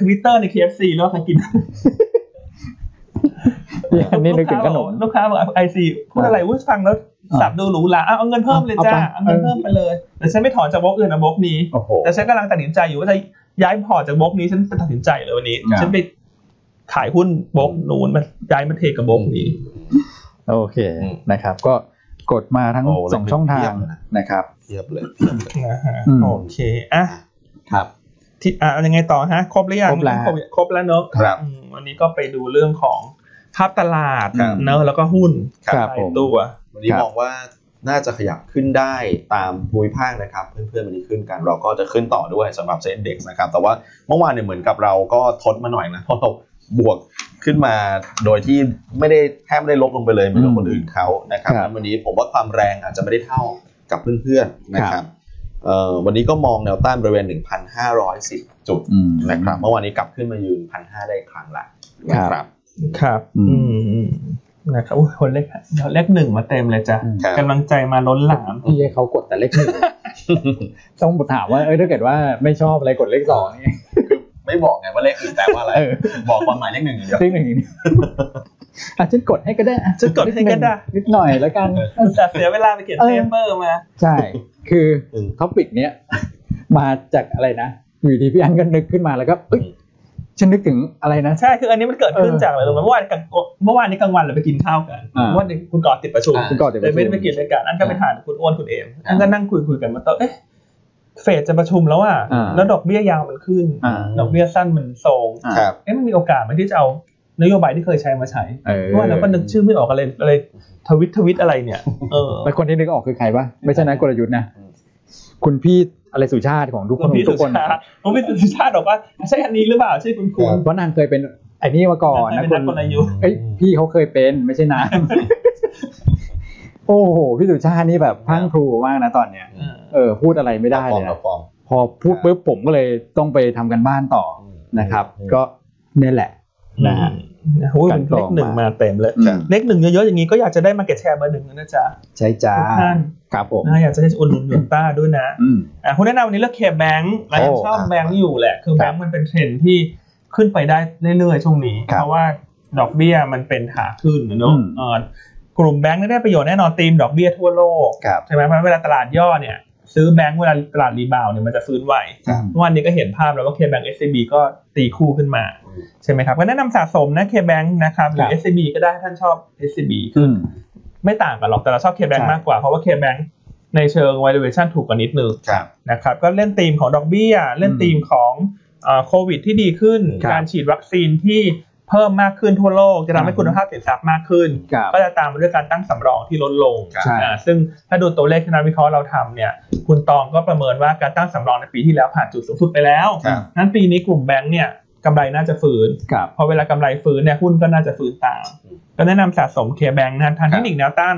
[SPEAKER 1] ทวิตเตอร์ใน KFC แล้วใครกิน
[SPEAKER 3] อันนี้นึกถึงขนม
[SPEAKER 1] ลูกค้าบอกไอซีพูดอะไรวุ้ยฟังแล้วสับดูหรูหราเอาเอาเงินเพิ่มเลยจ้า
[SPEAKER 3] เอาไป
[SPEAKER 1] เอาเงินเพิ่มไปเลยแต่ฉันไม่ถอนจากบล็อกอื่นนะบล็อกนี้
[SPEAKER 3] โอ้โห
[SPEAKER 1] แต่ฉันกำลังตัดสินใจอยู่ว่าจะย้ายพอร์ตจากบล็อกนี้ฉันตัดสินใจเลยวันนี้
[SPEAKER 3] ครับ
[SPEAKER 1] ฉันไปขายหุ้นบล็อกนู้นมาย้ายมาเทกับบล็อกนี้
[SPEAKER 3] โอเค
[SPEAKER 2] อืม
[SPEAKER 3] นะครับ ก็กดมาทั้ง
[SPEAKER 2] โอ้
[SPEAKER 3] สองช่องทา
[SPEAKER 2] เยี่
[SPEAKER 3] ง
[SPEAKER 2] ยมเลยนะ
[SPEAKER 3] นะครับ
[SPEAKER 2] เทียบเลย
[SPEAKER 1] นะฮะ
[SPEAKER 3] อืม
[SPEAKER 1] โอเคอ่ะ
[SPEAKER 2] ครับ
[SPEAKER 1] ที่อ่ะยังไงต่อฮะ ครบหรือยัง
[SPEAKER 3] ครบแล้ว
[SPEAKER 1] ครบแล้วเนอะ
[SPEAKER 2] ครับ
[SPEAKER 1] อืมวันนี้ก็ไปดูเรื่องของภาพตลาด
[SPEAKER 2] ครับ
[SPEAKER 1] เนอะแล้วก็หุ้น
[SPEAKER 2] ครับ
[SPEAKER 3] ครับ
[SPEAKER 1] หลา
[SPEAKER 3] ผ
[SPEAKER 1] ย
[SPEAKER 3] ม
[SPEAKER 1] ตัว
[SPEAKER 2] วันนี้
[SPEAKER 3] ครับ
[SPEAKER 2] มองว่าน่าจะขยับขึ้นได้ตามภูมิภาคนะครับ เพื่อนๆวันนี้ขึ้นกันเราก็จะขึ้นต่อด้วยสำหรับเซ็นเด็กนะครับ แต่ว่าเมื่อวานเนี่ยเหมือนกับเราก็ทดมาหน่อยนะเพราะเราบวกขึ้นมาโดยที่ไม่ได้แทบไม่ได้ลบลงไปเลยเหมือนกับคนอื่นเขานะครับ
[SPEAKER 3] ครับ
[SPEAKER 2] งั้นวันนี้ผมว่าความแรงอาจจะไม่ได้เท่ากับเพื่อนๆนะค
[SPEAKER 3] ครั
[SPEAKER 2] รับบ เอ่อวันนี้ก็มองแนวต้านบริเวณ 1,510 จุด
[SPEAKER 3] อืม
[SPEAKER 2] นะครับเมื่อวานนี้กลับขึ้นมายืนพันห้าได้อีกครั้งละนะค
[SPEAKER 3] ครั
[SPEAKER 2] รับ
[SPEAKER 3] บ
[SPEAKER 1] ครับ
[SPEAKER 3] อื
[SPEAKER 1] อื
[SPEAKER 3] ม
[SPEAKER 1] มอืมนะครับอุ๊ยคนเลขเดี๋ยวเลขหนึ่งมาเต็มเลยจ้ะ
[SPEAKER 3] อืม
[SPEAKER 2] ครับ
[SPEAKER 1] กำลังใจมาล้นหลาม
[SPEAKER 3] พี่ให้เขากดแต่เลขหนึ่งต้องถามว่า เอ้ยถ้าเกิดว่าไม่ชอบอะไรกดเลขสองเนี่ย
[SPEAKER 2] ไม่บอกไงว่าเลขอื่นแปลว่าอะไร
[SPEAKER 3] เออ
[SPEAKER 2] บอกความหมายเลขหนึ่งอย่างเดียว
[SPEAKER 3] ซึ่งหนึ่ง อย่างนี้อาจจะฉันกดให้ก็ได้อ่ะ
[SPEAKER 1] ฉันกดให้ก็ได้
[SPEAKER 3] นิดหน่อย แล้วกัน
[SPEAKER 1] อุตส่าห์เสียเวลาไปเขียน
[SPEAKER 3] เออ
[SPEAKER 1] เปเปอร์มา
[SPEAKER 3] ใช่ คือ
[SPEAKER 2] อืม
[SPEAKER 3] ท็อปิกเนี้ย มาจากอะไรนะ อยู่ดีพี่อันก็นึกขึ้นมาแล้วก็เอ้ยฉันนึกถึงอะไรนะ
[SPEAKER 1] ใช่คืออันนี้มันเกิดขึ้น
[SPEAKER 3] เออ
[SPEAKER 1] จากอะไรรู้ไหมเมื่อวานกลางเมื่อวานนี้กลางวันเราไปกินข้าวกัน
[SPEAKER 3] อ่า
[SPEAKER 1] เมื่อวานนี้คุณกอติดประชุม
[SPEAKER 3] คุณกอดเดี๋ยว
[SPEAKER 1] เลยไม่ได้
[SPEAKER 3] ป
[SPEAKER 1] ไป
[SPEAKER 3] ระชุ
[SPEAKER 1] กินด้วยกันอันก็ไป
[SPEAKER 3] อ่า
[SPEAKER 1] ทานกับคุณอ้วนคุณเอม
[SPEAKER 2] อ่า
[SPEAKER 1] อันก็นั่งคุยคุยกันมาต่อเอ๊ะเฟดจะประชุมแล้วอ่ะ
[SPEAKER 3] อ่า
[SPEAKER 1] แล้วดอกเบี้ยยาวมันขึ้น
[SPEAKER 3] อ่า
[SPEAKER 1] ดอกเบี้ยสั้นมันทรง
[SPEAKER 3] อ่า
[SPEAKER 2] ครับ
[SPEAKER 1] เอ๊ะมันมีโอกาสไหมที่จะเอา นโยบายที่เคยใช้มาใช้
[SPEAKER 3] เออ
[SPEAKER 1] เพราะว่าเราก็นึกชื่อไม่ออกอะไรอะไรทวิตทวิตอะไรเนี่ยเออ
[SPEAKER 3] แล้วคนที่นึกออกคือใครปะไม่ใช่นักกลยุทธ์นะคุณพี่อะไรสุชาติของทุกค
[SPEAKER 1] คุ
[SPEAKER 3] น
[SPEAKER 1] ณพี่
[SPEAKER 3] ทุ
[SPEAKER 1] สุ
[SPEAKER 3] กคน
[SPEAKER 1] ชาติผมพี่สุชาติบอกว่าใช่อันนี้หรือเปล่าใช่คุณคุณ
[SPEAKER 3] เพราะนางเคยเป็นไอ้นี่มาก่อน
[SPEAKER 1] นั่น
[SPEAKER 3] นะ
[SPEAKER 1] เป็นนักกลยุทธ์
[SPEAKER 3] เอ้ยพี่เขาเคยเป็นไม่ใช่น าง โอ้โหพี่สุชาตินี่แบบพรังพรูมากนะตอนเนี้ย
[SPEAKER 1] อืม
[SPEAKER 3] เออพูดอะไรไม่ได้
[SPEAKER 2] ฟอ
[SPEAKER 3] เล
[SPEAKER 2] ร์ม
[SPEAKER 3] ย
[SPEAKER 2] กับ
[SPEAKER 3] นะ
[SPEAKER 2] ฟอร์ม
[SPEAKER 3] พอพูดปุ๊บผมก็เลยต้องไปทำกันบ้านต่อนะครับ
[SPEAKER 2] อืม
[SPEAKER 3] ก็เนี่ยแหละ นะฮะ
[SPEAKER 1] โอ้ยเป็นเลขหนึ่งมาเต็มเลย เลขหนึ่งเยอะๆอย่างนี้ก็อยากจะได้มาเก็ตแชร์เบอร์หนึ่งนะจ๊ะ
[SPEAKER 3] ใช่จ้า
[SPEAKER 1] ทุกท่าน
[SPEAKER 3] ครับผม
[SPEAKER 1] นะอยากจะได้อุดหนุนหยวนต้าด้วยนะ
[SPEAKER 3] อืม
[SPEAKER 1] อ่ะคุณแนะนำวันนี้เลือกเคแบงค์เรายัง
[SPEAKER 3] โอ้
[SPEAKER 1] ชอบ
[SPEAKER 2] อ่ะ
[SPEAKER 1] แบงค์อยู่แหละ คือแบงค์มันเป็นเทรนด์ที่ขึ้นไปได้เรื่อยๆช่วงนี้
[SPEAKER 3] ครับ
[SPEAKER 1] เพราะว่าดอกเบี้ยมันเป็นขาขึ้นนะเนอะ
[SPEAKER 3] อืม
[SPEAKER 1] เออกลุ่มแบงค์ได้ประโยชน์แน่นอนตีมดอกเบี้ยทั่วโลก
[SPEAKER 2] ครับ
[SPEAKER 1] ใช่ไหมเพราะเวลาตลาดย่อเนี่ย ซื้อแบงก์เวลาตลาดรีบาวด์เนี่ยมันจะฟื้นไว
[SPEAKER 2] ครับ
[SPEAKER 1] เมื่อวันนี้ก็เห็นภาพแล้วว่าเคแบงก์เอชบีก็ตีคู่ขึ้นมา ใช่ไหมครับ ก็แนะนำสะสมนะเคแบงก์นะครับหรื
[SPEAKER 3] ครั
[SPEAKER 1] อบ เอชบีก็ได้ถ้าท่านชอบเอชบี
[SPEAKER 3] อืม
[SPEAKER 1] ไม่ต่างกันหรอกแต่เราชอบเคแบง
[SPEAKER 3] ใช่
[SPEAKER 1] ก์มากกว่า เพราะว่าเคแบงก์ในเชิง valuation ถูกกว่านิดนึง
[SPEAKER 2] ครับ
[SPEAKER 1] นะครับก็เล่นธีมของดอกเบี้ย เล่นธีมของเอ่อโควิดที่ดีขึ้น
[SPEAKER 3] ครับ
[SPEAKER 1] การฉีดวัคซีนที่เพิ่มมากขึ้นทั่วโลก จะทำให้
[SPEAKER 3] อืม
[SPEAKER 1] คุณภาพสินทรัพย์มากขึ้น
[SPEAKER 3] ครับ
[SPEAKER 1] ก็จะตามมาด้วยการตั้งสำรองที่ลดลง
[SPEAKER 2] ครับ
[SPEAKER 1] อ่าซึ่งถ้าดูตัวเลขที่นักวิเคราะห์เราทำเนี่ย คุณตองก็ประเมินว่าการตั้งสำรองในปีที่แล้วผ่านจุดสูงสุดไปแล้ว
[SPEAKER 2] ครับ
[SPEAKER 1] นั้นปีนี้กลุ่มแบงก์เนี่ยกำไรน่าจะฟื้น
[SPEAKER 3] ครับ
[SPEAKER 1] พอเวลากำไรฟื้นเนี่ยหุ้นก็น่าจะฟื้นตาม
[SPEAKER 2] อืม
[SPEAKER 1] ก็แนะนำสะสมเคแบงก์นะทาง
[SPEAKER 2] ครั
[SPEAKER 1] เท
[SPEAKER 2] บ
[SPEAKER 1] คนิคแนวต้าน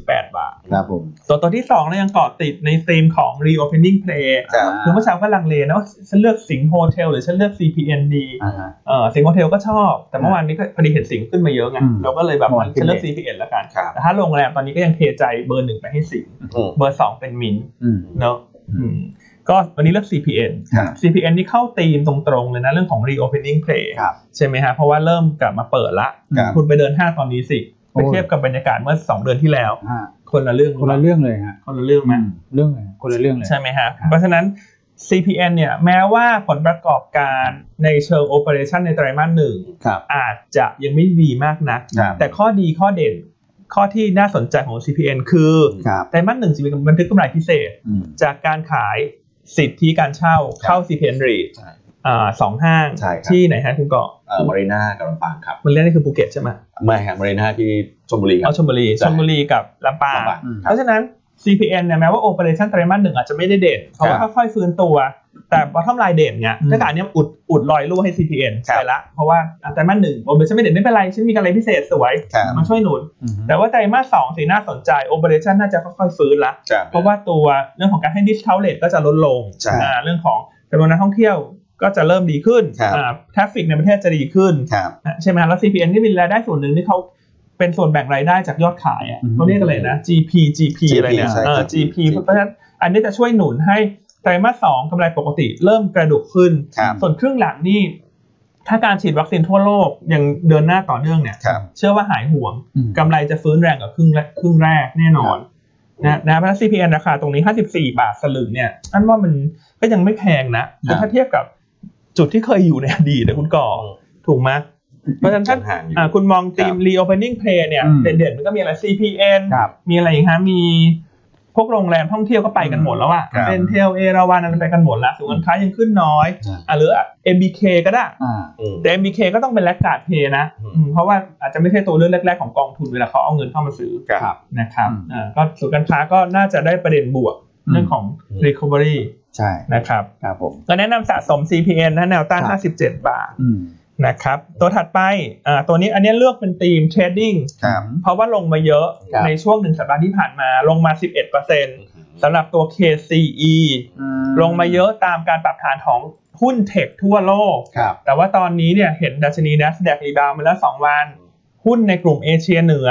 [SPEAKER 1] 148 บาท
[SPEAKER 3] ครับผม
[SPEAKER 1] ส่วนตัวที่2เรายังเกาะติดในธีมของ reopening play
[SPEAKER 2] ครับ
[SPEAKER 1] คือเมื่อเช้าก็ลังเลนะว่าฉันเลือกสิงห์โฮเทลหรือฉันเลือก CPN ดี
[SPEAKER 3] อ่าฮะ
[SPEAKER 1] เออสิงห์โฮเทลก็ชอบ แต่เมื่อวานนี้ก็พอดีเห็นสิงห์ขึ้นมาเยอะไง
[SPEAKER 3] อืม
[SPEAKER 1] เราก็เลยแบบ
[SPEAKER 3] เมื่อวา
[SPEAKER 1] มัน น
[SPEAKER 3] ขึ้น
[SPEAKER 1] เลือก
[SPEAKER 3] เอง
[SPEAKER 1] CPN แล้วกัน
[SPEAKER 2] ครับ
[SPEAKER 1] แต่ถ้าโรงแรมตอนนี้ก็ยังเทใจเบอร์หนึ่งไปให้สิงห์
[SPEAKER 2] อืม
[SPEAKER 1] เบอร์สองเป็นมินท์
[SPEAKER 3] อืม
[SPEAKER 1] เนอะอืมก็วันนี้เลือก CPN
[SPEAKER 3] ครับ
[SPEAKER 1] CPN นี่เข้าธีมตรงๆเลยนะเรื่องของ reopening play
[SPEAKER 3] ครับ
[SPEAKER 1] ใช่ไหมฮะเพราะว่าเริ่มกลับมาเปิดละ
[SPEAKER 2] ครับ
[SPEAKER 1] คุณไปเดินห้างตอนนี้สิ
[SPEAKER 3] โอ้
[SPEAKER 1] ไป
[SPEAKER 3] ย
[SPEAKER 1] เทียบกับบรรยากาศเมื่อสองเดือนที่แล้ว
[SPEAKER 3] อ่า
[SPEAKER 1] คนละเรื่อง
[SPEAKER 3] คนละเรื่องเลยฮะ
[SPEAKER 1] คนละเรื่องไหม
[SPEAKER 3] อืมเรื่องเลยคนละเรื่องเลย
[SPEAKER 1] ใช่ไหมฮะ
[SPEAKER 3] ครับ
[SPEAKER 1] เพราะฉะนั้น CPN เนี่ยแม้ว่าผลประกอบการในเชิง Operation ในไตรมาสหนึ่ง
[SPEAKER 3] ครับ
[SPEAKER 1] อาจจะยังไม่ดีมากนัก
[SPEAKER 3] ครับ
[SPEAKER 1] แต่ข้อดีข้อเด่นข้อที่น่าสนใจของ CPN คือ
[SPEAKER 3] ครับ
[SPEAKER 1] ไตรมาสหนึ่งจะมีบันทึกกำไรพิเศษ
[SPEAKER 3] อืม
[SPEAKER 1] จากการขายสิทธิการเช่า
[SPEAKER 2] ครับ
[SPEAKER 1] เข้า CPN r e
[SPEAKER 2] ใช่
[SPEAKER 1] อ่าสองห้าง
[SPEAKER 2] ใช่ครับ
[SPEAKER 1] ที่ไหนฮะคุณเกาะ
[SPEAKER 2] เอ่อมารีนากับลำปางครับ
[SPEAKER 1] มันเรียกนี่คือภูเก็ตใช่ไหม
[SPEAKER 2] ไม่ครับมารีนาที่ชลบุรีครั
[SPEAKER 1] เอา
[SPEAKER 2] บ
[SPEAKER 1] ชลบุรี
[SPEAKER 2] ใช่
[SPEAKER 1] ชลบุรีกับลำปาง
[SPEAKER 2] ลำปาง
[SPEAKER 3] อืม
[SPEAKER 2] ค
[SPEAKER 1] เพ
[SPEAKER 2] รับ
[SPEAKER 1] ราะฉะนั้น CPN เนี่ยแม้ว่า Operation ไตรมาสหนึ่งอาจจะไม่ได้เด่นเพราะว่า
[SPEAKER 2] ครับ
[SPEAKER 1] ค่อยๆฟื้นตัว แต่ bottom line เด่นไง
[SPEAKER 3] อืม
[SPEAKER 1] ถ้าการเนี้ยอุดอุดรอยรั่วให้ CPN
[SPEAKER 2] ครับ
[SPEAKER 1] ใช่ละ เพราะว่าอ่ะไตรมาสหนึ่ง Operation ไม่เด่นไม่เป็นไรฉันมีอะไรพิเศษสวย
[SPEAKER 2] ครับ
[SPEAKER 1] มาช่วยหนุน
[SPEAKER 3] อืม
[SPEAKER 1] แต่ว่าไตรมาสสองสีน่าสนใจ Operation น่าจะค่อยๆฟื้นละ
[SPEAKER 2] ครับ
[SPEAKER 1] เพราะว่าตัวเรื่องของการให้ดิสเทลเลตก็จะลดลง
[SPEAKER 2] ใช่
[SPEAKER 1] อ่าเรื่องของจำนวนนักท่องเที่ยวก็จะเริ่มดีขึ้น
[SPEAKER 2] ครับ
[SPEAKER 1] ทราฟฟิกในประเทศจะดีขึ้น
[SPEAKER 2] ครับ
[SPEAKER 1] ใช่ไหมฮะแล้ว CPN ที่มีรายได้ส่วนหนึ่งที่เขาเป็นส่วนแบ่งรายได้จากยอดขายอะ
[SPEAKER 3] อืม
[SPEAKER 1] เขาเรียกอะไรนะ GP GP อะไรเนี่ย
[SPEAKER 2] ใช่
[SPEAKER 1] เออ GP
[SPEAKER 2] GP
[SPEAKER 1] เพราะฉะนั้นอันนี้จะช่วยหนุนให้ไตรมาสสองกำไรปกติเริ่มกระดุกขึ้น
[SPEAKER 2] ครับ
[SPEAKER 1] ส่วนครึ่งหลังนี่ถ้าการฉีดวัคซีนทั่วโลกยังเดินหน้าต่อเนื่องเนี่ย
[SPEAKER 2] ครับ
[SPEAKER 1] เชื่อว่าหายห่วง
[SPEAKER 3] อืม
[SPEAKER 1] กำไรจะฟื้นแรงกว่าครึ่งแรกครึ่งแรกแน่นอนนะนะเพราะฉะนั้น CPN ราคาตรงนี้ 54 บาทสลึงเนี่ยอันว่ามันก็ยังไม่แพงนะคือถ้าเทียบกับจุดที่เคยอยู่ในอดีตนะคุณก่อถูกไหมเพราะฉะนั้นถ้า
[SPEAKER 2] ยังห่างอยู่
[SPEAKER 1] อ่าคุณมองทีม
[SPEAKER 2] ครับ
[SPEAKER 1] reopening play เนี่ย
[SPEAKER 3] อืม
[SPEAKER 1] เด่นๆมันก็มีอะไร CPN
[SPEAKER 3] ครับ
[SPEAKER 1] มีอะไรอีกฮะมีพวกโรงแรมท่องเที่ยวก็ไปกันหมดแล้วอะ
[SPEAKER 2] ครับ
[SPEAKER 1] เซนเทลเอราวันอะไรไปกันหมดละส่วนการค้ายังขึ้นน้อย
[SPEAKER 2] ครับ
[SPEAKER 1] อ่ะหรือ MBK ก็ได้
[SPEAKER 3] อ่า
[SPEAKER 2] อืม
[SPEAKER 1] แต่ MBK ก็ต้องเป็นแลกการ์ดเพย์นะ
[SPEAKER 2] อืม
[SPEAKER 1] อืมเพราะว่าอาจจะไม่ใช่ตัวเลือกแรกๆของกองทุนเวลาเขาเอาเงินเข้ามาซื้อ
[SPEAKER 2] ครับ
[SPEAKER 1] นะครับ
[SPEAKER 3] อืม
[SPEAKER 1] อ่าก็ส่วนการค้าก็น่าจะได้ประเด็นบวก
[SPEAKER 3] อืม
[SPEAKER 1] เรื่องของ
[SPEAKER 2] อืม
[SPEAKER 1] recovery
[SPEAKER 3] ใช่
[SPEAKER 1] นะครับ
[SPEAKER 3] ครับผม
[SPEAKER 1] ก็แนะนำสะสม CPN นะแนวต้าน
[SPEAKER 3] ครับ
[SPEAKER 1] 57 บาท
[SPEAKER 3] อืม
[SPEAKER 1] นะครับตัวถัดไปอ่าตัวนี้อันนี้เลือกเป็นธีมเทรดดิ้ง
[SPEAKER 2] ครับ
[SPEAKER 1] เพราะว่าลงมาเยอะ
[SPEAKER 3] ครับ
[SPEAKER 1] ในช่วงหนึ่งสัปดาห์ที่ผ่านมาลงมา 11%สำหรับตัว KCE
[SPEAKER 3] อื
[SPEAKER 1] ลงมาเยอะตามการปรับฐานของหุ้นเทคทั่วโลก
[SPEAKER 3] ครับ
[SPEAKER 1] แต่ว่าตอนนี้เนี่ยเห็นดัชนี NASDAQ รีบาวมาแล้ว 2 วัน หุ้นในกลุ่มเอเชียเหนือ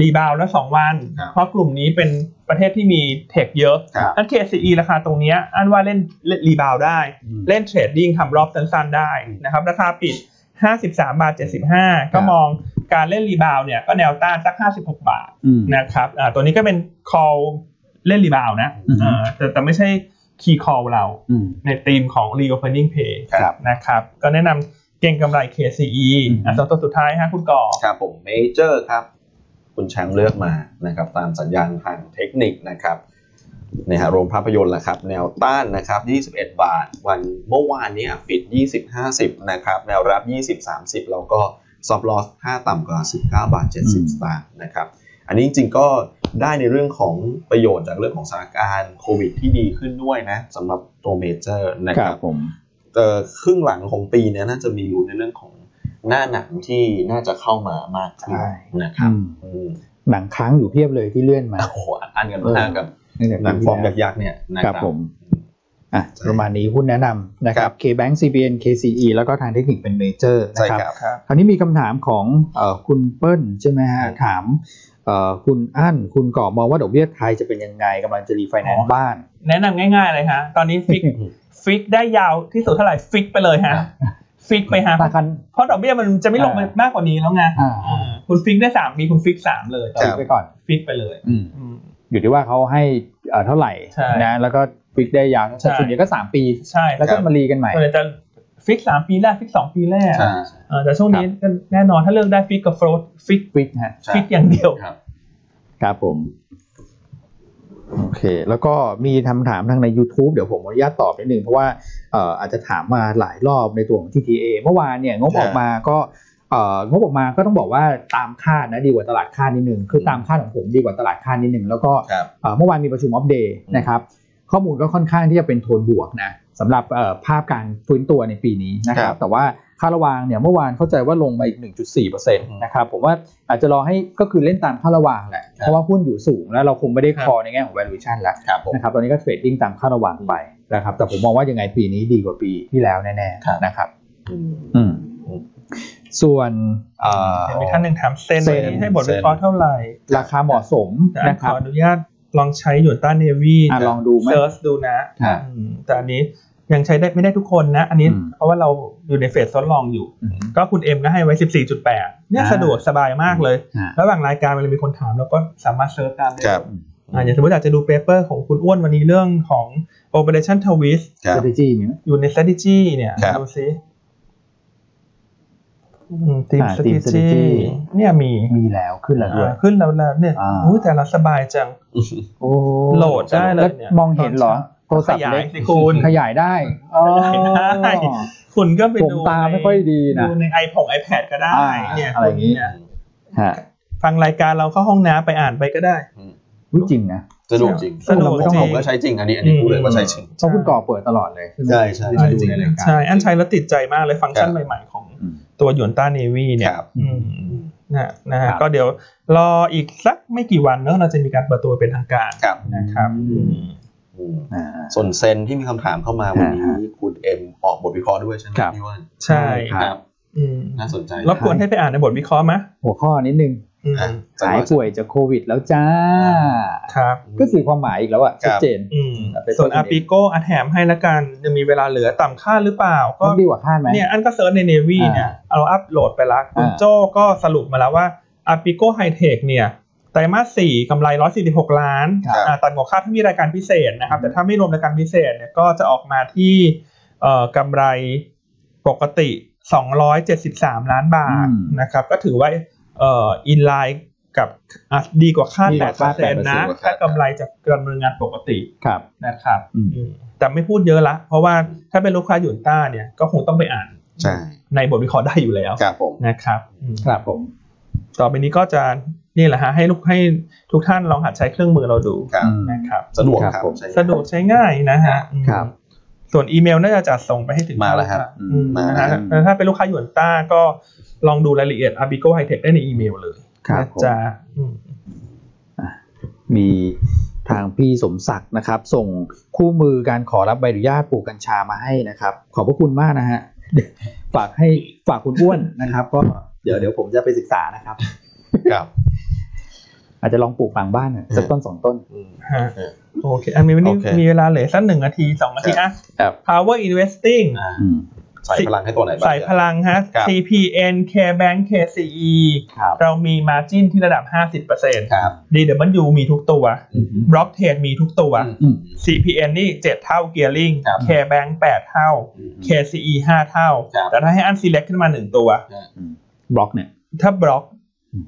[SPEAKER 1] รีบาวแล้ว 2 วัน
[SPEAKER 2] ครับ
[SPEAKER 1] เพราะกลุ่มนี้เป็นประเทศที่มีเทคเยอะ
[SPEAKER 2] ครับ
[SPEAKER 1] นั้น KCE ราคาตรงเนี้ยอันว่าเล่นเล่นรีบาวได้ เล่นเทรดดิ้งทำรอบสั้นๆได้นะครับราคาปิด 53 บาท 75 ก็มองการเล่นรีบาวเนี่ยก็แนวต้านสัก 56 บาท
[SPEAKER 3] อืม
[SPEAKER 1] นะครับอ่าตัวนี้ก็เป็น call เล่นรีบาวนะ
[SPEAKER 3] อืม
[SPEAKER 1] อ่าแต่แต่ไม่ใช่ key call เรา
[SPEAKER 3] อืม
[SPEAKER 1] ในธีมของ reopening pay
[SPEAKER 2] ครับ
[SPEAKER 1] นะครับก็แนะนำเก่งกำไร KCE
[SPEAKER 3] อืม
[SPEAKER 1] อ่ะสองตัวสุดท้ายฮะคุณก่อ
[SPEAKER 2] ครับผมเมเจอร์ครับ คุณแชมป์เลือกมานะครับ ตามสัญญาณทางเทคนิคนะครับนะฮะโรงภาพยนตร์ละครับ แนวต้านนะครับ 21 บาท วันเมื่อวานเนี้ยปิด 20 50 นะครับ แนวรับ 20 30 แล้วก็ ซอฟลอสค่าต่ำกว่า 19 บาท 70 สตางค์นะครับ อันนี้จริงๆก็ได้ในเรื่องของประโยชน์จากเรื่องของสถานการณ์โควิดที่ดีขึ้นด้วยนะสำหรับตัวเมเจอร์นะ
[SPEAKER 3] ค
[SPEAKER 2] ค
[SPEAKER 3] รั
[SPEAKER 2] รั
[SPEAKER 3] บบ ผม
[SPEAKER 2] เอ่อครึ่งหลังของปีเนี้ยน่าจะมีรู้นในเรื่องของหน้าหนังที่น่าจะเข้ามามากขึ้น
[SPEAKER 3] ใช่
[SPEAKER 2] นะครับอืม
[SPEAKER 3] หนังค้างอยู่เพียบเลยที่เลื่อนมา
[SPEAKER 2] โอ้โหอัดอันกันมากกับ
[SPEAKER 3] ตั้แต่
[SPEAKER 2] หนังฟอร์ม
[SPEAKER 3] ปีที่แล้ว
[SPEAKER 2] ยักษ์ๆเนี่ยนะ
[SPEAKER 3] ค
[SPEAKER 2] ค
[SPEAKER 3] รั
[SPEAKER 2] รั
[SPEAKER 3] บบ ผมอ่ะประมาณนี้หุ้นแนะนำนะครับ KBank CBN KCE แล้วก็ทางเทคนิคเป็นเมเจอร์นะ
[SPEAKER 2] ใช่
[SPEAKER 3] ครับ
[SPEAKER 2] ครับ
[SPEAKER 1] ครับ
[SPEAKER 3] คราวนี้มีคำถามของเออคุณเปิ้ลใช่ไหมฮะถามเอ่อคุณอั้นคุณก่อมองว่าดอกเบี้ยไทยจะเป็นยังไงกำลังจะรีไฟแนน
[SPEAKER 1] อ๋อ
[SPEAKER 3] ซ์บ้าน
[SPEAKER 1] แนะนำง่ายๆเลยฮะ ตอนนี้ฟิก ฟิกได้ยาวที่สุดเท่าไหร่ฟิกไปเลยฮะ
[SPEAKER 2] อ่ะ
[SPEAKER 1] ฟิกไปฮะ
[SPEAKER 3] ถ้าคัน
[SPEAKER 1] เพราะดอกเบี้ยมันจะไม่ลงไป
[SPEAKER 3] อ่าม
[SPEAKER 1] มากกว่านี้แล้วไง
[SPEAKER 3] อ่า
[SPEAKER 1] อ่าคุณฟิกได้สามปีคุณฟิกสามเลย
[SPEAKER 2] ครั
[SPEAKER 3] ฟิ
[SPEAKER 2] บ
[SPEAKER 3] กไปก่อน
[SPEAKER 1] ฟิกไปเลย
[SPEAKER 3] อืม
[SPEAKER 1] อืม
[SPEAKER 3] อยู่ที่ว่าเขาให้เอ่อเท่าไหร่
[SPEAKER 1] ใช่
[SPEAKER 3] นะแล้วก็ฟิกได้ยาว
[SPEAKER 1] ใช่
[SPEAKER 3] ส่วนใหญ่ก็ 3 ปี
[SPEAKER 1] ใช่
[SPEAKER 3] แล้วก็มารีกันใหม่
[SPEAKER 1] ส่วนใหญ่จะฟิกสามปีแรกฟิกสองปีแรก
[SPEAKER 2] ใช่
[SPEAKER 1] อ่าแต่ช่วงนี้ก็แน่นอนถ้าเลือกได้ฟิกกับโฟลตฟิก
[SPEAKER 3] ฟิกฮะ
[SPEAKER 2] ใช่
[SPEAKER 1] ฟิกอย่างเดียว
[SPEAKER 2] ครับ
[SPEAKER 3] ครับผม โอเค แล้วก็มีคำถามทางใน YouTube เดี๋ยวผมขออนุญาตตอบนิดนึงเพราะว่าเอ่ออาจจะถามมาหลายรอบในตัวของ TTA เมื่อวานเนี่ยงบออกมาก็เอ่องบออกมาก็ต้องบอกว่าตามคาดนะดีกว่าตลาดคาดนิดนึงคือ
[SPEAKER 2] อืม
[SPEAKER 3] ตามคาดของผมดีกว่าตลาดคาดนิดนึงแล้วก็
[SPEAKER 2] ครับ
[SPEAKER 3] เอ่อเมื่อวานมีประชุมอัปเดตนะครับ ข้อมูลก็ค่อนข้างที่จะเป็นโทนบวกนะสำหรับเอ่อภาพการฟื้นตัวในปีนี้นะค
[SPEAKER 2] ค
[SPEAKER 3] รั
[SPEAKER 2] รับ บ
[SPEAKER 3] แต่ว่าค่าระวางเนี่ยเมื่อวานเข้าใจว่าลงมาอีก 1.4%นะครับผมว่าอาจจะรอให้ก็คือเล่นตามค่าระวางแหละ
[SPEAKER 2] ครับ
[SPEAKER 3] เพราะว่าหุ้นอยู่สูงแล้วเราคงไม่ได้
[SPEAKER 1] ครับ
[SPEAKER 3] คอในแง่ของ valuation แล้ว
[SPEAKER 2] ครับผม
[SPEAKER 3] นะครับตอนนี้ก็เทรดดิ้งตามค่าระวางไปนะครับ แต่ผมมองว่ายังไงปีนี้ดีกว่าปีที่แล้วแน่
[SPEAKER 2] ครับ
[SPEAKER 3] ๆนะครับ
[SPEAKER 2] อืม
[SPEAKER 3] อืม
[SPEAKER 2] อืม
[SPEAKER 3] ส่วนเอ่อ
[SPEAKER 1] เห็นมีท่านหนึ่งถามเซน
[SPEAKER 3] เซน
[SPEAKER 1] วันนี้ให้บทวิเคราะห์เท่าไหร่
[SPEAKER 3] ราคาเหมาะสม
[SPEAKER 1] แต่อัน
[SPEAKER 3] นะ
[SPEAKER 1] ข
[SPEAKER 3] ครั
[SPEAKER 1] อบ อนุญาตลองใช้หยวนต้าเนวี่
[SPEAKER 3] อ่ะลองดูไหม
[SPEAKER 1] เซิร์ชดูนะ
[SPEAKER 3] ฮะ
[SPEAKER 1] อืมแต่อันนี้ยังใช้ได้ไม่ได้ทุกคนนะ อันนี้
[SPEAKER 3] อืม
[SPEAKER 1] เพราะว่าเราอยู่ในเฟสทดลองอยู่
[SPEAKER 3] อืม
[SPEAKER 1] ก็คุณเอ็มก็ให้ไว้ 14.8 เนี่ย
[SPEAKER 3] อ่า
[SPEAKER 1] สะดวกสบายมากเลย
[SPEAKER 3] อ่า
[SPEAKER 1] ระหว่างรายการเวลามีคนถามเราก็สามารถเซิร์ชตามได้
[SPEAKER 2] ครับ
[SPEAKER 1] อ่าอย่างสมมติอยากจะดูเปเปอร์ของคุณอ้วนวันนี้เรื่องของ Operation Twist
[SPEAKER 2] ครับ
[SPEAKER 3] strategy เนี่ย
[SPEAKER 1] อยู่ใน strategy เนี่ย
[SPEAKER 2] ครับ
[SPEAKER 1] ดูซิอืม team
[SPEAKER 3] อ่า team
[SPEAKER 1] strategy
[SPEAKER 3] strategy
[SPEAKER 1] เนี่ยมี
[SPEAKER 3] มีแล้วขึ้นแล้วด้วย
[SPEAKER 1] อ่าขึ้นแล้วแล้วเนี่ย
[SPEAKER 3] อ่า
[SPEAKER 1] อุ้ยแต่เราสบายจัง
[SPEAKER 3] โอ้
[SPEAKER 1] โหลดได้เลยเนี่ย
[SPEAKER 3] มองเห็นเหรอ โทร
[SPEAKER 1] ข
[SPEAKER 3] ศัพท์
[SPEAKER 1] ยา
[SPEAKER 3] เล็
[SPEAKER 1] ย
[SPEAKER 3] ก
[SPEAKER 1] สิคุณ
[SPEAKER 3] ขยายได้
[SPEAKER 1] ขยายได้
[SPEAKER 3] อ๋อ
[SPEAKER 1] คุณก็ไป
[SPEAKER 3] ผม
[SPEAKER 1] ดู
[SPEAKER 3] ตา
[SPEAKER 1] ใน
[SPEAKER 3] ไม่ค่อยดีนะ
[SPEAKER 1] ดูใน iPhone iPad ก็ได้
[SPEAKER 3] อ่า
[SPEAKER 1] เนี่ย
[SPEAKER 3] อะไรอย่างงี้
[SPEAKER 1] คุณเนี่ย
[SPEAKER 3] ฮะ
[SPEAKER 1] ฟังรายการเราเข้าห้องน้ำไปอ่านไปก็ได้
[SPEAKER 3] อุ๊ยจริงนะ
[SPEAKER 2] สะดวกจริง
[SPEAKER 1] สะดวกจริง
[SPEAKER 2] ผมก็ใช้จริงอันนี้อันนี้พูดเลยว่าใช้จริง
[SPEAKER 3] เพราะคุณก่อเปิดตลอดเลยไหม
[SPEAKER 2] ใช่ใช่ใช่จริง
[SPEAKER 3] ดูนายการ
[SPEAKER 1] ใช่ อันใช้แล้วติดใจมากเลยฟังก์ชัน
[SPEAKER 2] ครับ
[SPEAKER 1] ใหม่ๆของ
[SPEAKER 3] อืม
[SPEAKER 1] ตัวหยวนต้าเนวีเนี่
[SPEAKER 2] ค
[SPEAKER 1] ย
[SPEAKER 2] รับ
[SPEAKER 1] อืมนะนะฮะ
[SPEAKER 3] ครับ
[SPEAKER 1] ก็เดี๋ยวรออีกสักไม่กี่วันเนอะเราจะมีการเปิดตัวเป็นทางการ
[SPEAKER 2] ครับ
[SPEAKER 1] นะครับ
[SPEAKER 3] อืม
[SPEAKER 2] อืม
[SPEAKER 3] อ่า
[SPEAKER 2] ส่วนเซนที่มีคำถามเข้ามาวันนี้คุณเอ็มออกบทวิเคราะห์ด้วยใช่ไหม
[SPEAKER 3] ครับ
[SPEAKER 2] พี่ว่าน
[SPEAKER 1] ใช่
[SPEAKER 3] ครับ
[SPEAKER 1] อืม
[SPEAKER 2] น่าสนใจ
[SPEAKER 1] รบกวนให้ไปอ่านในบทวิเคราะห์ไหม
[SPEAKER 3] หัวข้อนิดนึง
[SPEAKER 1] อืม
[SPEAKER 2] อ่ะจัง
[SPEAKER 3] หายว
[SPEAKER 2] หะ
[SPEAKER 3] ป่วยจากโควิดแล้วจ้า
[SPEAKER 1] ครับ
[SPEAKER 3] ก็สื่อความหมายอีกแล้วอ่ะ
[SPEAKER 2] ครั
[SPEAKER 3] ชัด
[SPEAKER 2] บ
[SPEAKER 3] เจน
[SPEAKER 1] อืม
[SPEAKER 3] ไป
[SPEAKER 1] ส่วน
[SPEAKER 3] ต้น
[SPEAKER 1] อาปิโก้อันแถมให้ละกันยังมีเวลาเหลือต่ำค่าหรือเปล่า ก็
[SPEAKER 3] ต้องดีกว่าคาดไหม
[SPEAKER 1] เนี่ยอันก็เซิร์ชในเนวีเนี่ยเราอัพโหลดไปละคุณ
[SPEAKER 3] อ่า
[SPEAKER 1] โจก็สรุปมาแล้วว่าอาปิโก้ไฮเทคเนี่ยไตรมาสสี่กำไร 146 ล้าน
[SPEAKER 2] ครับ
[SPEAKER 1] อ่าตัดหัวค่าถ้ามีรายการพิเศษนะครับ แต่ถ้าไม่รวมรายการพิเศษเนี่ยก็จะออกมาที่เอ่อกำไรปกติ 273 ล้านบาท
[SPEAKER 3] อืม
[SPEAKER 1] นะครับ ก็ถือว่าเอ่ออินไลน์กับอ่ะดีกว่าคาด
[SPEAKER 3] ดีกว่าคาด
[SPEAKER 1] 8%นะ
[SPEAKER 2] 8%
[SPEAKER 1] ถ้ากำไรจากการดำเนินงานปกติ
[SPEAKER 3] ครับ
[SPEAKER 1] นะครับ
[SPEAKER 3] อืม
[SPEAKER 1] อืมแต่ไม่พูดเยอะละ เพราะว่าถ้าเป็นลูกค้าหยุนต้าเนี่ยก็คงต้องไปอ่าน
[SPEAKER 2] ใช่
[SPEAKER 1] ในบทวิเคราะห์ได้อยู่แล้ว
[SPEAKER 2] ครับผม
[SPEAKER 1] นะครับอืม
[SPEAKER 3] ครับผม
[SPEAKER 1] ต่อไปนี้ก็จะนี่แหละฮะให้ลูกให้ทุกท่านลองหัดใช้เครื่องมือเราดู
[SPEAKER 2] ครับ
[SPEAKER 3] อืม
[SPEAKER 1] นะครับ
[SPEAKER 2] สะดวก
[SPEAKER 3] ค
[SPEAKER 2] ค
[SPEAKER 3] รั
[SPEAKER 2] รั
[SPEAKER 3] บบ ผม
[SPEAKER 2] ใช้งาน
[SPEAKER 1] สะดวกใช้ง่ายนะฮะ
[SPEAKER 3] ครับ
[SPEAKER 1] อืมส่วนอีเมลน่าจะจัดส่งไปให้ถึง
[SPEAKER 2] มาแล้วครับ
[SPEAKER 1] อืม
[SPEAKER 2] มา
[SPEAKER 1] นะฮะแล้
[SPEAKER 2] แล้ว
[SPEAKER 1] วถ้าเป็นลูกค้าหยวนต้าก็ลองดูรายละเอียด a b i g o High Tech ได้ในอีเมลเลย
[SPEAKER 3] ครับผม
[SPEAKER 1] นะจะอืม
[SPEAKER 3] มีทางพี่สมศักดิ์นะครับ ส่งคู่มือการขอรับใบอนุญาตปลูกกัญชามาให้นะครับ ขอบพระคุณมากนะฮะ ฝากให้ฝากคุณอ้วนนะครับ ก็เดี๋ยวเดี๋ยวผมจะไปศึกษานะครับ
[SPEAKER 2] ครับ
[SPEAKER 3] อาจจะลองปลูกฝังบ้านน่ะสักต้นสองต้น
[SPEAKER 1] ฮะ โอเคอันมีวันนี้
[SPEAKER 2] โอเค
[SPEAKER 1] มีเวลาเหลือสักหนึ่งนาทีสองนาที
[SPEAKER 2] ครับ
[SPEAKER 1] อ่ะ
[SPEAKER 3] ครับ
[SPEAKER 1] Power Investing
[SPEAKER 2] อ่า
[SPEAKER 3] อืม
[SPEAKER 2] ใส่พลังให้ตัวไหนบ้าง
[SPEAKER 1] ใส่พลังฮะ
[SPEAKER 2] ครับ
[SPEAKER 1] CPN KBank KCE
[SPEAKER 3] ครับ
[SPEAKER 1] เรามี Margin ที่ระดับ 50%
[SPEAKER 2] ครับ
[SPEAKER 1] DW มีทุกตัว Blockchain มีทุกตัว
[SPEAKER 3] อืม
[SPEAKER 1] CPN นี่ 7 เท่า Gearing
[SPEAKER 2] ครับ
[SPEAKER 1] KBank 8 เท่า KCE ห้าเท่า
[SPEAKER 2] ครับ
[SPEAKER 1] แต่ถ้าให้อัน select ขึ้นมาหนึ่งตัว
[SPEAKER 3] อืมบล็อกเนี่ย
[SPEAKER 1] ถ้าบล็อก
[SPEAKER 3] อืม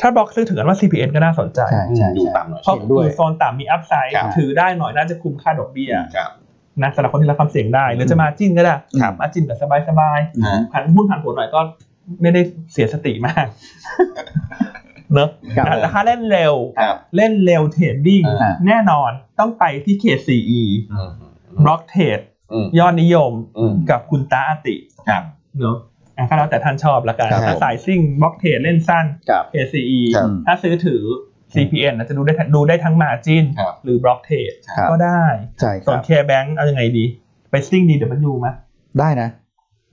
[SPEAKER 1] ถ้าบล็อกซึ่งถือกันว่า CPN ก็น่าสนใจ
[SPEAKER 3] ใช่ใช่
[SPEAKER 2] อยู่
[SPEAKER 3] ใช่
[SPEAKER 2] ต่ำหน่อย
[SPEAKER 1] เพราะ
[SPEAKER 3] เห็น
[SPEAKER 1] อ
[SPEAKER 3] ด้วย
[SPEAKER 1] ยู่โซนต่ำมีอัพไซด์
[SPEAKER 2] ครับ
[SPEAKER 1] ถือได้หน่อยน่าจะคุ้มค่าดอกเบี้ย
[SPEAKER 2] ครับ
[SPEAKER 1] นะสำหรับคนที่รับความเสี่ยงได้ หรือ
[SPEAKER 3] ม
[SPEAKER 1] จะมาจิ้นก็ได้
[SPEAKER 3] ครับ
[SPEAKER 1] มาจิ้นแบบสบาย
[SPEAKER 3] อืม
[SPEAKER 1] ๆผันหุ้นผันผลหน่อยก็ ไม่ได้เสียสติมาก เนอะ
[SPEAKER 3] ครับ
[SPEAKER 1] แต่ถ้าเล่นเร็ว
[SPEAKER 2] ครับ
[SPEAKER 1] เล่นเร็วเทรดดิ้ง
[SPEAKER 3] อ่า
[SPEAKER 1] แน่นอนต้องไปที่ KCE
[SPEAKER 2] อืม
[SPEAKER 1] บล็อกเทรด
[SPEAKER 2] อืม
[SPEAKER 1] ยอดนิยม
[SPEAKER 2] อืม
[SPEAKER 1] กับคุณตาอาติ
[SPEAKER 2] ครับ
[SPEAKER 1] เนอะอ่ะก็แล้วแต่ท่านชอบละกัน
[SPEAKER 2] ครับ
[SPEAKER 1] ถ้าสายซิ่งบล็อกเทรดเล่นสั้น
[SPEAKER 3] ครับ
[SPEAKER 1] KCE
[SPEAKER 2] ครับ
[SPEAKER 1] ถ้าซื้อถือ CPN อาจจะดูได้ทั้งดูได้ทั้งมาจิน
[SPEAKER 2] ครับ
[SPEAKER 1] หรือบล็อกเทรด
[SPEAKER 3] ครับ
[SPEAKER 1] ก็ได้
[SPEAKER 3] ใช่ค
[SPEAKER 1] ส่ว
[SPEAKER 3] รั
[SPEAKER 1] น
[SPEAKER 3] บ
[SPEAKER 1] K-Bank เอายังไงดี ไปซิ่งดีเดี๋ยวมันยูไหม
[SPEAKER 3] ได้นะ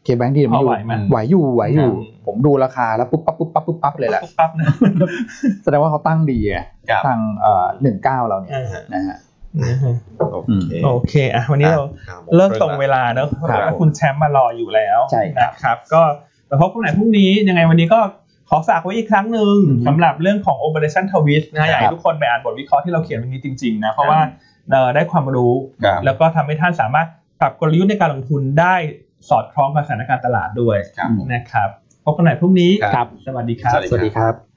[SPEAKER 3] เคแบงค์ดี
[SPEAKER 1] พอไหวไหม
[SPEAKER 3] มันอยู่ไหวอยู่ไหวอยู่
[SPEAKER 1] อืม
[SPEAKER 3] ผมดูราคาแล้วปุ๊บปั๊บปุ๊บปั๊บปุ๊บปั๊บเลยแหละ
[SPEAKER 1] ปุ๊บปั๊บนะ
[SPEAKER 3] แสดงว่าเขาตั้งดีอะ
[SPEAKER 2] ครับ
[SPEAKER 3] ทางเอ่อหนึ่งเก้าเราเนี่ย
[SPEAKER 1] อ่าฮะ
[SPEAKER 3] นะฮะ
[SPEAKER 2] โอเค
[SPEAKER 1] โอเคอ่ะวันนี้เรา
[SPEAKER 2] ครับ
[SPEAKER 1] เลิกตรงเวลาเนอะ
[SPEAKER 3] ครับ
[SPEAKER 1] เพราะว่าคุณแชมป์มารออยู่แล้ว
[SPEAKER 3] ใช่ครับ
[SPEAKER 1] นะครับ ก็แต่พบกันใหม่พรุ่งนี้ยังไงวันนี้ก็ขอฝากไว้อีกครั้งหนึ่ง
[SPEAKER 3] อือฮึ
[SPEAKER 1] สำหรับเรื่องของ Operation Twist นะฮะอยาก
[SPEAKER 3] ครั
[SPEAKER 1] ให้
[SPEAKER 3] บ
[SPEAKER 1] ทุกคนไปอ่านบทวิเคราะห์ที่เราเขียนวันนี้จริงๆนะ เพราะว่าเอ่อได้ความรู้
[SPEAKER 2] ครับ
[SPEAKER 1] แล้วก็ทำให้ท่านสามารถปรับกลยุทธ์ในการลงทุนได้สอดคล้องกับสถานการณ์ตลาดด้วย
[SPEAKER 2] ครับผม
[SPEAKER 1] นะครับพบกันใหม่พรุ่งนี้
[SPEAKER 2] ครับ
[SPEAKER 1] สวัสดีครับ
[SPEAKER 2] สวัสดี
[SPEAKER 3] ครับ